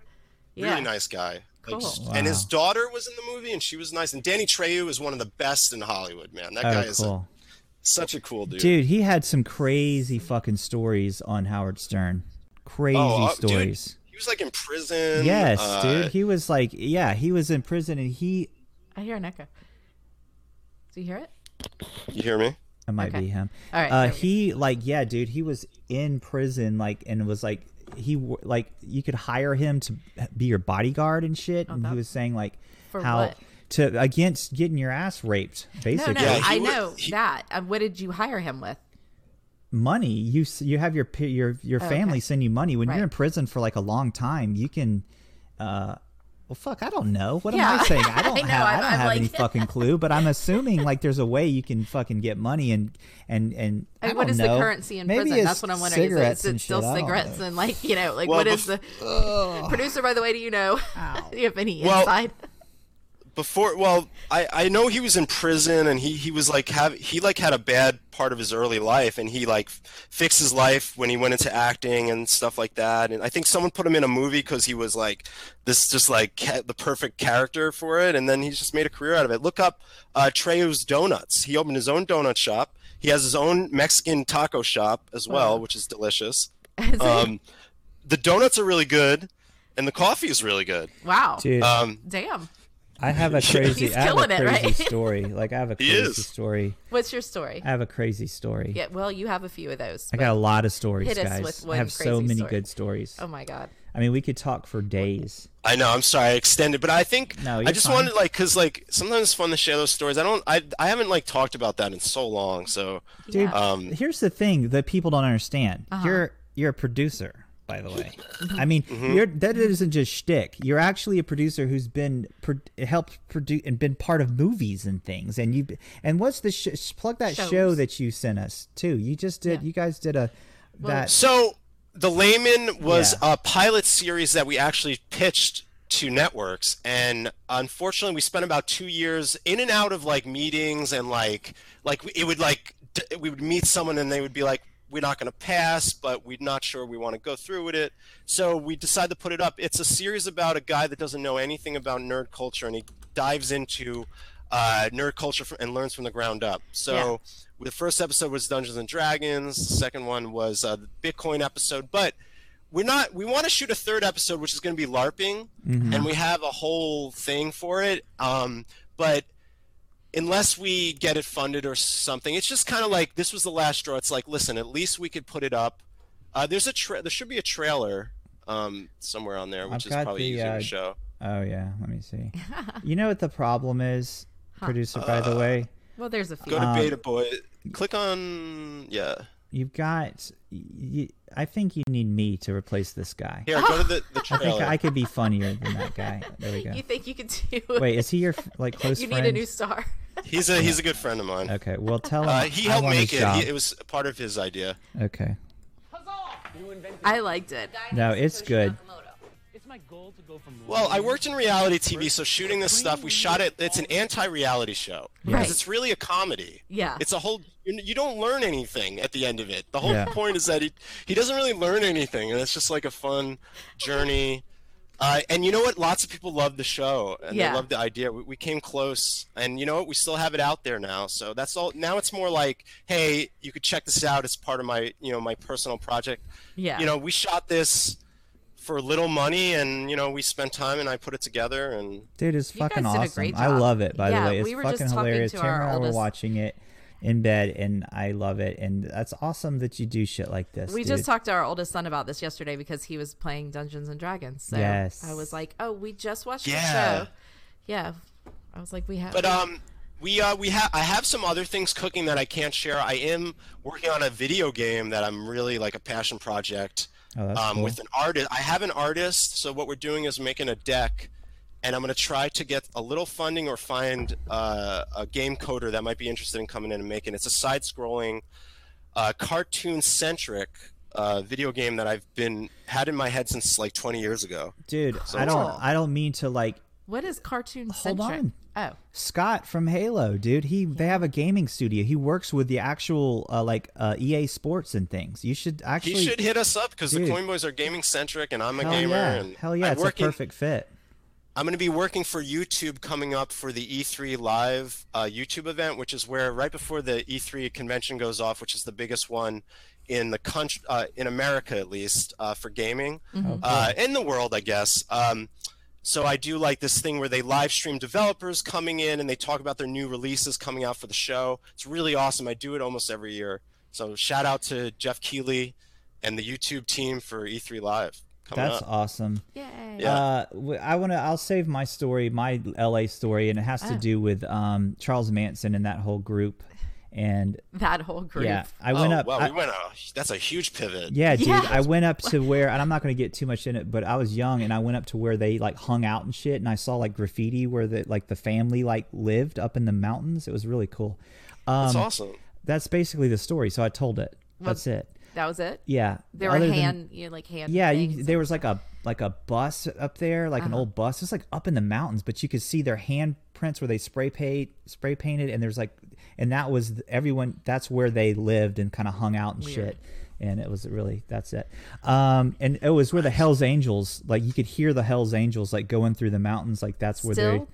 D: Yeah.
C: really nice guy. Like,
D: Cool.
C: And his
B: Wow.
C: daughter was in the movie, and she was nice. And Danny Trejo is one of the best in Hollywood, man. That guy
B: Oh,
C: is a-
B: cool.
C: such a cool dude.
B: Dude, he had some crazy fucking stories on Howard Stern. Crazy
C: oh, uh, dude,
B: stories.
C: he was like in prison.
B: Yes,
C: uh,
B: dude. He was like, yeah, he was in prison and he
D: I hear an echo. Do you hear it?
C: You hear me?
B: It might
D: Okay.
B: be him.
D: All right,
B: Uh,
D: there we go.
B: he like yeah, dude. He was in prison like and was like he w- like you could hire him to be your bodyguard and shit. and he
D: Oh, that-
B: was saying like
D: For
B: how
D: what?
B: to against getting your ass raped
D: No,
B: basically.
D: no,
C: Yeah, he
D: I
C: was-
D: know
C: he-
D: that. Uh, what did you hire him with?
B: Money. You s- you have your p- your your family send you money when
D: Oh, Right.
B: you're in prison for like a long time. You can. uh well, fuck! I don't know. What am
D: Yeah.
B: I saying? I don't
D: I know,
B: have. I
D: I'm-
B: don't
D: I'm
B: have
D: like-
B: any fucking clue. But I'm assuming like there's a way you can fucking get money and and and. I
D: Like, what
B: don't
D: is
B: know.
D: the currency in
B: Maybe
D: prison?
B: it's
D: That's what I'm wondering. Is it-
B: cigarettes
D: Is it,
B: and
D: still
B: shit. I don't
D: cigarettes
B: know.
D: and like you know like
C: Well,
D: what is
C: bef-
D: the producer? By the way, do you know you have any
C: Well-
D: inside?
C: Before, well, I, I know he was in prison, and he, he was like have he like had a bad part of his early life, and he like fixed his life when he went into acting and stuff like that. And I think someone put him in a movie because he was like this just like ca- the perfect character for it, and then he just made a career out of it. Look up uh, Trejo's Donuts. He opened his own donut shop. He has his own Mexican taco shop as well, which is delicious. Um, the donuts are really good, and the coffee is really good.
D: Wow.
B: Dude,
C: Um,
D: Damn.
B: I have a crazy,
D: He's
B: I have a
D: killing it,
B: crazy
D: right?
B: story. Like I have a
C: He
B: crazy
C: is.
B: story.
D: What's your story?
B: I have a crazy story.
D: Yeah. Well, you have a few of those.
B: I got a lot of stories,
D: Hit us
B: guys.
D: with
B: I
D: one
B: have so
D: crazy
B: many
D: story.
B: good stories.
D: Oh my god.
B: I mean, we could talk for days.
C: I know. I'm sorry I extended, but I think
B: No,
C: I
B: you're
C: just
B: fine.
C: wanted like because like sometimes it's fun to share those stories. I don't. I I haven't like talked about that in so long. So
B: Dude,
D: Yeah.
C: um,
B: here's the thing that people don't understand.
D: Uh-huh.
B: You're you're a producer, by the way.
D: Mm-hmm.
B: I mean, you're that isn't just shtick. You're actually a producer who's been pro- helped produce and been part of movies and things. And you and what's the sh- plug that show
D: Shows.
B: that you sent us too? You just did.
D: Yeah.
B: You guys did a that.
C: so the layman was
B: Yeah.
C: a pilot series that we actually pitched to networks, and unfortunately, we spent about two years in and out of like meetings and like like it would like d- we would meet someone and they would be like. We're not going to pass, but we're not sure we want to go through with it. So we decide to put it up. It's a series about a guy that doesn't know anything about nerd culture, and he dives into uh, nerd culture fr- and learns from the ground up. So the first episode was Dungeons and Dragons. The second one was uh, the Bitcoin episode. But we're not. We want to shoot a third episode, which is going to
B: Mm-hmm.
C: be LARPing, and we have a whole thing for it. Um, but unless we get it funded or something, it's just kind of like this was the last straw. It's like, listen, at least we could put it up. Uh, there's a tra- there should be a trailer um, somewhere on there,
B: I've
C: which
B: got
C: is probably
B: the,
C: easier
B: uh,
C: to show.
B: Oh yeah, let me see. You know what the problem is, producer? By the way,
D: Well, there's a few.
C: Go to
B: um,
C: Beta Boy. Click on yeah.
B: you've got. You, I think you need me to replace this guy.
C: Here, go to the, the
B: I think
C: trailer.
B: I could be funnier than that guy. There we go.
D: You think you could do? it?
B: Wait, is he your like close
D: you
B: friend?
D: need a new star.
C: He's a he's a good friend of mine.
B: Okay, well tell him
C: Uh, he
B: I
C: helped
B: want his
C: make it.
B: job.
C: He, it was part of his idea.
B: Okay,
D: I liked it.
B: no, it's good.
F: It's my goal to go from.
C: Well, I worked in reality TV, so shooting this stuff, we shot it. It's an anti-reality show because
D: Right.
C: it's really a comedy.
D: Yeah.
C: It's a whole. You you don't learn anything at the end of it. The whole
B: Yeah.
C: point is that he he doesn't really learn anything, and it's just like a fun journey. Uh, and you know what? Lots of people love the show, and
D: Yeah.
C: they love the idea. We, we came close, and you know what? We still have it out there now. So that's all. Now it's more like, hey, you could check this out. It's part of my, you know, my personal project.
D: Yeah.
C: You know, we shot this for little money, and you know, we spent time, and I put it together, and
B: Dude is
D: You
B: fucking
D: guys did a
B: awesome.
D: great
B: I
D: job.
B: love it. By
D: Yeah,
B: the way, it's
D: we were just
B: fucking
D: talking
B: hilarious.
D: to
B: Tamara
D: our
B: and I were
D: oldest-
B: watching it in bed, and I love it. And that's awesome that you do shit like this.
D: We
B: dude.
D: just talked to our oldest son about this yesterday because he was playing Dungeons and Dragons. So
B: Yes.
D: I was like, "Oh, we just watched
C: Yeah.
D: the show." Yeah. I was like, "We have."
C: But um, we uh, we have I have some other things cooking that I can't share. I am working on a video game that I'm really like a passion project.
B: Oh, that's
C: um,
B: cool.
C: with an artist. I have an artist, so what we're doing is making a deck, and I'm going to try to get a little funding or find uh, a game coder that might be interested in coming in and making. It's a side-scrolling, uh, cartoon-centric uh, video game that I've been had in my head since like 20 years ago.
B: dude.
C: So
B: I
C: it's
B: don't.
C: all-
B: I don't mean to like
D: what is cartoon
B: Hold
D: centric?
B: on.
D: Oh,
B: Scott from Halo, dude. He they have a gaming studio. He works with the actual uh, like uh, EA Sports and things. You should
C: He
B: actually.
C: should hit us up because the
B: dude.
C: Coin Boys are gaming-centric, and I'm a
B: hell
C: gamer.
B: yeah!
C: And
B: hell yeah!
C: I
B: it's a
C: work in-
B: perfect fit.
C: I'm going to be working for YouTube coming up for the E3 live uh, YouTube event, which is where right before the E3 convention goes off, which is the biggest one in the country, uh, in America at least, uh, for gaming,
B: Oh,
C: uh, in the world, I guess. Um, so I do like this thing where they live stream developers coming in and they talk about their new releases coming out for the show. It's really awesome. I do it almost every year. So shout out to Jeff Keeley and the YouTube team for E3 Live. Coming
B: That's
C: up.
B: awesome.
D: yay!
C: Yeah.
B: Uh, w- I want to. I'll save my story, my LA story, and it has to
C: Ah.
B: do with um, Charles Manson and that whole group. And
D: That whole group.
B: yeah, I went
C: oh,
B: up.
C: Wow,
B: I-
C: we went a, that's a huge pivot.
B: yeah, dude,
D: Yeah.
B: I went up to where, and I'm not going to get too much in it, but I was young, and I went up to where they like hung out and shit, and I saw like graffiti where the like the family like lived up in the mountains. It was really cool.
C: That's
B: Um,
C: awesome.
B: That's basically the story. So I told it. That's it.
D: That was it.
B: Yeah.
D: There were
B: Other than-
D: hand, you know, like hand.
B: yeah,
D: things.
B: you, there was like a like a bus up there, like an
D: Uh-huh.
B: old bus. It's like up in the mountains, but you could see their handprints where they spray paint spray painted, and there's like, and that was th- everyone. That's where they lived and kind of hung out and shit. And it was really that's it. Um, and it was where the Hell's Angels, like you could hear the Hell's Angels like going through the mountains, like that's where they.
D: Still?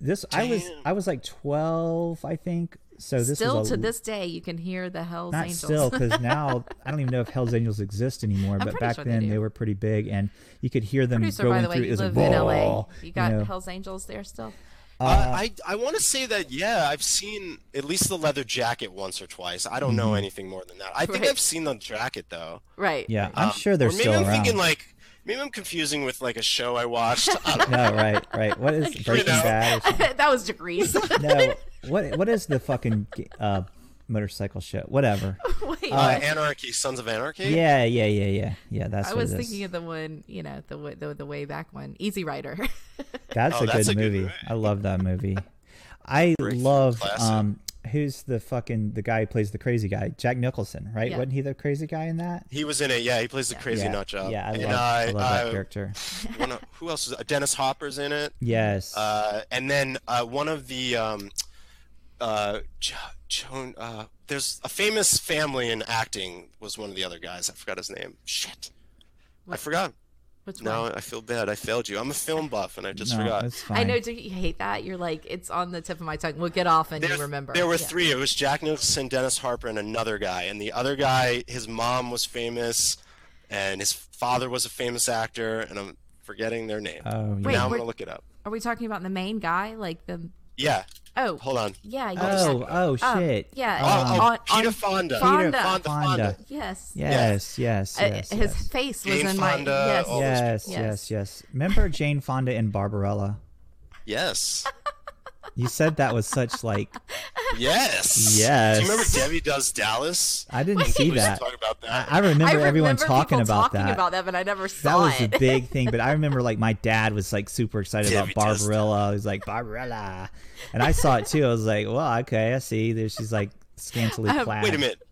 B: This I was I was like twelve, I think. So this
D: Still
B: was a,
D: to this day, you can hear the Hell's
B: not
D: Angels.
B: still because now I don't even know if Hell's Angels exist anymore. but
D: pretty
B: back
D: sure they
B: then
D: do.
B: they were pretty big, and you could hear them
D: Producer,
B: going
D: by the way,
B: through.
D: you
B: it was
D: live
B: like,
D: in LA.
B: "Whoa,"
D: You got
B: know.
D: Hell's Angels there still.
C: Uh, I I want to say that yeah, I've seen at least the leather jacket once or twice. I don't
B: Mm-hmm.
C: know anything more than that. I think
D: Right.
C: I've seen the jacket though. Um,
D: Right.
B: Yeah, I'm sure they're
C: or maybe
B: still
C: I'm
B: around.
C: thinking like maybe I'm confusing with like a show I watched. uh, I don't
B: no, right, right. What is Breaking
C: know.
B: Bad? Or
D: that was degrees.
B: something? no, what what is the fucking uh, motorcycle show? Whatever.
D: Wait,
C: know. uh, Anarchy, Sons of Anarchy.
B: Yeah, yeah, yeah, yeah, yeah. That's
D: I
B: what
D: was
B: it is.
D: thinking of the one, you know, the wa- the, the way back one, Easy Rider.
B: That's,
C: Oh,
B: a,
C: that's
B: good
C: a good
B: movie.
C: movie.
B: I love that movie. I love
C: classic.
B: um who's the fucking the guy who plays the crazy guy? Jack Nicholson, right?
D: Yeah.
B: Wasn't he the crazy guy in that?
C: He was in it. Yeah, he plays the crazy
B: yeah.
C: nut job.
B: Yeah, I
C: and
B: love, I love that character.
C: one- who else is Dennis Hopper's in it?
B: Yes.
C: Uh, and then uh, one of the um, uh, Jo- Joan, uh, there's a famous family in acting was one of the other guys. I forgot his name. Shit, I forgot.
D: Which one?
C: Now I feel bad. I failed you. I'm a film buff, and I just
B: no,
C: forgot.
B: it's
D: I
B: fine.
D: know. Do you hate that? You're like, it's on the tip of my tongue. We'll get off and you remember.
C: there were
D: Yeah.
C: three. It was Jack Nicholson, Dennis Harper, and another guy. And the other guy, his mom was famous, and his father was a famous actor, and I'm forgetting their name.
B: Oh, yeah.
D: Wait,
C: now I'm
D: we're-
C: gonna look it up.
D: Are we talking about the main guy, like the
C: Yeah.
D: Oh,
C: Hold on.
D: yeah. You just-
B: Oh, oh
D: um,
B: shit.
D: yeah.
C: Oh, oh,
D: on-
C: Peter
D: on-
C: Fonda.
D: Fonda.
C: Fonda. Fonda.
B: Fonda.
D: Yes.
B: Yes, yes,
D: Uh,
B: yes.
D: his
B: yes.
D: face was
C: Jane
D: in
C: Fonda,
D: my yes.
C: all those
B: Yes,
D: people.
B: yes, yes. Remember Jane Fonda and Barbarella?
C: Yes.
B: You said that was such like
C: Yes.
B: Yes.
C: Do you remember Debbie Does Dallas?
B: I didn't see
C: We should
B: that.
C: talk about
B: I,
C: that.
B: I remember,
D: I
B: everyone
D: remember
B: talking
D: people
B: about
D: talking
B: that.
D: about that, but I never saw
B: that was the
D: it.
B: big thing, but I remember like my dad was like super excited
C: Yeah,
B: about
C: we just-
B: Barbarella. He's like Barbarella, and I saw it too. I was like, well, okay, I see. There she's like scantily
D: Um,
B: clad.
C: Wait a minute.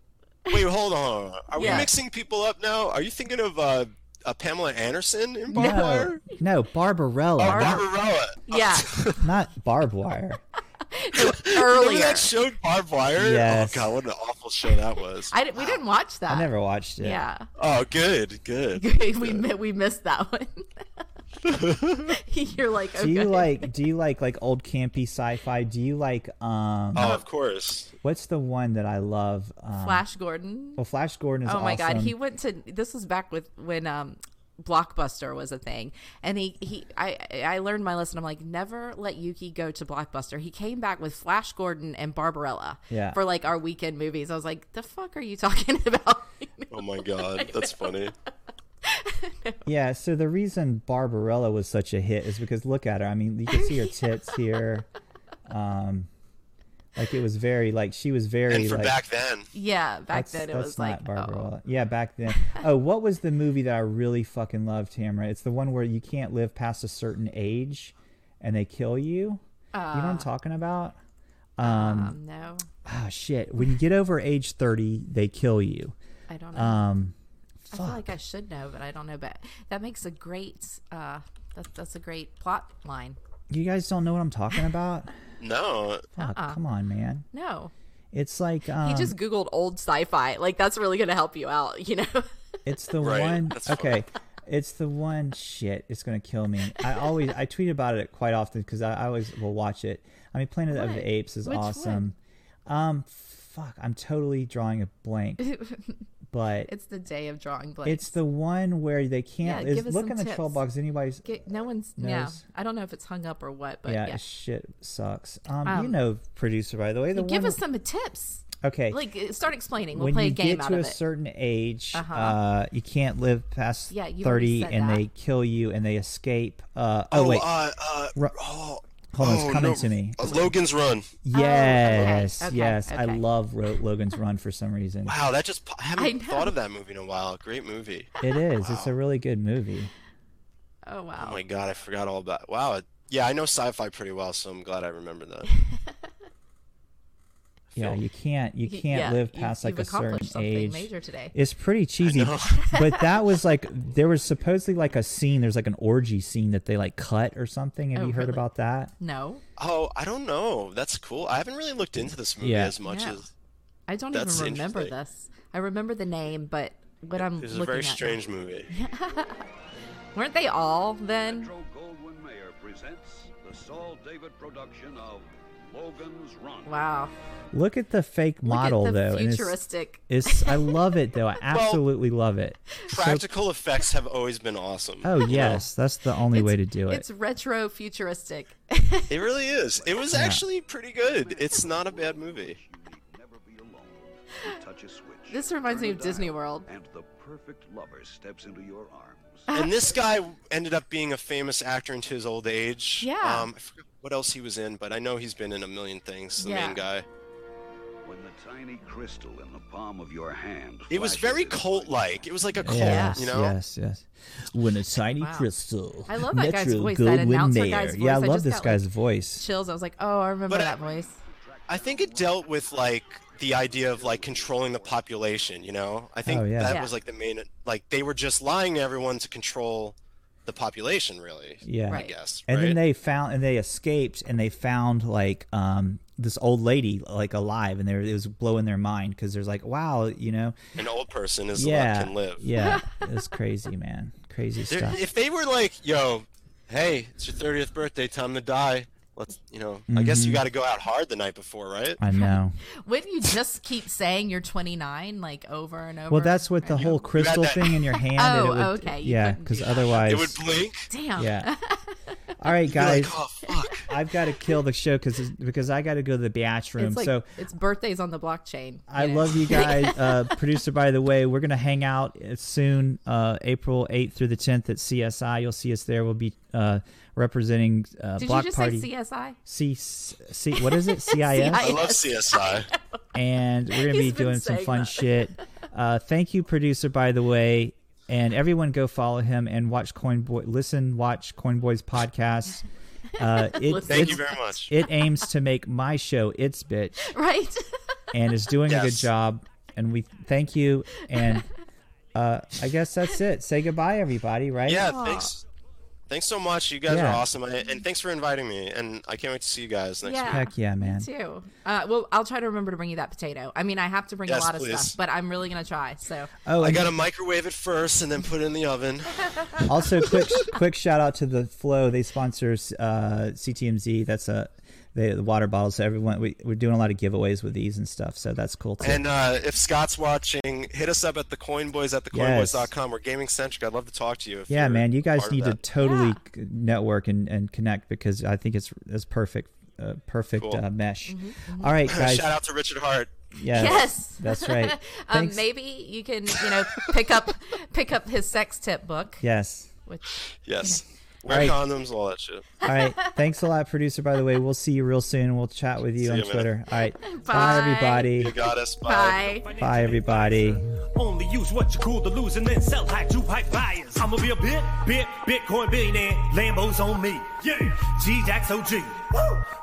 C: Wait, hold on. Are
D: Yeah.
C: we mixing people up now? Are you thinking of uh, uh, Pamela Anderson in Barbed
B: No,
C: Wire? Oh,
B: no, Barbarella,
C: Or Barbarella.
D: yeah,
B: not barbed wire.
C: Remember
D: earlier.
C: that show, Barbed Wire?
B: Yes.
C: Oh, God, what an awful show that was.
D: I di- we didn't watch that.
B: I never watched it.
D: Yeah,
C: Oh, good, good.
D: we mi- we missed that one. You're like, okay.
B: Do you like? Do you like like old campy sci-fi? Do you like um?
C: Oh, of course.
B: What's the one that I love? Um,
D: Flash Gordon?
B: Well, Flash Gordon is
D: Oh my god,
B: awesome.
D: he went to this was back with when um Blockbuster was a thing. And he he I I learned my lesson. I'm like never let Yuki go to Blockbuster. He came back with Flash Gordon and Barbarella
B: Yeah.
D: for like our weekend movies. I was like, "The fuck are you talking about?"
C: Oh, my God. That's funny.
B: Yeah, so the reason Barbarella was such a hit is because look at her. I mean, you can see her tits here. Um, like it was very like she was very
C: And for
B: like
C: back then,
D: yeah, back
B: that's,
D: then it
B: that's
D: was
B: not
D: like,
B: Barbarella.
D: "Oh,
B: Yeah, back then. oh, what was the movie that I really fucking loved, Tamara? It's the one where you can't live past a certain age, and they kill you. you
D: Uh.
B: know what I'm talking about?
D: um, no.
B: Oh shit! When you get over age thirty, they kill you.
D: I don't know.
B: Um,
D: I feel like I should know, but I don't know, but that makes a great uh that's that's a great plot line.
B: you guys don't know what I'm talking about?
C: no.
B: Fuck, come on, man.
D: No.
B: It's like um,
D: Uh-uh. He just googled old sci-fi. Like that's really going to help you out, you know.
B: It's the
C: Right,
B: one.
C: that's fine.
B: Okay. It's the one shit. It's gonna kill me. I always I tweet about it quite often because I, I always will watch it. I mean, Planet of
D: What?
B: the Apes is
D: Which
B: awesome. Um, fuck, I'm totally drawing a blank. But it's,
D: It's the day of drawing blanks.
B: the one where they can't.
D: Yeah,
B: is-
D: give us
B: look
D: some
B: in the
D: tips.
B: troll box. Anybody's
D: Get, no one's. Yeah,
B: Knows.
D: I don't know if it's hung up or what, but
B: yeah,
D: yeah.
B: shit sucks. Um, you
D: Um,
B: know, producer by the way. The
D: Give
B: one,
D: us some tips.
B: okay.
D: Like, uh, start explaining. We'll
B: when
D: play
B: you
D: a game
B: get
D: out
B: to
D: of
B: a
D: it.
B: certain age, uh
D: Uh-huh.
B: you can't live past
D: Yeah, you've
B: thirty,
D: already said
B: and
D: that.
B: they kill you, and they escape. Uh, oh, wait,
C: Uh, uh,
B: Ru-
C: oh,
B: Hold on, it's
C: oh,
B: coming
C: no.
B: to me.
C: Uh, Logan's Run.
B: Yes,
D: okay,
B: yes, I
D: okay.
B: love Ro- Logan's Run for some reason.
C: Wow, that just, po- I haven't
D: I know.
C: thought of that movie in a while. Great movie. Oh
B: It is. It's a really good movie.
D: oh wow.
C: Oh my god, I forgot all about. Wow. it- Yeah, I know sci-fi pretty well, so I'm glad I remember that.
B: Yeah, you can't you
D: Y-
B: can't
D: yeah,
B: live
D: you-
B: past like
D: you've
B: a certain
D: accomplished something
B: age.
D: Major today.
B: It's pretty cheesy,
C: know.
B: but that was like there was supposedly like a scene. There's like an orgy scene that they like cut or something. Have
D: Oh,
B: you heard
D: really?
B: about that?
D: no,
C: Oh, I don't know. That's cool. I haven't really looked into this movie
B: Yeah.
C: as much
D: Yeah.
C: as
D: I don't
C: That's
D: even remember
C: interesting.
D: this. I remember the name, but what I'm
C: it's
D: looking
C: a very
D: at. now-
C: strange movie.
D: Weren't they all then?
G: Metro Goldwyn Mayer presents the Saul David production of Logan's Run.
D: Wow.
B: Look at the fake model
D: Look at the
B: though. and it's-
D: Futuristic.
B: it's, I love it though. I absolutely love it.
C: Practical effects have always been awesome.
B: Oh yes, that's the only way to do it.
D: It's retro futuristic.
C: It really is. It was actually pretty good. It's not a bad movie.
G: You need never be alone. You touch a switch.
D: This reminds
G: turn
D: me
G: a
D: of Disney
G: dial,
D: World.
G: And the perfect lover steps into your arms.
C: And this guy ended up being a famous actor into his old age.
D: Yeah.
C: Um, I forgot what else he was in, but I know he's been in a million things. The
D: Yeah.
C: main guy.
G: When the tiny crystal in the palm of your hand.
C: It was
G: flashes
C: very
G: in
C: cult-like. It was like a cult.
B: Yes,
C: You know.
B: yes, yes. When a tiny
D: Wow.
B: crystal.
D: I love that guy's
B: Metro
D: voice, that
B: Goldwyn
D: announcer
B: Mayer.
D: guy's
B: Yeah, I
D: voice. I
B: love
D: just
B: this
D: got,
B: guy's
D: like,
B: voice.
D: Chills. I was like, oh, I remember
C: But I-
D: that voice.
C: I think it dealt with like the idea of like controlling the population, you know? I think
B: Oh, yeah.
C: that
D: Yeah.
C: was like the main like they were just lying to everyone to control the population really.
B: Yeah.
C: I
D: Right.
C: guess.
B: And then
C: right?
B: they found and they escaped and they found like um this old lady like alive and they were, it was blowing their mind because there's like wow you know
C: an old person is
B: yeah
C: yeah, can live.
B: yeah it's crazy man crazy
C: They're-
B: stuff
C: If they were like, yo, hey, it's your thirtieth birthday, time to die. Let's you know I guess
B: Mm-hmm.
C: you gotta go out hard the night before, right?
B: I know
D: Wouldn't you just keep saying you're 29 like over and over?
B: well that's what the whole crystal
C: that-
B: thing in your hand and
D: Oh,
B: it would,
D: okay, you
B: yeah
D: couldn't
B: because
D: do
B: otherwise
C: It would blink.
D: damn.
B: yeah all right
C: You're
B: guys
C: like, oh fuck.
B: I've got to kill the show because because I got to go to the bathroom.
D: It's like
B: so
D: it's birthdays on the blockchain. you
B: I
D: know?
B: love you guys. Uh, producer, by the way, we're going to hang out uh, soon, uh, April 8th through the 10th at CSI. You'll see us there. We'll be uh, representing uh,
D: Did
B: Block
D: you just
B: Party.
D: say CSI?
B: C- C- what is it? CIS?
C: I love CSI.
B: And we're going to be
D: He's been
B: doing some
D: saying
B: fun
D: that.
B: shit. Uh, thank you, producer, by the way. And everyone go follow him and watch Coin Boy, listen, watch Coin Boys podcast. Uh, it,
C: Thank
B: it's-
C: you very much.
B: It aims to make my show its bitch
D: Right?
B: and is doing a good
C: Yes.
B: job. And we thank you. And uh, I guess that's it. Say goodbye, everybody. Right?
C: Yeah, thanks. Thanks so much. You guys
B: Yeah.
C: are awesome, I, and thanks for inviting me. And I can't wait to see you guys next
D: Yeah.
C: week.
B: Heck yeah, man.
D: Too. Uh, well, I'll try to remember to bring you that potato. I mean, I have to bring
C: Yes,
D: a lot of
C: please.
D: stuff, but I'm really gonna try. So
B: Oh,
C: I
B: and
C: gotta microwave it first and then put it in the oven.
B: also quick quick shout out to the Flow. They sponsor uh, CTMZ. That's a they, the water bottles. So everyone, we, we're doing a lot of giveaways with these and stuff. So that's cool too.
C: And uh, if Scott's watching, hit us up at the Coinboys at thecoinboys.com. We're gaming centric. I'd love to talk to you. If
B: yeah,
C: you're
B: man, you guys
C: part of
B: need to
C: that.
B: totally c network and, and connect because I think it's it's perfect. Uh, perfect
C: Cool.
B: uh, mesh. All right, guys.
C: Shout out to Richard Hart.
B: Yes,
D: Yes.
B: that's right.
D: um,
B: Thanks.
D: maybe you can, you know, pick up pick up his sex tip book.
B: Yes.
D: Which
C: Yes. Wear
B: Right.
C: condoms, all that shit.
B: All right. Thanks a lot, producer. By the way, we'll see you real soon. We'll chat with you on
C: you, man.
B: Twitter. All right. Bye,
D: Bye.
C: You
B: everybody.
C: got us.
D: bye.
B: Bye, everybody.
A: Only use what you're cool to lose and then sell high to pipe buyers. I'ma be a bit, bit, Bitcoin billionaire. Lambo's on me. Yeah. G Dax OG. Woo.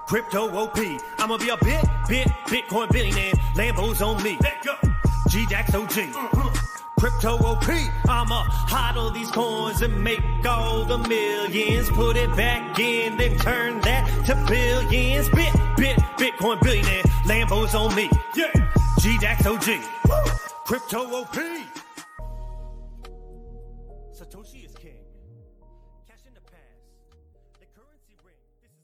A: Crypto OP. I'ma be a bit, bit, Bitcoin billionaire. Lambo's on me. Let go. G Dax OG. Crypto OP. I'ma hodl these coins and make all the millions. Put it back in, then turn that to billions. Bit, bit, Bitcoin billionaire. Lambo's on me. Yeah. G Dax OG. Woo. Crypto OP.